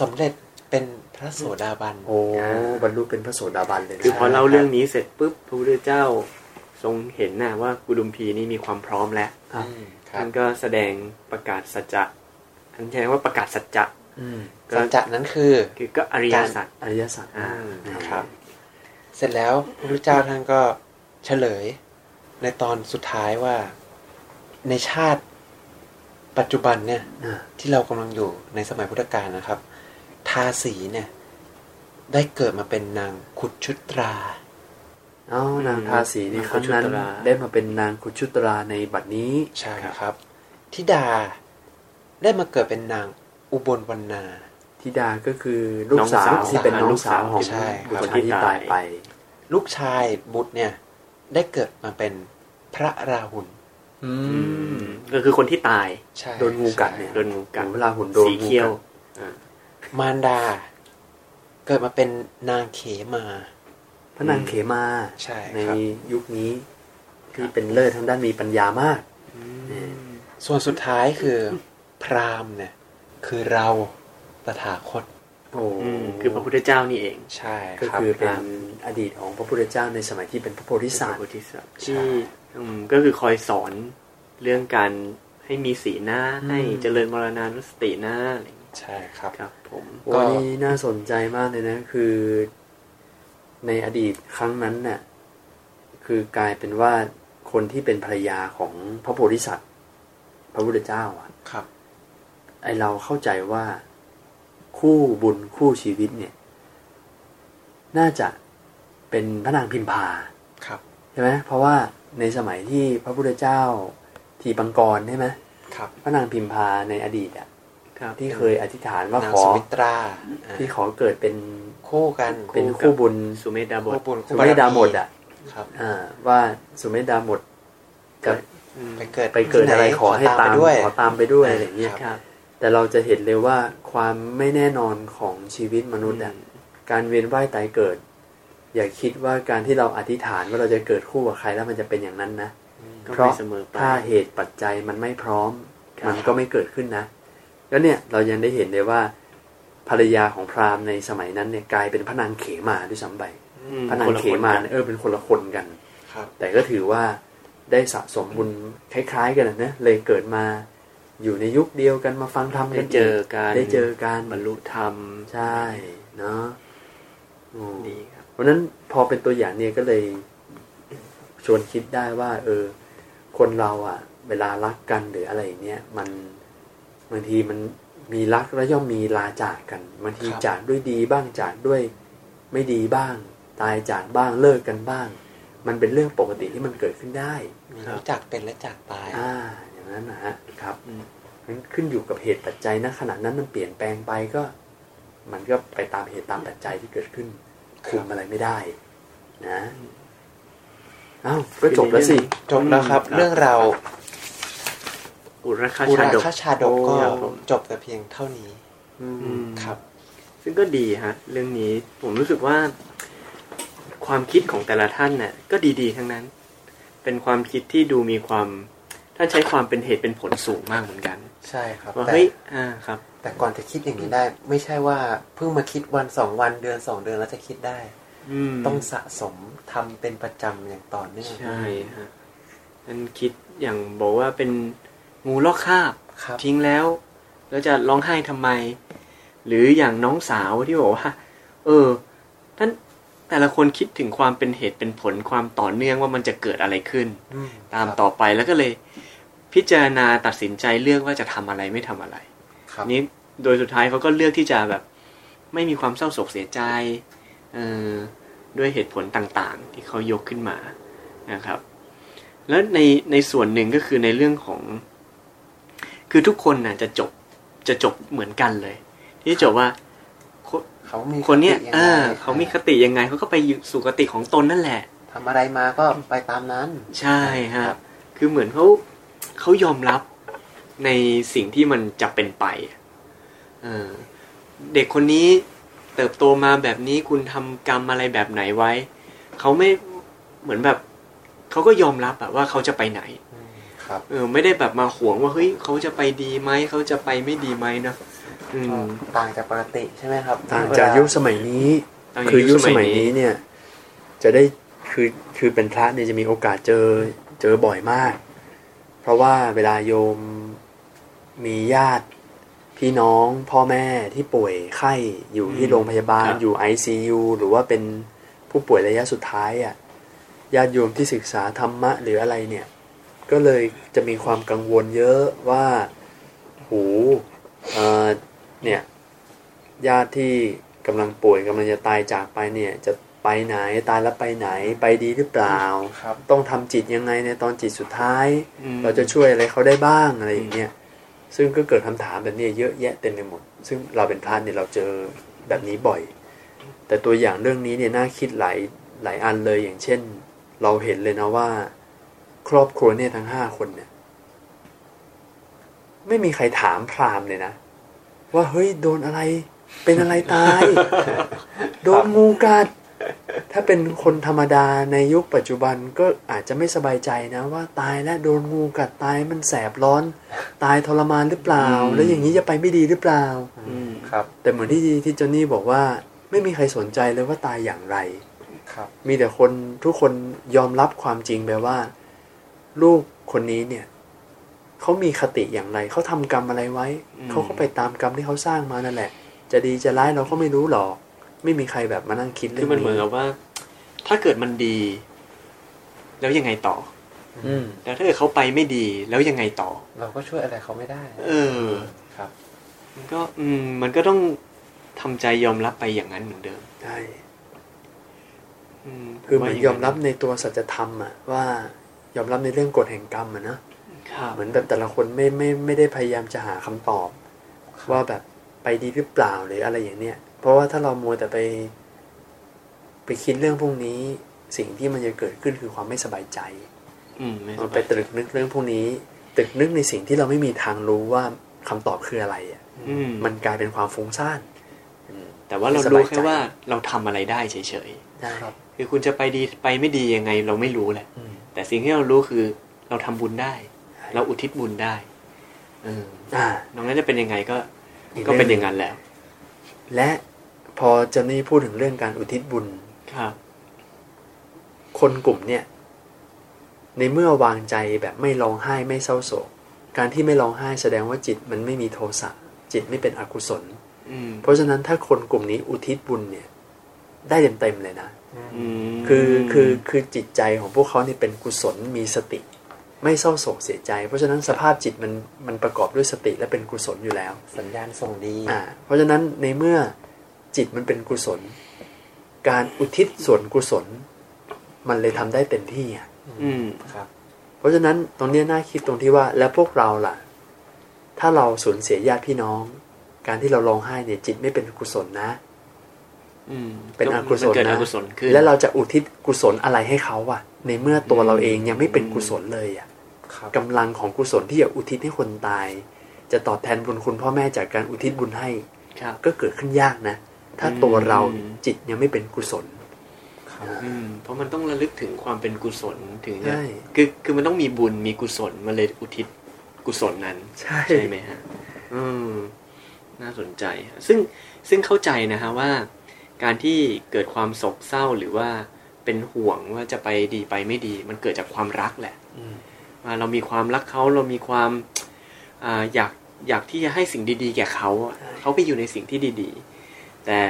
[SPEAKER 3] สำเร็จเป็นพระโสดาบัน
[SPEAKER 2] โอ้บรรลุเป็นพระโสดาบันเลยนะ
[SPEAKER 5] คือพอเล่าเรื่องนี้เสร็จปุ๊บพระพุทธเจ้าทรงเห็นนะว่ากุดุมพีนี่มีความพร้อมแล้ว
[SPEAKER 2] ครับ
[SPEAKER 3] อืมครั
[SPEAKER 5] ท่า
[SPEAKER 3] บ
[SPEAKER 5] นก็แสดงประกาศสัจจะท่านใช้ว่าประกาศสัจจะ
[SPEAKER 2] อืม
[SPEAKER 5] ก็
[SPEAKER 3] สัจจะนั้นคือ
[SPEAKER 5] คือก็อริยสัจ
[SPEAKER 2] อริยสัจ
[SPEAKER 5] อ่า
[SPEAKER 3] ครับ เสร็จแล้วพระพุทธเจ้าท่านก็เฉลย ในตอนสุดท้ายว่า ในชาติปัจจุบันเนี่ย
[SPEAKER 2] อ่า
[SPEAKER 3] ที่เรากำลังอยู่ในสมัยพุทธกาลนะครับ ทาสีเนี่ย ได้เกิดมาเป็นนางขุดชุตรา
[SPEAKER 2] เอานางทาสีในครั้งนั้น
[SPEAKER 5] นางคุชุตรา
[SPEAKER 2] ได้มาเป็นนางคุชุตราในบัดนี้
[SPEAKER 3] ใช่ครับทิดาได้มาเกิดเป็นนางอุบลวรรณา
[SPEAKER 2] ธิดาก็คือลูกสา
[SPEAKER 5] น้
[SPEAKER 2] ว
[SPEAKER 5] องสาว
[SPEAKER 2] ที่เป็นน้องสาวของ
[SPEAKER 3] ใช่ครับ
[SPEAKER 2] บุตรชายที่ตายไป
[SPEAKER 3] ลูกชายบุตรเนี่ย ได้เกิดมาเป็นพระราหุล
[SPEAKER 2] อืม
[SPEAKER 5] ก็คือคนที่ตาย
[SPEAKER 3] ใช่
[SPEAKER 2] โดนงูกัดเนี่ย
[SPEAKER 5] โดนงูกัด
[SPEAKER 2] เวลาหุ่นโดน
[SPEAKER 5] สี
[SPEAKER 2] งู
[SPEAKER 5] เขีย
[SPEAKER 2] กั
[SPEAKER 5] ว
[SPEAKER 2] ด
[SPEAKER 3] มารดา เกิดมาเป็นนางเขมา
[SPEAKER 2] พระนางเขมา
[SPEAKER 3] ใช่
[SPEAKER 2] ใน
[SPEAKER 3] ครับ
[SPEAKER 2] ยุคนี้ที่เป็นเลิศทางด้านมีปัญญามากนี่
[SPEAKER 3] ส่วนสุดท้ายคือ พราหมณ์เนี่ย คือเราตถาคต
[SPEAKER 2] โอ้
[SPEAKER 5] อืมคือพระพุทธเจ้านี่เอง
[SPEAKER 3] ใช่
[SPEAKER 2] ก็
[SPEAKER 3] ครับ
[SPEAKER 2] คือเป็นอดีตของพระพุทธเจ้าในสมัยที่เป็นพระโพธิสัต
[SPEAKER 5] พ
[SPEAKER 2] ว์
[SPEAKER 5] ระโพธิสัตว์
[SPEAKER 3] ใช่
[SPEAKER 5] ที่อืมก็คือคอยสอนเรื่องการให้มีสีลนะให้เจริญมรณานุสตินะอะไรอย่างเงี้ย
[SPEAKER 3] ใช่ครับ
[SPEAKER 5] ครับผม
[SPEAKER 2] โอ้
[SPEAKER 3] ก็
[SPEAKER 2] นี่น่าสนใจมากเลยนะ คือ ในอดีตครั้งนั้นน่ะ คือกลายเป็นว่าคนที่เป็นภรรยาของพระโพธิสัตว์ พระพุทธเจ้าอ่ะ
[SPEAKER 3] ครับ
[SPEAKER 2] ไอเราเข้าใจว่าคู่บุญคู่ชีวิตเนี่ย น่าจะเป็นพระนางพิมพา
[SPEAKER 3] ครับ
[SPEAKER 2] ใช่ไหมเพราะว่าในสมัยที่พระพุทธเจ้าทีปังกรใช่ไหม
[SPEAKER 3] ครับ
[SPEAKER 2] พระนางพิมพาในอดีตอ่ะ
[SPEAKER 5] ครับ
[SPEAKER 2] ที่เคยอธิษฐานว่า
[SPEAKER 3] นา
[SPEAKER 2] ข
[SPEAKER 3] ง
[SPEAKER 2] อ
[SPEAKER 3] สมิตราอ่า
[SPEAKER 2] ที่ขอเกิดเป็น
[SPEAKER 3] คู่กัน
[SPEAKER 2] เป็นคู่บุญ
[SPEAKER 5] สุเมธดาบท
[SPEAKER 3] คู่บุญ
[SPEAKER 2] สุ
[SPEAKER 3] คู่
[SPEAKER 2] เม
[SPEAKER 3] บาร
[SPEAKER 2] ธดาหมดอ่ะ
[SPEAKER 3] ครับ
[SPEAKER 2] อ่า ว่าสุเมธดาหมดจะ
[SPEAKER 3] ไปเกิด
[SPEAKER 2] ไปเกิด
[SPEAKER 3] ที่หน
[SPEAKER 2] อะไรขอให้ตาม
[SPEAKER 3] ไปด้วย
[SPEAKER 2] ขอตามไปด้วยอะไรอย่างเงี้ย
[SPEAKER 5] ครับ
[SPEAKER 2] แต่เราจะเห็นเลยว่าความไม่แน่นอนของชีวิตมนุษย์อะการเวียนว่ายตายเกิด อย่าคิดว่าการที่เราอธิษฐานว่าเราจะเกิดคู่กับใครแล้วมันจะเป็นอย่างนั้นนะ
[SPEAKER 5] ก็
[SPEAKER 2] เพ
[SPEAKER 5] ไม่
[SPEAKER 2] ราะ
[SPEAKER 5] เสมอไป
[SPEAKER 2] ถ้าเหตุปัจจัยมันไม่พร้อม
[SPEAKER 5] ครับ
[SPEAKER 2] มันก็ไม่เกิดขึ้นนะ แล้วเนี่ยเรายังได้เห็นเลยว่า ภรรยาของพราหมณ์ในสมัยนั้นเนี่ยกลายเป็นพระนางเขมาด้วยซ้ำไป
[SPEAKER 5] อืม
[SPEAKER 2] พระนาง
[SPEAKER 5] คนละ
[SPEAKER 2] เข
[SPEAKER 5] คน
[SPEAKER 2] มา
[SPEAKER 5] กัน
[SPEAKER 2] เนี่ยเออเป็นคนละคนกัน
[SPEAKER 3] ครับ
[SPEAKER 2] แต่ก็ถือว่าได้สะสมบุญคล้ายๆกันนะ เลยเกิดมาอยู่ในยุคเดียวกันมาฟังธรรม
[SPEAKER 5] ได้
[SPEAKER 2] กันก
[SPEAKER 5] เจอกัน
[SPEAKER 2] ได้เจอกัน
[SPEAKER 5] บรรลุธรรม
[SPEAKER 2] ใช่เนาะโอ้
[SPEAKER 5] ดีครับ
[SPEAKER 2] เพราะฉะนั้นพอเป็นตัวอย่างเนี่ยก็เลยชวนคิดได้ว่า เออ คนเราอ่ะ เวลารักกันหรืออะไรอย่างเนี้ยมันบางทีมันมีรักแล้วย่อมมีลาจากกันบางที
[SPEAKER 3] ครับ
[SPEAKER 2] จากด้วยดีบ้างจากด้วยไม่ดีบ้าง ตายจากบ้างเลิกกันบ้าง มันเป็นเรื่องปกติที่มันเกิดขึ้นได้
[SPEAKER 3] มีรู้จักเป็นและจากตาย
[SPEAKER 2] อ่าอย่างนั้นนะฮะครับ
[SPEAKER 5] อืม
[SPEAKER 2] นั้นขึ้นอยู่กับเหตุปัจจัยนะขณะนั้นมันเปลี่ยนแปลงไปก็ มันก็ไปตามเหตุตามปัจจัยที่เกิดขึ้น
[SPEAKER 3] ครับ
[SPEAKER 2] คุมอะไรไม่ได้ นะเอ้าก็จบแล้วสิ
[SPEAKER 3] จบแล้วครับ เรื่องราว
[SPEAKER 5] อุรคา
[SPEAKER 3] อุ
[SPEAKER 5] ชา
[SPEAKER 3] รา
[SPEAKER 5] ดก
[SPEAKER 3] คาชาดกก็
[SPEAKER 5] ครับผม
[SPEAKER 3] จบแต่เพียงเท่านี้
[SPEAKER 4] อืม
[SPEAKER 5] อืม
[SPEAKER 3] ครับ
[SPEAKER 5] ซึ่งก็ดีฮะ เรื่องนี้ผมรู้สึกว่า ความคิดของแต่ละท่านเนี่ยก็ดีๆ ทั้งนั้น เป็นความคิดที่ดูมีความท่านใช้ความเป็นเหตุเป็นผลสูงมากเหมือนกัน
[SPEAKER 3] ใช่ครับ
[SPEAKER 5] ว่า
[SPEAKER 3] แต่
[SPEAKER 5] เฮ้ยอ่าครับ
[SPEAKER 3] แต่ก่อนจะคิดอย่างนี้ได้ ไม่ใช่ว่าเพิ่งมาคิดวันสองวันเดือนสองเดือนแล้วจะคิดได้
[SPEAKER 5] อืม
[SPEAKER 3] ต้องสะสมทำเป็นประจำอย่างต่อเนื่อง
[SPEAKER 5] ใช่ฮะท่านคิดอย่างบอกว่าเป็นงูลอกคราบ
[SPEAKER 3] ครับ
[SPEAKER 5] ทิ้งแล้ว แล้วจะร้องไห้ทำไม หรืออย่างน้องสาวที่บอกว่า เออท่านแต่ละคนคิดถึงความเป็นเหตุเป็นผลความต่อเนื่องว่ามันจะเกิดอะไรขึ้น
[SPEAKER 3] อืม
[SPEAKER 5] ตามต่อไปแล้วก็เลย พิจารณาตัดสินใจเลือกว่าจะทำอะไรไม่ทำอะไร
[SPEAKER 3] ครับ
[SPEAKER 5] นี้โดยสุดท้ายเขาก็เลือกที่จะแบบ ไม่มีความเศร้าโศกเสียใจเออด้วยเหตุผลต่างๆ ที่เขายกขึ้นมานะครับ แล้วในในส่วนหนึ่งก็คือในเรื่องของ คือทุกคนน่ะจะจบจะจบเหมือนกันเลย ที่จบว่าค
[SPEAKER 3] เขามี
[SPEAKER 5] คนเนี้ย
[SPEAKER 3] สติงไง
[SPEAKER 5] เออเขามีคติยังไงเขาก็ไปอยู่สู่คติของตนนั่นแหละ
[SPEAKER 3] ทำอะไรมาก็ไปตามนั้น
[SPEAKER 5] ใช่ฮะ
[SPEAKER 3] ครับ
[SPEAKER 5] คือเหมือนเขาเขายอมรับในสิ่งที่มันจะเป็นไปอะเออเด็กคนนี้เติบโตมาแบบนี้คุณทำกรรมอะไรแบบไหนไว้ เขาไม่เหมือนแบบเขาก็ยอมรับอะว่าเขาจะไปไหน
[SPEAKER 3] อืมครับ
[SPEAKER 5] เออ ไม่ได้แบบมาห่วงว่าเฮ้ยเขาจะไปดีไหมเขาจะไปไม่ดีไหมเนอะอืม
[SPEAKER 3] ก็ต่างจากปกติใช่ไหมครับ
[SPEAKER 2] ต่างจากยุคสมัยนี้ คือยุคสมัยนี้เนี่ย จะได้คือคือเป็นพระเนี่ยจะมีโอกาสเจอเจอบ่อยมาก เพราะว่าเวลาโยมมีญาติ พี่น้องพ่อแม่ที่ป่วยไข้อยู่ที่โรงพยาบาล
[SPEAKER 5] ครับ
[SPEAKER 2] อยู่ ICU หรือว่าเป็นผู้ป่วยระยะสุดท้ายอ่ะญาติโยมที่ศึกษาธรรมะหรืออะไรเนี่ย ก็เลยจะมีความกังวลเยอะว่าโหเอ่อเนี่ย ญาติที่กำลังป่วยกำลังจะตายจากไปเนี่ย จะไปไหนตายแล้วไปไหนไปดีหรือเปล่า
[SPEAKER 3] ครับ
[SPEAKER 2] ต้องทำจิตยังไงในตอนจิตสุดท้าย
[SPEAKER 5] อืม
[SPEAKER 2] เราจะช่วยอะไรเขาได้บ้างอะไรอย่างเงี้ยซึ่งก็เกิดคำถามแบบเนี้ยเยอะแยะเต็มไปหมด ซึ่งเราเป็นพระเนี่ยเราเจอแบบนี้บ่อย แต่ตัวอย่างเรื่องนี้เนี่ยน่าคิดหลายหลายอันเลยอย่างเช่น เราเห็นเลยนะว่า ครอบครัวเนี่ยทั้งห้าคนเนี่ย ไม่มีใครถามพราหมณ์เลยนะ ว่าเฮ้ยโดนอะไร เป็นอะไรตาย
[SPEAKER 5] [LAUGHS]
[SPEAKER 2] โดนงูกัด ถ้าเป็นคนธรรมดาในยุคปัจจุบันก็อาจจะไม่สบายใจนะ ว่าตายแล้วโดนงูกัดตายมันแสบร้อน ตายทรมานหรือเปล่า
[SPEAKER 5] อืม
[SPEAKER 2] แล้วอย่างนี้จะไปไม่ดีหรือเปล่า
[SPEAKER 5] อืม
[SPEAKER 3] ครับ
[SPEAKER 2] แต่เหมือนที่ที่เจนนี่บอกว่า ไม่มีใครสนใจเลยว่าตายอย่างไร
[SPEAKER 3] ครับ
[SPEAKER 2] มีแต่คนทุกคนยอมรับความจริงไปว่า ลูกคนนี้เนี่ยเขามีคติอย่างไรเขาทำกรรมอะไรไว้เขาก็ไปตามกรรมที่เขาสร้างมานั่นแหละ จะดีจะร้ายเราก็ไม่รู้หรอก ไม่มีใครแบบมานั่งคิดเรื่
[SPEAKER 5] คืออง มันเหมือน
[SPEAKER 2] นี้
[SPEAKER 5] กับว่า ถ้าเกิดมันดี แล้วยังไงต่อ
[SPEAKER 2] อืม
[SPEAKER 5] แล้วถ้าเกิดเขาไปไม่ดีแล้วยังไงต่อ
[SPEAKER 3] เราก็ช่วยอะไรเขาไม่ได้
[SPEAKER 5] เออ
[SPEAKER 3] ครับ
[SPEAKER 5] มันก็อืมมันก็ต้องทำใจยอมรับไปอย่างนั้นเหมือนเดิม
[SPEAKER 2] ใช่
[SPEAKER 5] ม
[SPEAKER 2] คือเหมือน
[SPEAKER 5] ผ
[SPEAKER 2] ยอ
[SPEAKER 5] ว่าา
[SPEAKER 2] มรับในตัวสัจธรรมอะว่ายอมรับในเรื่องกฎแห่งกรรมอะนะ
[SPEAKER 5] ครับ
[SPEAKER 2] เหมือนแบบแต่ละคนไม่ไม่ไม่ได้พยายามจะหาคำตอบ ว่าแบบไปดีหรือเปล่าหรืออะไรอย่างเนี้ย เพราะว่าถ้าเรามัวแต่ไป ไปคิดเรื่องพวกนี้ สิ่งที่มันจะเกิดขึ้นคือความไม่สบายใจ
[SPEAKER 5] อืมไม่ส
[SPEAKER 2] มัน
[SPEAKER 5] บาย
[SPEAKER 2] ไปตรึกนึกเรื่องพวกนี้ตรึกนึกในสิ่งที่เราไม่มีทางรู้ว่าคำตอบคืออะไรอะ
[SPEAKER 5] อืม
[SPEAKER 2] มันกลายเป็นความฟุ้งซ่าน
[SPEAKER 5] แต่ว่าเรา
[SPEAKER 2] ไม่สบาย
[SPEAKER 5] รู้แค่
[SPEAKER 2] ใจ
[SPEAKER 5] ว่าเราทำอะไรได้เฉย
[SPEAKER 2] ได้
[SPEAKER 3] ครับ
[SPEAKER 5] ๆคือคุณจะไปดีไปไม่ดียังไง เราไม่รู้แหละ
[SPEAKER 2] อืม
[SPEAKER 5] แต่สิ่งที่เรารู้คือ เราทำบุญได้
[SPEAKER 2] ใช่
[SPEAKER 5] เราอุทิศบุญได้เออ
[SPEAKER 2] อ่า
[SPEAKER 5] น้องนั้นจะเป็นยังไงก็
[SPEAKER 2] อีก
[SPEAKER 5] ก็เป็น
[SPEAKER 2] เรื่
[SPEAKER 5] อ
[SPEAKER 2] อง
[SPEAKER 5] ย่างนั้นแหล้ว
[SPEAKER 2] และพอเจะนี่พูดถึงเรื่องการอุทิศบุญ
[SPEAKER 5] ครับ
[SPEAKER 2] คนกลุ่มเนี่ย ในเมื่อวางใจแบบไม่ร้องไห้ไม่เศร้าโศก การที่ไม่ร้องไห้แสดงว่าจิตมันไม่มีโทสะจิตไม่เป็นอกุศล
[SPEAKER 5] อืม
[SPEAKER 2] เพราะฉะนั้นถ้าคนกลุ่มนี้อุทิศบุญเนี่ย ได้เต็มๆเลยนะ
[SPEAKER 5] อืม
[SPEAKER 2] คือคือคือจิตใจของพวกเขาเนี่ยเป็นกุศลมีสติ ไม่เศร้าโศกเสียใจ เพราะฉะนั้นสภาพจิตมันมันประกอบด้วยสติและเป็นกุศลอยู่แล้ว
[SPEAKER 3] สัญญาณส่งดี
[SPEAKER 2] อ่าเพราะฉะนั้นในเมื่อจิตมันเป็นกุศล การอุทิศส่วนกุศล มันเลยทำได้เต็มที่อ่ะ
[SPEAKER 5] อืม
[SPEAKER 3] ครับ
[SPEAKER 2] เพราะฉะนั้นตรงเนี้ยน่าคิดตรงที่ว่าแล้วพวกเราล่ะ ถ้าเราสูญเสียญาติพี่น้อง การที่เราร้องไห้เนี่ยจิตไม่เป็นกุศลนะ
[SPEAKER 5] อืม
[SPEAKER 2] เป็นอกุศลนะ
[SPEAKER 5] มันเกิดอกุศลขึ้น
[SPEAKER 2] แล้วเราจะอุทิศกุศลอะไรให้เขาอะในเมื่อตัวเราเองยังไม่เป็นกุศลเลยอะ
[SPEAKER 3] ครับ
[SPEAKER 2] กำลังของกุศลที่จะอุทิศให้คนตาย จะตอบแทนบุญคุณพ่อแม่จากการอุทิศบุญให้
[SPEAKER 5] ครับ
[SPEAKER 2] ก็เกิดขึ้นยากนะ ถ้า
[SPEAKER 5] อืม
[SPEAKER 2] ตัวเราจิตยังไม่เป็นกุศล
[SPEAKER 5] อืมเพราะมันต้องระลึกถึงความเป็นกุศลถึงจะ
[SPEAKER 2] ใช่
[SPEAKER 5] คือคือมันต้องมีบุญมีกุศลมันเลยอุทิศกุศลนั้น
[SPEAKER 2] ใช่
[SPEAKER 5] ใช่ไหมฮะอืมน่าสนใจฮะซึ่งซึ่งเข้าใจนะฮะว่า การที่เกิดความโศกเศร้าหรือว่าเป็นห่วงว่าจะไปดีไปไม่ดี มันเกิดจากความรักแหละ
[SPEAKER 2] อืม
[SPEAKER 5] ว่าเรามีความรักเขาเรามีความอ่าอยากอยากที่จะให้สิ่งดี ๆ แก่เขาอะเขาไปอยู่ในสิ่งที่ดี ๆ แต่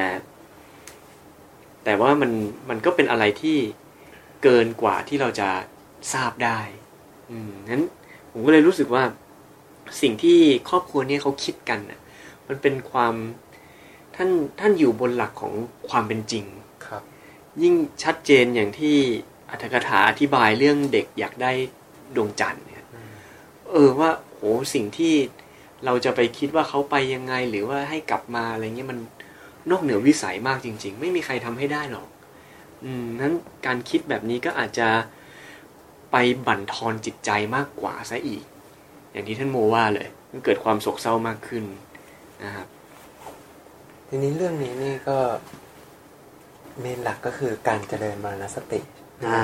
[SPEAKER 5] แต่ว่ามันมันก็เป็นอะไรที่เกินกว่าที่เราจะทราบได้ อืมนั้นผมก็เลยรู้สึกว่า สิ่งที่ครอบครัวเนี่ยเขาคิดกันน่ะ มันเป็นความท่านท่านอยู่บนหลักของความเป็นจริง
[SPEAKER 3] ครับ
[SPEAKER 5] ยิ่งชัดเจนอย่างที่อัธกถาอธิบายเรื่องเด็กอยากได้ดวงจันทร์เนี่ยเออว่าโหสิ่งที่เราจะไปคิดว่าเขาไปยังไงหรือว่าให้กลับมาอะไรเงี้ยมันนอกเหนือวิสัยมากจริง ๆ ไม่มีใครทำให้ได้หรอก อืมนั้นการคิดแบบนี้ก็อาจจะไปบั่นทอนจิตใจมากกว่าซะอีก อย่างที่ท่านโมว่าเลยมันเกิดความโศกเศร้ามากขึ้นนะครับ
[SPEAKER 3] ทีนี้เรื่องนี้นี่ก็เมนหลักก็คือการเจริญมรณสติ
[SPEAKER 2] อ่า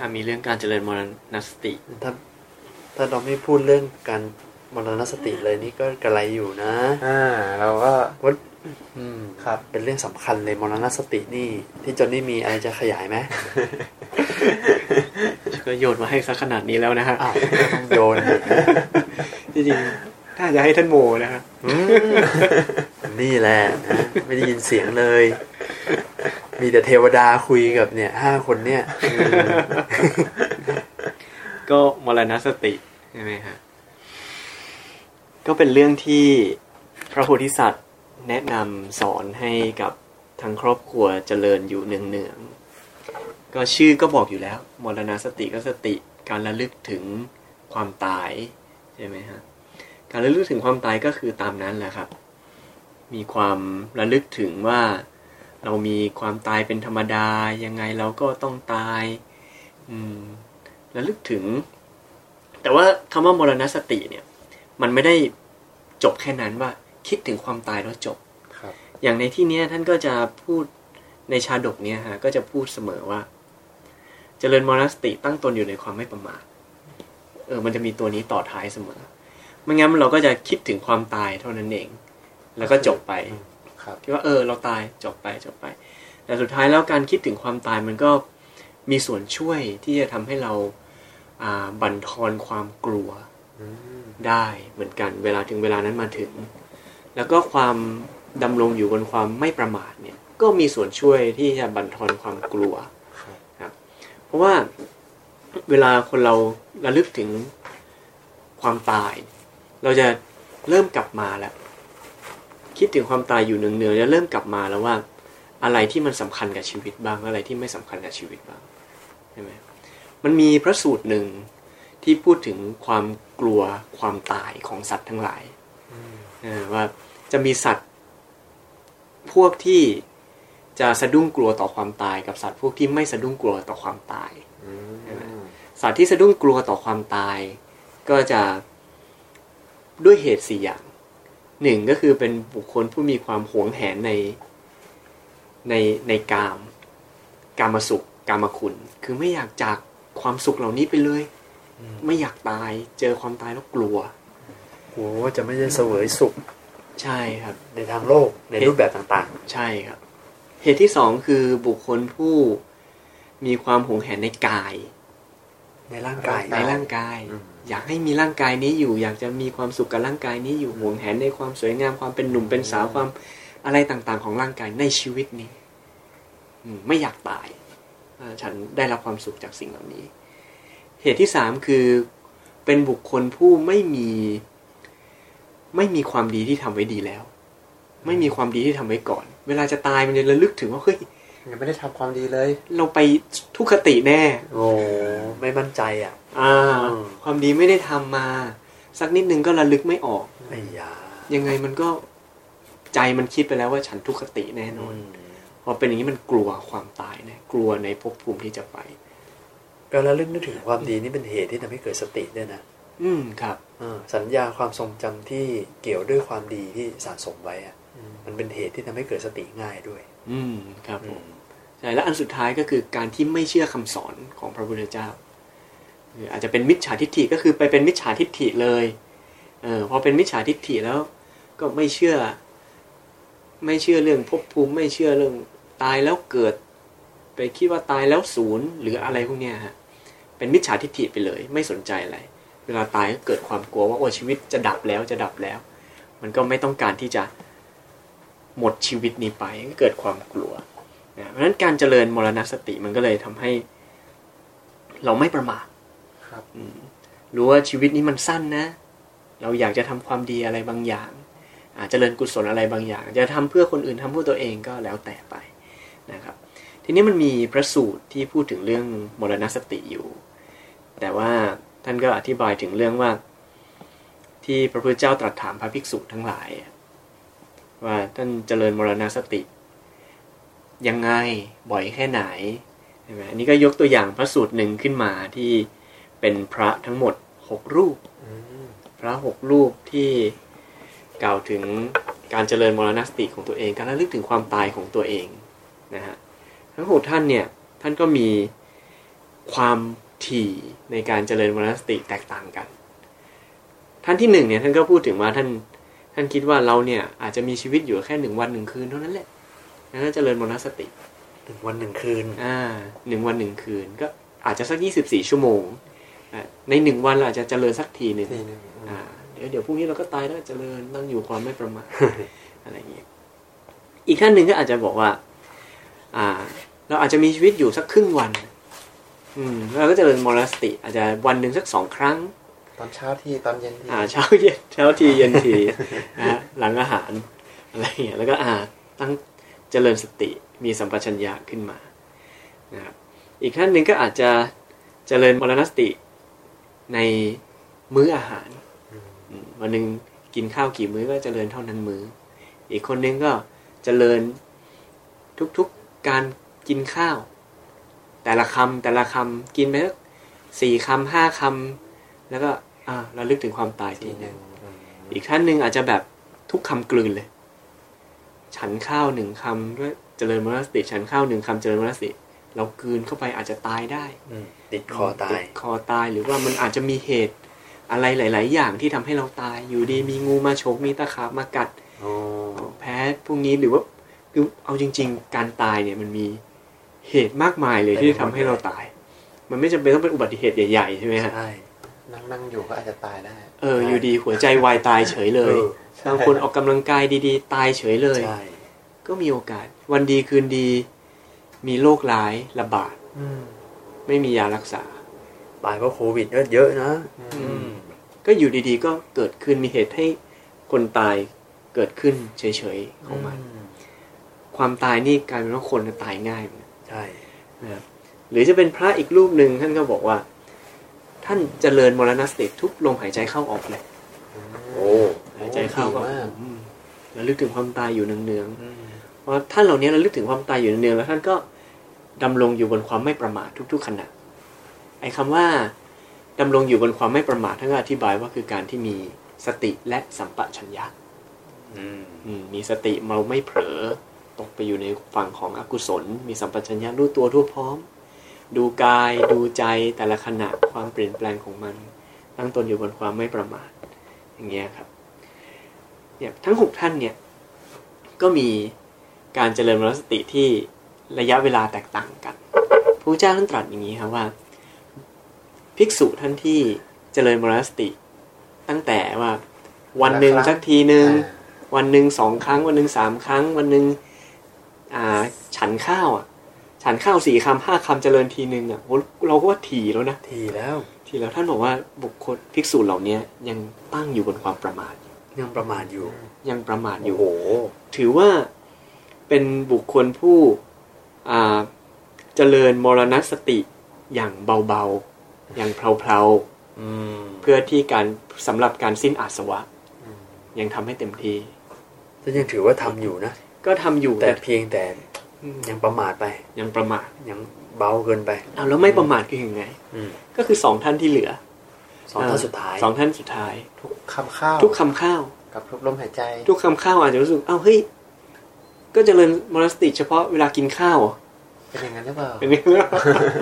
[SPEAKER 5] อ่ะมีเรื่องการเจริญมรณสติ
[SPEAKER 2] ถ้าถ้าเราไม่พูดเรื่องการมรณสติเลยนี่ก็กระไรอยู่นะ
[SPEAKER 3] อ่าเราก็
[SPEAKER 2] ว่าอืม
[SPEAKER 3] ครับ
[SPEAKER 2] เป็นเรื่องสำคัญเลยมรณสตินี่ที่จนนี่มีอะไรจะขยายไหม
[SPEAKER 5] ก็โยนมาให้ซะขนาดนี้แล้วนะฮะ
[SPEAKER 2] อ้าวต้องโยน
[SPEAKER 5] จริงๆถ้าจะให้ท่านโมนะฮะ
[SPEAKER 2] อืมนี่แหละนะไม่ได้ยินเสียงเลย มีแต่เทวดาคุยกับเนี่ยห้าคนเนี่ยอืม
[SPEAKER 5] ก็มรณสติใช่ไหมฮะก็เป็นเรื่องที่พระโพธิสัตว์แนะนำสอนให้กับทั้งครอบครัวเจริญอยู่เนืองๆก็ชื่อก็บอกอยู่แล้ว มรณสติก็สติการระลึกถึงความตายใช่ไหมฮะการระลึกถึงความตายก็คือตามนั้นแหละครับ มีความระลึกถึงว่า เรามีความตายเป็นธรรมดา ยังไงเราก็ต้องตาย อืมระลึกถึง แต่ว่าคำว่ามรณสติเนี่ย มันไม่ได้จบแค่นั้นว่า คิดถึงความตายแล้วจบ
[SPEAKER 3] ครับ
[SPEAKER 5] อย่างในที่เนี้ยท่านก็จะพูดในชาดกเนี่ยฮะก็จะพูดเสมอว่า เจริญมรณสติตั้งตนอยู่ในความไม่ประมาทเออ มันจะมีตัวนี้ต่อท้ายเสมอไม่งั้นเราก็จะคิดถึงความตายเท่านั้นเอง แล้วก็จบไป
[SPEAKER 3] ครับ
[SPEAKER 5] คิดว่าเออเราตายจบไปจบไป แต่สุดท้ายแล้วการคิดถึงความตายมันก็มีส่วนช่วยที่จะทำให้เราอ่าบั่นทอนความกลัวได้เหมือนกัน เวลาถึงเวลานั้นมาถึง แล้วก็ความดำรงอยู่บนความไม่ประมาทเนี่ยก็มีส่วนช่วยที่จะบั่นทอนความกลัวครับเพราะว่าเวลาคนเราระลึกถึงความตาย เราจะเริ่มกลับมาแล้ว คิดถึงความตายอยู่เนืองๆแล้วเริ่มกลับมาแล้วว่า อะไรที่มันสำคัญกับชีวิตบ้างอะไรที่ไม่สำคัญกับชีวิตบ้างใช่ไหมมันมีพระสูตรหนึ่งที่พูดถึงความกลัวความตายของสัตว์ทั้งหลายเออว่าจะมีสัตว์พวกที่จะสะดุ้งกลัวต่อความตายกับสัตว์พวกที่ไม่สะดุ้งกลัวต่อความตาย สัตว์ที่สะดุ้งกลัวต่อความตาย ก็จะด้วยเหตุสี่อย่างหนึ่งก็คือเป็นบุคคลผู้มีความหวงแหนในในในกาม กามสุข กามคุณ คือไม่อยากจากความสุขเหล่านี้ไปเลย ไม่อยากตายเจอความตายแล้วกลัว
[SPEAKER 2] โหจะไม่ได้เสวยสุข
[SPEAKER 5] ใช่ครับ
[SPEAKER 2] ในทางโลกในรูปแบบต่าง
[SPEAKER 5] ใช่ครับ เหตุที่สองคือบุคคลผู้มีความหวงแหนในกาย
[SPEAKER 2] ๆ ในร่างกาย
[SPEAKER 5] ในร่างกาย อยากให้มีร่างกายนี้อยู่ อยากจะมีความสุขกับร่างกายนี้อยู่หวงแหนในความสวยงามความเป็นหนุ่มเป็นสาวความอะไรต่างๆ ของร่างกายในชีวิตนี้อืมไม่อยากตายอ่าฉันได้รับความสุขจากสิ่งเหล่านี้ เหตุที่สามคือเป็นบุคคลผู้ไม่มี ไม่มีความดีที่ทำไว้ดีแล้ว ไม่มีความดีที่ทำไว้ก่อน เวลาจะตายมันจะระลึกถึงว่าเฮ้ย
[SPEAKER 3] ยังไม่ได้ทำความดีเลย
[SPEAKER 5] เราไปทุกขติแน่
[SPEAKER 2] โอ้ไม่มั่นใจอ่ะ
[SPEAKER 5] อ่า
[SPEAKER 2] อืม
[SPEAKER 5] ความดีไม่ได้ทำมา สักนิดนึงก็ระลึกไม่ออก
[SPEAKER 2] ไอ้ยา
[SPEAKER 5] ยังไงมันก็ใจมันคิดไปแล้วว่าฉันทุกขติแน่นอน พอเป็นอย่างนี้มันกลัวความตายนะกลัวในภพภูมิที่จะไป
[SPEAKER 2] ก็ การระลึกนึกถึงความดีนี่เป็นเหตุที่ทำให้เกิดสติด้วยนะ
[SPEAKER 5] อืมครับ
[SPEAKER 2] อ่าสัญญาความทรงจำที่เกี่ยวด้วยความดีที่สะสมไว้อะมันเป็นเหตุที่ทำให้เกิดสติง่ายด้วย
[SPEAKER 5] อืมครับผม
[SPEAKER 2] อืม
[SPEAKER 5] ใช่และอันสุดท้ายก็คือการที่ไม่เชื่อคำสอนของพระพุทธเจ้าหรืออาจจะเป็นมิจฉาทิฏฐิก็คือไปเป็นมิจฉาทิฏฐิเลยเออพอเป็นมิจฉาทิฏฐิแล้วก็ไม่เชื่อ ไม่เชื่อเรื่องภพภูมิ ไม่เชื่อเรื่องตายแล้วเกิด ไปคิดว่าตายแล้วศูนย์หรืออะไรพวกเนี้ยฮะเป็นมิจฉาทิฏฐิไปเลย ไม่สนใจอะไร เวลาตายก็เกิดความกลัวว่าโอ้ชีวิตจะดับแล้วจะดับแล้ว มันก็ไม่ต้องการที่จะหมดชีวิตนี้ไปก็เกิดความกลัว นะเพราะฉะนั้นการเจริญมรณสติมันก็เลยทำให้ เราไม่ประมาท
[SPEAKER 3] ครับ
[SPEAKER 5] อืมรู้ว่าชีวิตนี้มันสั้นนะ เราอยากจะทำความดีอะไรบางอย่างอาจจะเจริญกุศลอะไรบางอย่าง จะทำเพื่อคนอื่นทำเพื่อตัวเองก็แล้วแต่ไปนะครับ ทีนี้มันมีพระสูตรที่พูดถึงเรื่องมรณสติอยู่ แต่ว่าท่านก็อธิบายถึงเรื่องว่า ที่พระพุทธเจ้าตรัสถามพระภิกษุทั้งหลายอะว่าท่านเจริญมรณสติ ยังไงบ่อยแค่ไหนใช่ไหมอันนี้ก็ยกตัวอย่างพระสูตรหนึ่งขึ้นมาที่เป็นพระทั้งหมดหกรูป พระหกรูปที่กล่าวถึงการเจริญมรณสติของตัวเอง การระลึกถึงความตายของตัวเองนะฮะทั้งหกท่านเนี่ยท่านก็มีความถี่ในการเจริญมรณสติแตกต่างกัน ท่านที่หนึ่งเนี่ยท่านก็พูดถึงว่าท่านท่านคิดว่าเราเนี่ยอาจจะมีชีวิตอยู่แค่หนึ่งวันหนึ่งคืนเท่านั้นแหละนั่นก็เจริญมรณสติ
[SPEAKER 2] หนึ่งวันหนึ่งคืน
[SPEAKER 5] อ่าหนึ่งวันหนึ่งคืนก็อาจจะสักยี่สิบสี่ชั่วโมงอ่ะในหนึ่งวันเราอาจจะเจริญสักทีหนึ่ง
[SPEAKER 3] ทีหนึ่งอืม
[SPEAKER 5] อ่าเดี๋ยวเดี๋ยวพรุ่งนี้เราก็ตายแล้วเจริญต้องอยู่ความไม่ประมาท [LAUGHS] อะไรอย่างเงี้ยอีกท่านหนึ่งก็อาจจะบอกว่า อ่า เราอาจจะมีชีวิตอยู่สักครึ่งวัน อืมแล้วเราก็เจริญมรณสติ อาจจะวันหนึ่งสักสองครั้ง
[SPEAKER 3] ตอนเช้าทีตอนเย็นที
[SPEAKER 5] อ่า [LAUGHS] เช้าเย็นเช้าทีเย็นที [LAUGHS] นะฮะหลังอาหารอะไรอย่างเงี้ยแล้วก็อ่าตั้งเจริญสติมีสัมปชัญญะขึ้นมานะครับอีกท่านหนึ่งก็อาจจะเจริญมรณสติในมื้ออาหารอืมวันหนึ่งกินข้าวกี่มื้อก็เจริญเท่านั้นมื้อ อีกคนนึงก็เจริญทุกๆการกินข้าว แต่ละคำแต่ละคำกินไปสักสี่คำห้าคำแล้วก็อ่าระลึกถึงความตายที
[SPEAKER 3] ที
[SPEAKER 5] ห
[SPEAKER 3] ห
[SPEAKER 5] นึ่
[SPEAKER 3] นึ่
[SPEAKER 5] ง
[SPEAKER 3] ง
[SPEAKER 5] อีกท่านหนึ่งอาจจะแบบทุกคำกลืนเลย ฉันข้าวหนึ่งคำด้วยเจริญมรณสติ ฉันข้าวหนึ่งคำเจริญมรณสติ เรากลืนเข้าไปอาจจะตายได้
[SPEAKER 2] ติดคอตาย
[SPEAKER 5] คอตายหรือว่ามันอาจจะมีเหตุอะไรหลาย ๆ อย่างที่ทำให้เราตายอยู่ดีมีงูมาฉกมีตะขาบมากัด
[SPEAKER 2] อ๋อ
[SPEAKER 5] แพ้พวกนี้หรือว่าคือเอาจริง ๆ การตายเนี่ยมันมีเหตุมากมายเลยที่ทำให้เราตาย มันไม่จำเป็นต้องเป็นอุบัติเหตุใหญ่ๆใช่ไหมฮะ
[SPEAKER 2] ใช่
[SPEAKER 3] นั่งนั่งอยู่ก็อาจจะตายได้
[SPEAKER 5] เอออยู่ดีหัวใจวายตายเฉยเลย
[SPEAKER 2] เออ
[SPEAKER 5] บางคนออกกำลังกายดีๆ ตายเฉยเลย
[SPEAKER 2] ใช่
[SPEAKER 5] ก็มีโอกาส วันดีคืนดี มีโรคร้ายระบาดไม่มียารักษา
[SPEAKER 2] ตายเพราะโควิดก็เยอะนะ
[SPEAKER 5] อืม ก็อยู่ดีๆ ก็เกิดขึ้นมีเหตุให้คนตายเกิดขึ้นเฉยๆของมัน ความตายนี่กลายเป็นว่าคนตายง่ายเหมือนกัน
[SPEAKER 2] ใช่
[SPEAKER 5] นะครับหรือจะเป็นพระอีกรูปหนึ่งท่านก็บอกว่า ท่านเจริญมรณสติทุกลมหายใจเข้าออกเลย
[SPEAKER 2] โอ้
[SPEAKER 5] หายใจเข้าก็
[SPEAKER 3] ดีมาก
[SPEAKER 5] อืมระลึกถึงความตายอยู่เนืองๆเพราะท่านเหล่านี้ระลึกถึงความตายอยู่เนืองๆแล้วท่านก็ดำรงอยู่บนความไม่ประมาททุก ๆขณะไอ้คำว่าดำรงอยู่บนความไม่ประมาทท่านก็อธิบายว่าคือการที่มีสติและสัมปชัญญะ
[SPEAKER 2] อืม
[SPEAKER 5] อืมมีสติเราไม่เผลอตกไปอยู่ในฝั่งของอกุศล มีสัมปชัญญะรู้ตัวทั่วพร้อม ดูกายดูใจแต่ละขณะความเปลี่ยนแปลงของมัน ตั้งตนอยู่บนความไม่ประมาทอย่างเงี้ยครับเนี่ยทั้งหกท่านเนี่ยก็มีการเจริญมรณสติที่ระยะเวลาแตกต่างกันพระพุทธเจ้าท่านตรัสอย่างนี้ครับว่า ภิกษุท่านที่เจริญมรณสติ ตั้งแต่ว่าวันหนึ่งสักทีหนึ่ง วันหนึ่งสองครั้ง วันหนึ่งสามครั้ง วันหนึ่งอ่าฉันข้าวอ่ะ ฉันข้าวสี่คำห้าคำเจริญทีหนึ่งอ่ะโหเราก็ว่าถี่แล้วนะ
[SPEAKER 2] ทีแล้ว
[SPEAKER 5] ทีแล้วท่านบอกว่าบุคคลภิกษุเหล่าเนี้ยยังตั้งอยู่บนความประมาทอยู่
[SPEAKER 2] ยังประมาทอยู่
[SPEAKER 5] ยังประมาท
[SPEAKER 2] โอ้
[SPEAKER 5] อยู่
[SPEAKER 2] โห
[SPEAKER 5] ถือว่าเป็นบุคคลผู้อ่าเจริญมรณสติอย่างเบาๆ อย่างเพลา
[SPEAKER 2] อืม
[SPEAKER 5] ๆ เพื่อที่การสำหรับการสิ้นอาสวะ ยังทำให้เต็มที่
[SPEAKER 2] ก็ยังถือว่าทำอยู่นะ
[SPEAKER 5] ก็ทำอยู่
[SPEAKER 2] แต่
[SPEAKER 5] แต่
[SPEAKER 2] เพียงแต่ ยังประมาทไป
[SPEAKER 5] ยังประมาท
[SPEAKER 2] ยังเบาเกินไป
[SPEAKER 5] เอาแล้วไม่ประมาทคือยังไง
[SPEAKER 2] อืม
[SPEAKER 5] ก็คือสองท่านที่เหลือ
[SPEAKER 2] สองท่านสุดท้าย
[SPEAKER 5] สองท่านสุดท้าย
[SPEAKER 3] ทุกคำข้าว
[SPEAKER 5] ทุกคำข้าว
[SPEAKER 3] กับทุกลมหายใจ
[SPEAKER 5] ทุกคำข้าวอาจจะรู้สึก เอ้าเฮ้ย ก็เจริญมรสติเฉพาะเวลากินข้าวเหรอ
[SPEAKER 3] เป็นอย่างนั้นหรือเปล่า
[SPEAKER 5] เป็นไง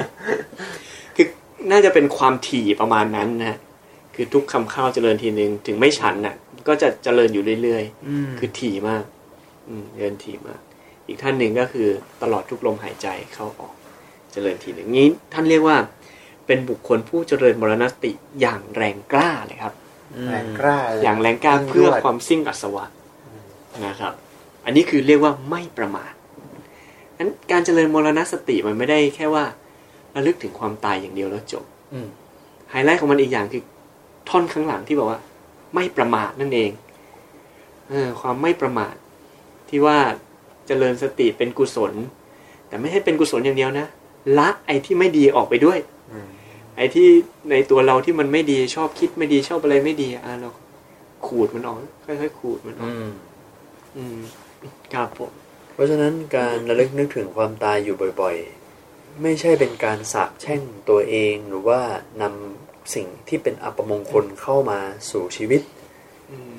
[SPEAKER 5] [LAUGHS] คือน่าจะเป็นความถี่ประมาณนั้นนะ คือทุกคำข้าวเจริญทีนึง ถึงไม่ฉันน่ะ ก็จะเจริญอยู่เรื่อยๆ คือถี่มาก อืมเจริญถี่มาก อีกท่านหนึ่งก็คือตลอดทุกลมหายใจเข้าออก เจริญทีหนึ่งนี้ท่านเรียกว่า เป็นบุคคลผู้เจริญมรณสติอย่างแรงกล้าเลยครับ
[SPEAKER 3] แรงกล้าเล
[SPEAKER 5] อย่างแรงกล้าเพื่อความสิ้นอัศวะนะครับ อันนี้คือเรียกว่าไม่ประมาทนั้นการเจริญมรณสติมันไม่ได้แค่ว่าระลึกถึงความตายอย่างเดียวแล้วจบ
[SPEAKER 2] อืม
[SPEAKER 5] ไฮไลท์ของมันอีกอย่างคือ ท่อนข้างหลังที่บอกว่า ไม่ประมาทนั่นเองเออความไม่ประมาท ที่ว่าเจริญสติเป็นกุศล แต่ไม่ใช่เป็นกุศลอย่างเดียวนะละไอ้ที่ไม่ดีออกไปด้วย
[SPEAKER 3] อืม
[SPEAKER 5] ไอ้ที่ในตัวเราที่มันไม่ดีชอบคิดไม่ดีชอบอะไรไม่ดีอ่ะเราขูดมันออกค่อยๆขูดมันออก
[SPEAKER 2] อืม
[SPEAKER 5] อืมครับผม
[SPEAKER 2] เพราะฉะนั้นการระลึกนึกถึงความตายอยู่บ่อยๆ ไม่ใช่เป็นการสาบแช่งตัวเองหรือว่านำสิ่งที่เป็นอัปมงคลเข้ามาสู่ชีวิต
[SPEAKER 5] อืม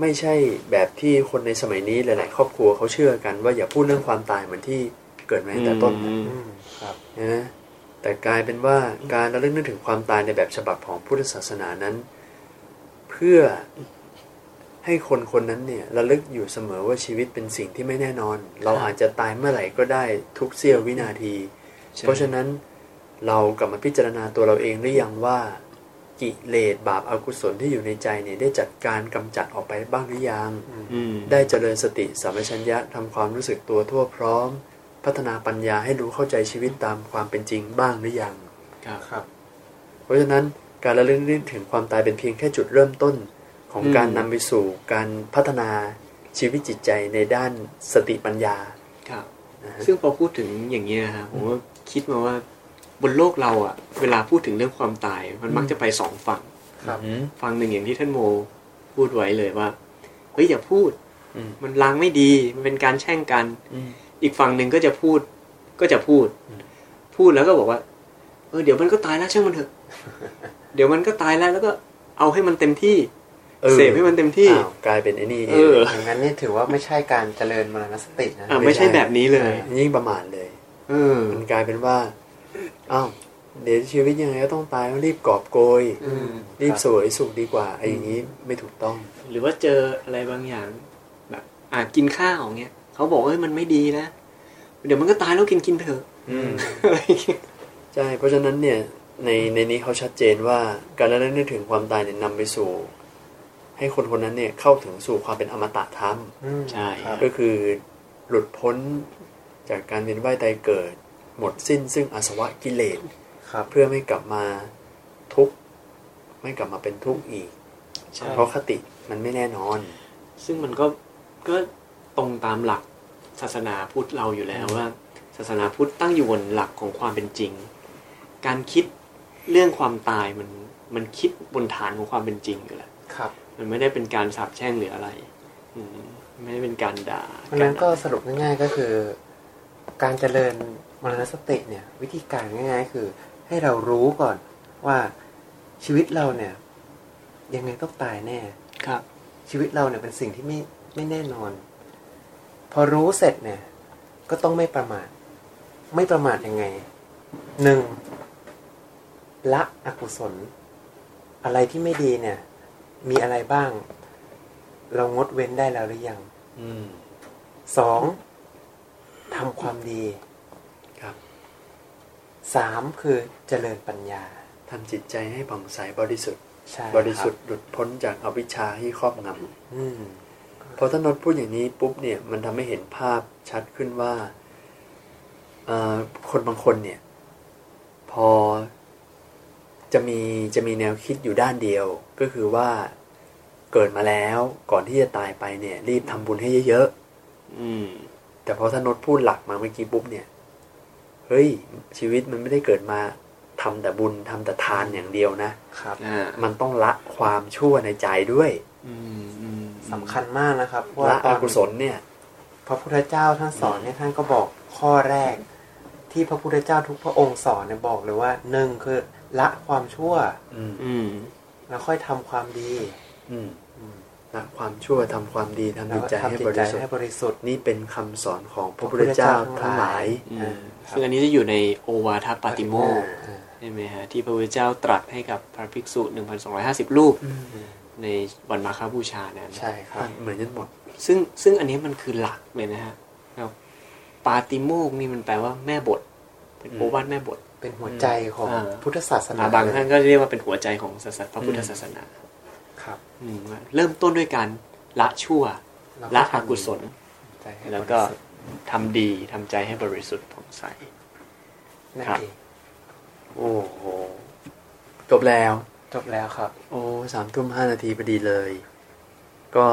[SPEAKER 2] ไม่ใช่แบบที่คนในสมัยนี้หลายๆ ครอบครัวเขาเชื่อกันว่าอย่าพูดเรื่องความตายเหมือนที่เกิดมาตั้งแต่ต้นนะ
[SPEAKER 3] อืมครับ
[SPEAKER 2] นะแต่กลายเป็นว่าการระลึกนึกถึงความตายในแบบฉบับของพุทธศาสนานั้น เพื่อให้คนคนนั้นเนี่ยระลึกอยู่เสมอว่าชีวิตเป็นสิ่งที่ไม่แน่นอน เราอาจจะตายเมื่อไหร่ก็ได้ทุกเสี้ยววินาที
[SPEAKER 5] ใช่
[SPEAKER 2] เพราะฉะนั้นเรากลับมาพิจารณาตัวเราเองหรือยังว่ากิเลสบาปอากุศลที่อยู่ในใจเนี่ยได้จัดการกำจัดออกไปบ้างหรือยัง
[SPEAKER 5] อืม
[SPEAKER 2] ได้เจริญสติสัมปชัญญะทำความรู้สึกตัวทั่วพร้อม พัฒนาปัญญาให้รู้เข้าใจชีวิตตามความเป็นจริงบ้างหรือยัง
[SPEAKER 5] ครับ
[SPEAKER 3] ครับ
[SPEAKER 2] เพราะฉะนั้นการระลึกนึกถึงความตายเป็นเพียงแค่จุดเริ่มต้น ของการนำไปสู่การพัฒนาชีวิตจิตใจในด้านสติปัญญา
[SPEAKER 5] ครับ
[SPEAKER 2] อ่าฮะ
[SPEAKER 5] ซึ่งพอพูดถึงอย่างนี้ยนะครับผมก็คิดมาว่า บนโลกเราอ่ะ เวลาพูดถึงเรื่องความตาย มันมักจะไปสองฝั่ง
[SPEAKER 3] ครับ
[SPEAKER 2] อืม
[SPEAKER 5] ฝั่งหนึ่งอย่างที่ท่านโมพูดไว้เลยว่าเฮ้ยอย่าพูด
[SPEAKER 2] อืม
[SPEAKER 5] มันลางไม่ดีมันเป็นการแช่งกัน
[SPEAKER 2] อืม
[SPEAKER 5] อีกฝั่งหนึ่งก็จะพูดก็จะพูด พูดแล้วก็บอกว่า เออเดี๋ยวมันก็ตายแล้วช่างมั
[SPEAKER 2] [LAUGHS]
[SPEAKER 5] นเถอะ เดี๋ยวมันก็ตายแล้วแล้วก็เอาให้มันเต็มที่
[SPEAKER 2] เออ
[SPEAKER 5] เสพให้มันเต็มที่
[SPEAKER 2] อ้าวกลายเป็นไอ้นี่
[SPEAKER 5] เออ
[SPEAKER 3] อย่างนั้นนี่ถือว่าไม่ใช่การเจริญมรณสตินะ
[SPEAKER 5] อ่ะไม่ใช่แบบนี้เลย
[SPEAKER 2] ยิ่งประมาทเลย
[SPEAKER 5] เออ
[SPEAKER 2] มันกลายเป็นว่าอ้าวเดี๋ยวชีวิตยังไงก็ต้องตายรีบกอบโกย
[SPEAKER 5] อืม
[SPEAKER 2] รีบสวยสุขดีกว่าไอ้อย่างนี้ไม่ถูกต้อง
[SPEAKER 5] หรือว่าเจออะไรบางอย่าง แบบอ่ะกินข้าวเงี้ยเขาบอกเอ้ยมันไม่ดีนะเดี๋ยวมันก็ตายแล้วกินกินเถอะอะไรอย่างเงี้ย
[SPEAKER 2] ใช่ เพราะฉะนั้นเนี่ยในในนี้เขาชัดเจนว่าการระลึกนึกถึงความตายเนี่ยนำไปสู่ ให้คนคนนั้นเนี่ยเข้าถึงสู่ความเป็นอมตะธรรม
[SPEAKER 5] ใช่
[SPEAKER 3] ครับ
[SPEAKER 2] ก็คือหลุดพ้นจากการเวียนว่ายตายเกิด หมดสิ้นซึ่งอาสวะกิเลส
[SPEAKER 3] ครับ
[SPEAKER 2] เพื่อไม่กลับมาทุกข์ไม่กลับมาเป็นทุกข์อีก
[SPEAKER 5] ใช่
[SPEAKER 2] เพราะคติมันไม่แน่นอน
[SPEAKER 5] ซึ่งมันก็ก็ตรงตามหลักศาสนาพุทธเราอยู่แล้วว่า ศาสนาพุทธตั้งอยู่บนหลักของความเป็นจริง การคิดเรื่องความตายมันมันคิดบนฐานของความเป็นจริงอยู่แล้ว
[SPEAKER 3] ครับ
[SPEAKER 5] มันไม่ได้เป็นการสาบแช่งหรืออะไรอืมไม่ได้เป็นการด่า
[SPEAKER 3] เพราะฉะนั้นก็สรุปง่ายๆก็คือ การเจริญมรณสติเนี่ย วิธีการง่ายๆ คือ ให้เรารู้ก่อนว่าชีวิตเราเนี่ย ยังไงต้องตายแน่
[SPEAKER 5] ครับ
[SPEAKER 3] ชีวิตเราเนี่ยเป็นสิ่งที่ไม่ไม่แน่นอน พอรู้เสร็จเนี่ย ก็ต้องไม่ประมาท ไม่ประมาทยังไงหนึ่งละอกุศล อะไรที่ไม่ดีเนี่ย มีอะไรบ้าง เรางดเว้นได้แล้วหรือยัง
[SPEAKER 2] อืม
[SPEAKER 3] สองทำความดี
[SPEAKER 2] ครับ
[SPEAKER 3] สามคือเจริญปัญญา
[SPEAKER 2] ทำจิตใจให้ผ่องใสบริสุทธิ์
[SPEAKER 3] ใช่ค
[SPEAKER 2] บริสุทธิ์หลุดพ้นจากอวิชชาที่ครอบงำ
[SPEAKER 3] อืม
[SPEAKER 2] พอท่านนท์พูดอย่างนี้ปุ๊บเนี่ยมันทำให้เห็นภาพชัดขึ้นว่าเอ่อคนบางคนเนี่ย พอจะมีจะมีแนวคิดอยู่ด้านเดียว ก็คือว่าเกิดมาแล้วก่อนที่จะตายไปเนี่ย รีบทำบุญให้เยอะ
[SPEAKER 5] อืม
[SPEAKER 2] ๆแต่พอท่านนท์พูดหลักมาเมื่อกี้ปุ๊บเนี่ยเฮ้ยชีวิตมันไม่ได้เกิดมาทำแต่บุญทำแต่ทานอย่างเดียวนะ
[SPEAKER 3] ครับ
[SPEAKER 5] อ่า
[SPEAKER 2] มันต้องละความชั่วในใจด้วย
[SPEAKER 5] อืมอืม
[SPEAKER 3] สำคัญมากนะครับว่า
[SPEAKER 2] ละ
[SPEAKER 3] ต
[SPEAKER 2] อ
[SPEAKER 3] อน
[SPEAKER 2] กุศลเนี่ย
[SPEAKER 3] พระพุทธเจ้าท่านสอนเนี่ยท่านก็บอกข้อแรก ที่พระพุทธเจ้าทุกพระองค์สอนเนี่ยบอกเลยว่าหนึ่งคือละความชั่ว
[SPEAKER 2] อืม
[SPEAKER 5] อืม
[SPEAKER 3] แล้วค่อยทำความดี
[SPEAKER 2] อืมละความชั่วทำความดีทำ
[SPEAKER 3] แล้ว
[SPEAKER 2] จิตใจให้
[SPEAKER 3] ทำจิต
[SPEAKER 2] บ
[SPEAKER 3] ใจ
[SPEAKER 2] ริสุท
[SPEAKER 3] ให้
[SPEAKER 2] ธิ์
[SPEAKER 3] บริสุทธิ์
[SPEAKER 2] นี่เป็นคำสอนของพระพุทธเจ้าทั้งหลาย
[SPEAKER 5] อืม
[SPEAKER 3] อ่าครับ
[SPEAKER 5] ซึ่งอันนี้จะอยู่ในโอวาทปาติโมกข์
[SPEAKER 3] อ่า
[SPEAKER 5] ใช่ไหมฮะที่พระพุทธเจ้าตรัสให้กับพระภิกษุ 1,250 รูป ในวันมาฆบูชานั้น
[SPEAKER 3] ใช่ครับ
[SPEAKER 2] เหมือนกันหมด
[SPEAKER 5] ซึ่งซึ่งอันนี้มันคือหลักเลยนะฮะครับปาติโมกข์นี่มันแปลว่าแม่บท เป็น
[SPEAKER 2] อืม
[SPEAKER 5] โอวาทแม่บท
[SPEAKER 3] เป็นหัวใจของ
[SPEAKER 5] อ่า
[SPEAKER 3] พุทธศาสนา
[SPEAKER 5] อ่าบาง
[SPEAKER 3] เลย
[SPEAKER 5] ท่านก็เรียกว่าเป็นหัวใจของศาสนาพระพุทธศาสนา
[SPEAKER 3] ครับ
[SPEAKER 5] อืมว่าเริ่มต้นด้วยการละชั่ว
[SPEAKER 3] แล้ว
[SPEAKER 5] ละ
[SPEAKER 3] ทำ
[SPEAKER 5] อกุศล
[SPEAKER 3] ใจให้
[SPEAKER 5] แล้วก็
[SPEAKER 3] บริสุทธิ์
[SPEAKER 5] ทำดีทำใจให้บริสุทธิ์ผ่องใส
[SPEAKER 3] นั่น
[SPEAKER 5] ครับ
[SPEAKER 3] เอง
[SPEAKER 2] โอ้โห จบแล้ว
[SPEAKER 3] จบแล้วครับ
[SPEAKER 2] โอ้สามทุ่มห้านาทีพอดีเลย ก็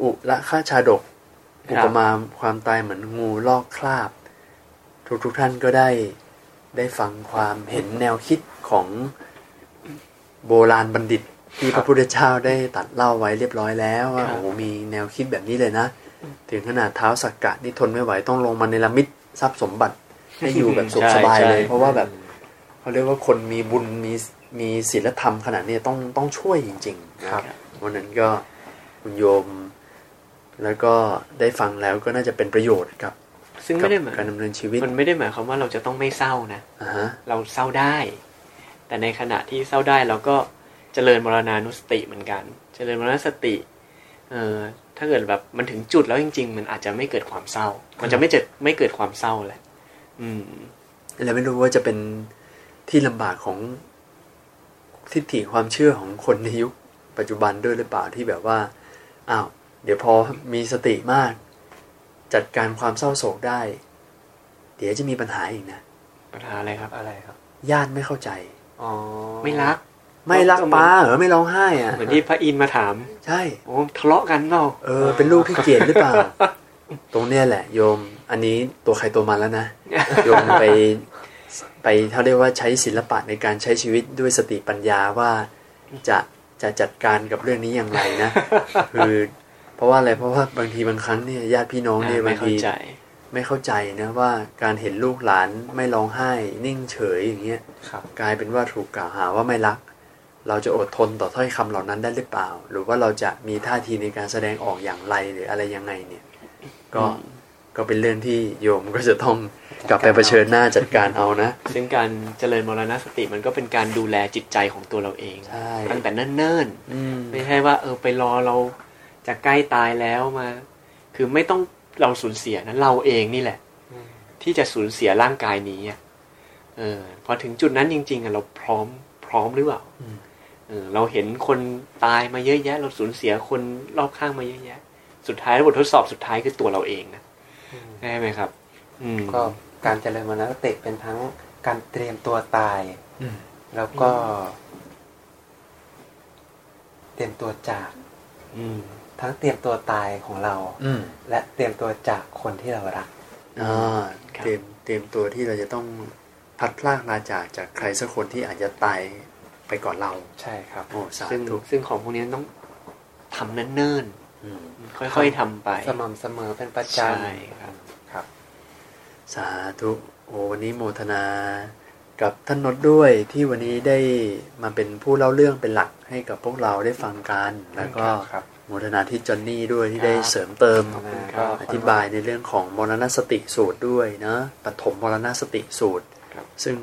[SPEAKER 2] อุละค่าชาดก
[SPEAKER 5] ครับ
[SPEAKER 2] อุปมาความตายเหมือนงูลอกคราบ ทุกทุกๆท่านก็ได้ ได้ฟังความเห็นแนวคิดของโบราณบัณฑิต ที่พระพุทธเจ้าได้ตัดเล่าไว้เรียบร้อยแล้วว่า
[SPEAKER 5] ครับ
[SPEAKER 2] โอ้โหมีแนวคิดแบบนี้เลยนะ ถึงขนาดเท้าสักกะนี่ทนไม่ไหวต้องลงมาในละมิดทรัพย์สมบัติ ให้อยู่แบบสุขสบายเลย เพราะว่าแบบ เขาเรียกว่าคนมีบุญมีมีศีลธรรมขนาดนี้ต้องต้องช่วยจริงๆนะครับ วันนั้นก็คุณโยม แล้วก็ได้ฟังแล้วก็น่าจะเป็นประโยชน์กับ
[SPEAKER 5] ซึ่ง
[SPEAKER 2] กั
[SPEAKER 5] ไม่ได้หมาย
[SPEAKER 2] การดำเนินชีวิต
[SPEAKER 5] มันไม่ได้หมายความว่าเราจะต้องไม่เศร้านะ
[SPEAKER 2] อ่าฮะ
[SPEAKER 5] เราเศร้าได้ แต่ในขณะที่เศร้าได้เราก็เจริญมรณานุสติเหมือนกัน เจริญมรณสติ เอ่อ ถ้าเกิดแบบมันถึงจุดแล้วจริง ๆ มันอาจจะไม่เกิดความเศร้า มันจะไม่เจ็ดไม่เกิดความเศร้าแหละ อืม
[SPEAKER 2] แล้วไม่รู้ว่าจะเป็นที่ลำบากของทิฏฐิความเชื่อของคนในยุคปัจจุบันด้วยหรือเปล่าที่แบบว่าอ้าวเดี๋ยวพอมีสติมาก จัดการความเศร้าโศกได้ เดี๋ยวจะมีปัญหาอีกนะ
[SPEAKER 5] ปัญหาอะไรครับ
[SPEAKER 3] อะไรครับ
[SPEAKER 2] ญาติไม่เข้าใจ
[SPEAKER 3] อ๋อ
[SPEAKER 5] ไม่รัก
[SPEAKER 2] ไม่รักป้าเหรอไม่ร้องไห้อ่ะ
[SPEAKER 5] เหมือนที่พระอินทร์มาถาม
[SPEAKER 2] ใช่
[SPEAKER 5] โอ้ทะเลาะกันเปล่า
[SPEAKER 2] เออ เป็นลูกที่เกลียดหรือเปล่า ตรงเนี้ยแหละ โยม อันนี้ตัวใครตัวมันแล้วนะ โยมไป ไปเขาเรียกว่าใช้ศิลปะในการใช้ชีวิตด้วยสติปัญญาว่าจะจะจัดการกับเรื่องนี้อย่างไรนะ คือเพราะว่าอะไรเพราะว่าบางทีบางครั้งเนี่ยญาติพี่น้องเนี่ย
[SPEAKER 5] ไม่
[SPEAKER 2] บาง
[SPEAKER 5] เข้า
[SPEAKER 2] ที
[SPEAKER 5] ใจ
[SPEAKER 2] ไม่เข้าใจนะว่าการเห็นลูกหลานไม่ร้องไห้ นิ่งเฉยอย่างเงี้ย
[SPEAKER 3] ครับ
[SPEAKER 2] กลายเป็นว่าถูกกล่าวหาว่าไม่รัก เราจะอดทนต่อถ้อยคำเหล่านั้นได้หรือเปล่า หรือว่าเราจะมีท่าทีในการแสดงออกอย่างไรหรืออะไรยังไงเนี่ย ก็
[SPEAKER 5] อืม
[SPEAKER 2] ก็เป็นเรื่องที่โยมก็จะต้องกลับไปเผชิญหน้าจัดการเอานะ
[SPEAKER 5] ซึ่งการเจริญมรณสติมันก็เป็นการดูแลจิตใจของตัวเราเอง
[SPEAKER 2] ใช่
[SPEAKER 5] ตั้งแต่เนิ่นๆ
[SPEAKER 2] อืม
[SPEAKER 5] ไม่ใช่ว่าเออไปรอเราจะใกล้ตายแล้วมา คือไม่ต้องเราสูญเสียนะเราเองนี่แหละ
[SPEAKER 3] อืม
[SPEAKER 5] ที่จะสูญเสียร่างกายนี้อะเออพอถึงจุดนั้นจริง ๆอะเราพร้อมพร้อมหรือเปล่า
[SPEAKER 2] อืม
[SPEAKER 5] เออเราเห็นคนตายมาเยอะแยะ เราสูญเสียคนรอบข้างมาเยอะแยะ สุดท้ายบททดสอบสุดท้ายคือตัวเราเองนะใช่ไหมครับ อืม
[SPEAKER 3] ก็การเจริญมรณสติเป็นทั้งการเตรียมตัวตาย
[SPEAKER 2] อืม
[SPEAKER 3] แล้วก็ เตรียมตัวจาก
[SPEAKER 5] อืม
[SPEAKER 3] ทั้งเตรียมตัวตายของเรา
[SPEAKER 2] อืม
[SPEAKER 3] และเตรียมตัวจากคนที่เรารัก
[SPEAKER 2] อ่า
[SPEAKER 5] ครับ
[SPEAKER 2] เตรียมเตรียมตัวที่เราจะต้องพัดพลากลาจากจากใครสักคนที่อาจจะตายไปก่อนเรา
[SPEAKER 3] ใช่ครับ
[SPEAKER 2] โอ้สา
[SPEAKER 5] ซึ่ง
[SPEAKER 2] ธุ
[SPEAKER 5] ซึ่งของพวกนี้ต้องทำเนิ่น
[SPEAKER 2] อืม
[SPEAKER 5] ๆค่อย ๆทำไป
[SPEAKER 3] สม่ำเสมอเป็นประจำ
[SPEAKER 5] ใช่ครับ
[SPEAKER 3] ครับ
[SPEAKER 2] สาธุโอวันนี้โมทนา กับท่านนดด้วยที่วันนี้ได้มาเป็นผู้เล่าเรื่องเป็นหลักให้กับพวกเราได้ฟังกันแล้วก็
[SPEAKER 3] ครับ
[SPEAKER 2] โมทนาที่จอนนี่ด้วยที่
[SPEAKER 3] ครับ
[SPEAKER 2] ได้เสริมเติม
[SPEAKER 3] ขอบคุณครับ
[SPEAKER 2] อธิบายในเรื่องของมรณสติสูตรด้วยนะปฐมมรณสติสูตร
[SPEAKER 3] ครับ
[SPEAKER 2] ซึ่ง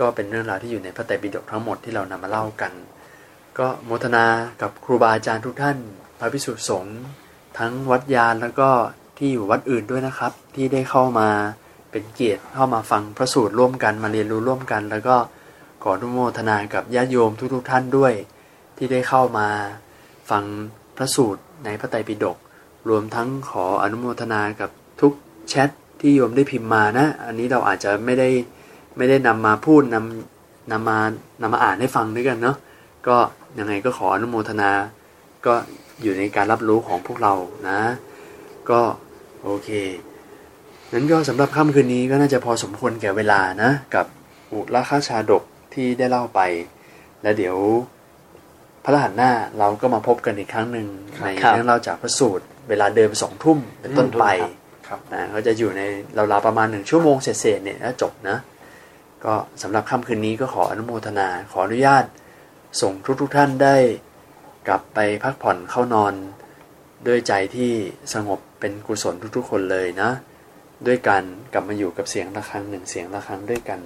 [SPEAKER 2] ก็เป็นเรื่องราวที่อยู่ในพระไตรปิฎกทั้งหมดที่เรานำมาเล่ากัน ก็โมทนากับครูบาอาจารย์ทุกท่าน พระภิกษุสงฆ์ทั้งวัดยานแล้วก็ที่อยู่วัดอื่นด้วยนะครับ ที่ได้เข้ามาเป็นเกียรติเข้ามาฟังพระสูตรร่วมกันมาเรียนรู้ร่วมกัน แล้วก็ขออนุโมทนากับญาติโยมทุกๆท่านด้วย ที่ได้เข้ามาฟังพระสูตรในพระไตรปิฎกรวมทั้งขออนุโมทนากับทุกแชทที่โยมได้พิมพ์มานะ อันนี้เราอาจจะไม่ได้ไม่ได้นำมาพูดนำนำมานำมาอ่านให้ฟังด้วยกันเนาะ ก็ยังไงก็ขออนุโมทนา ก็อยู่ในการรับรู้ของพวกเรานะ ก็โอเคนั้นก็สำหรับค่ำคืนนี้ก็น่าจะพอสมควรแก่เวลานะ กับอุลคาชาดกที่ได้เล่าไป และเดี๋ยวพระรหัสหน้าเราก็มาพบกันอีกครั้งหนึ่งใน
[SPEAKER 5] ครับ
[SPEAKER 2] เรื่องเล่าจากพระสูตร เวลาเดิมสองทุ่มเป็นต้นไป
[SPEAKER 3] อืมครับ
[SPEAKER 2] นะก็จะอยู่ในราวๆประมาณหนึ่งชั่วโมงเศษๆเนี่ยแล้วจบนะ ก็สำหรับค่ำคืนนี้ก็ขออนุโมทนาขออนุญาตส่งทุกๆท่านได้กลับไปพักผ่อนเข้านอน ด้วยใจที่สงบเป็นกุศลทุกๆคนเลยนะ ด้วยกันกลับมาอยู่กับเสียงะระฆังหนึ่งเสียงะระฆังด้วยกัน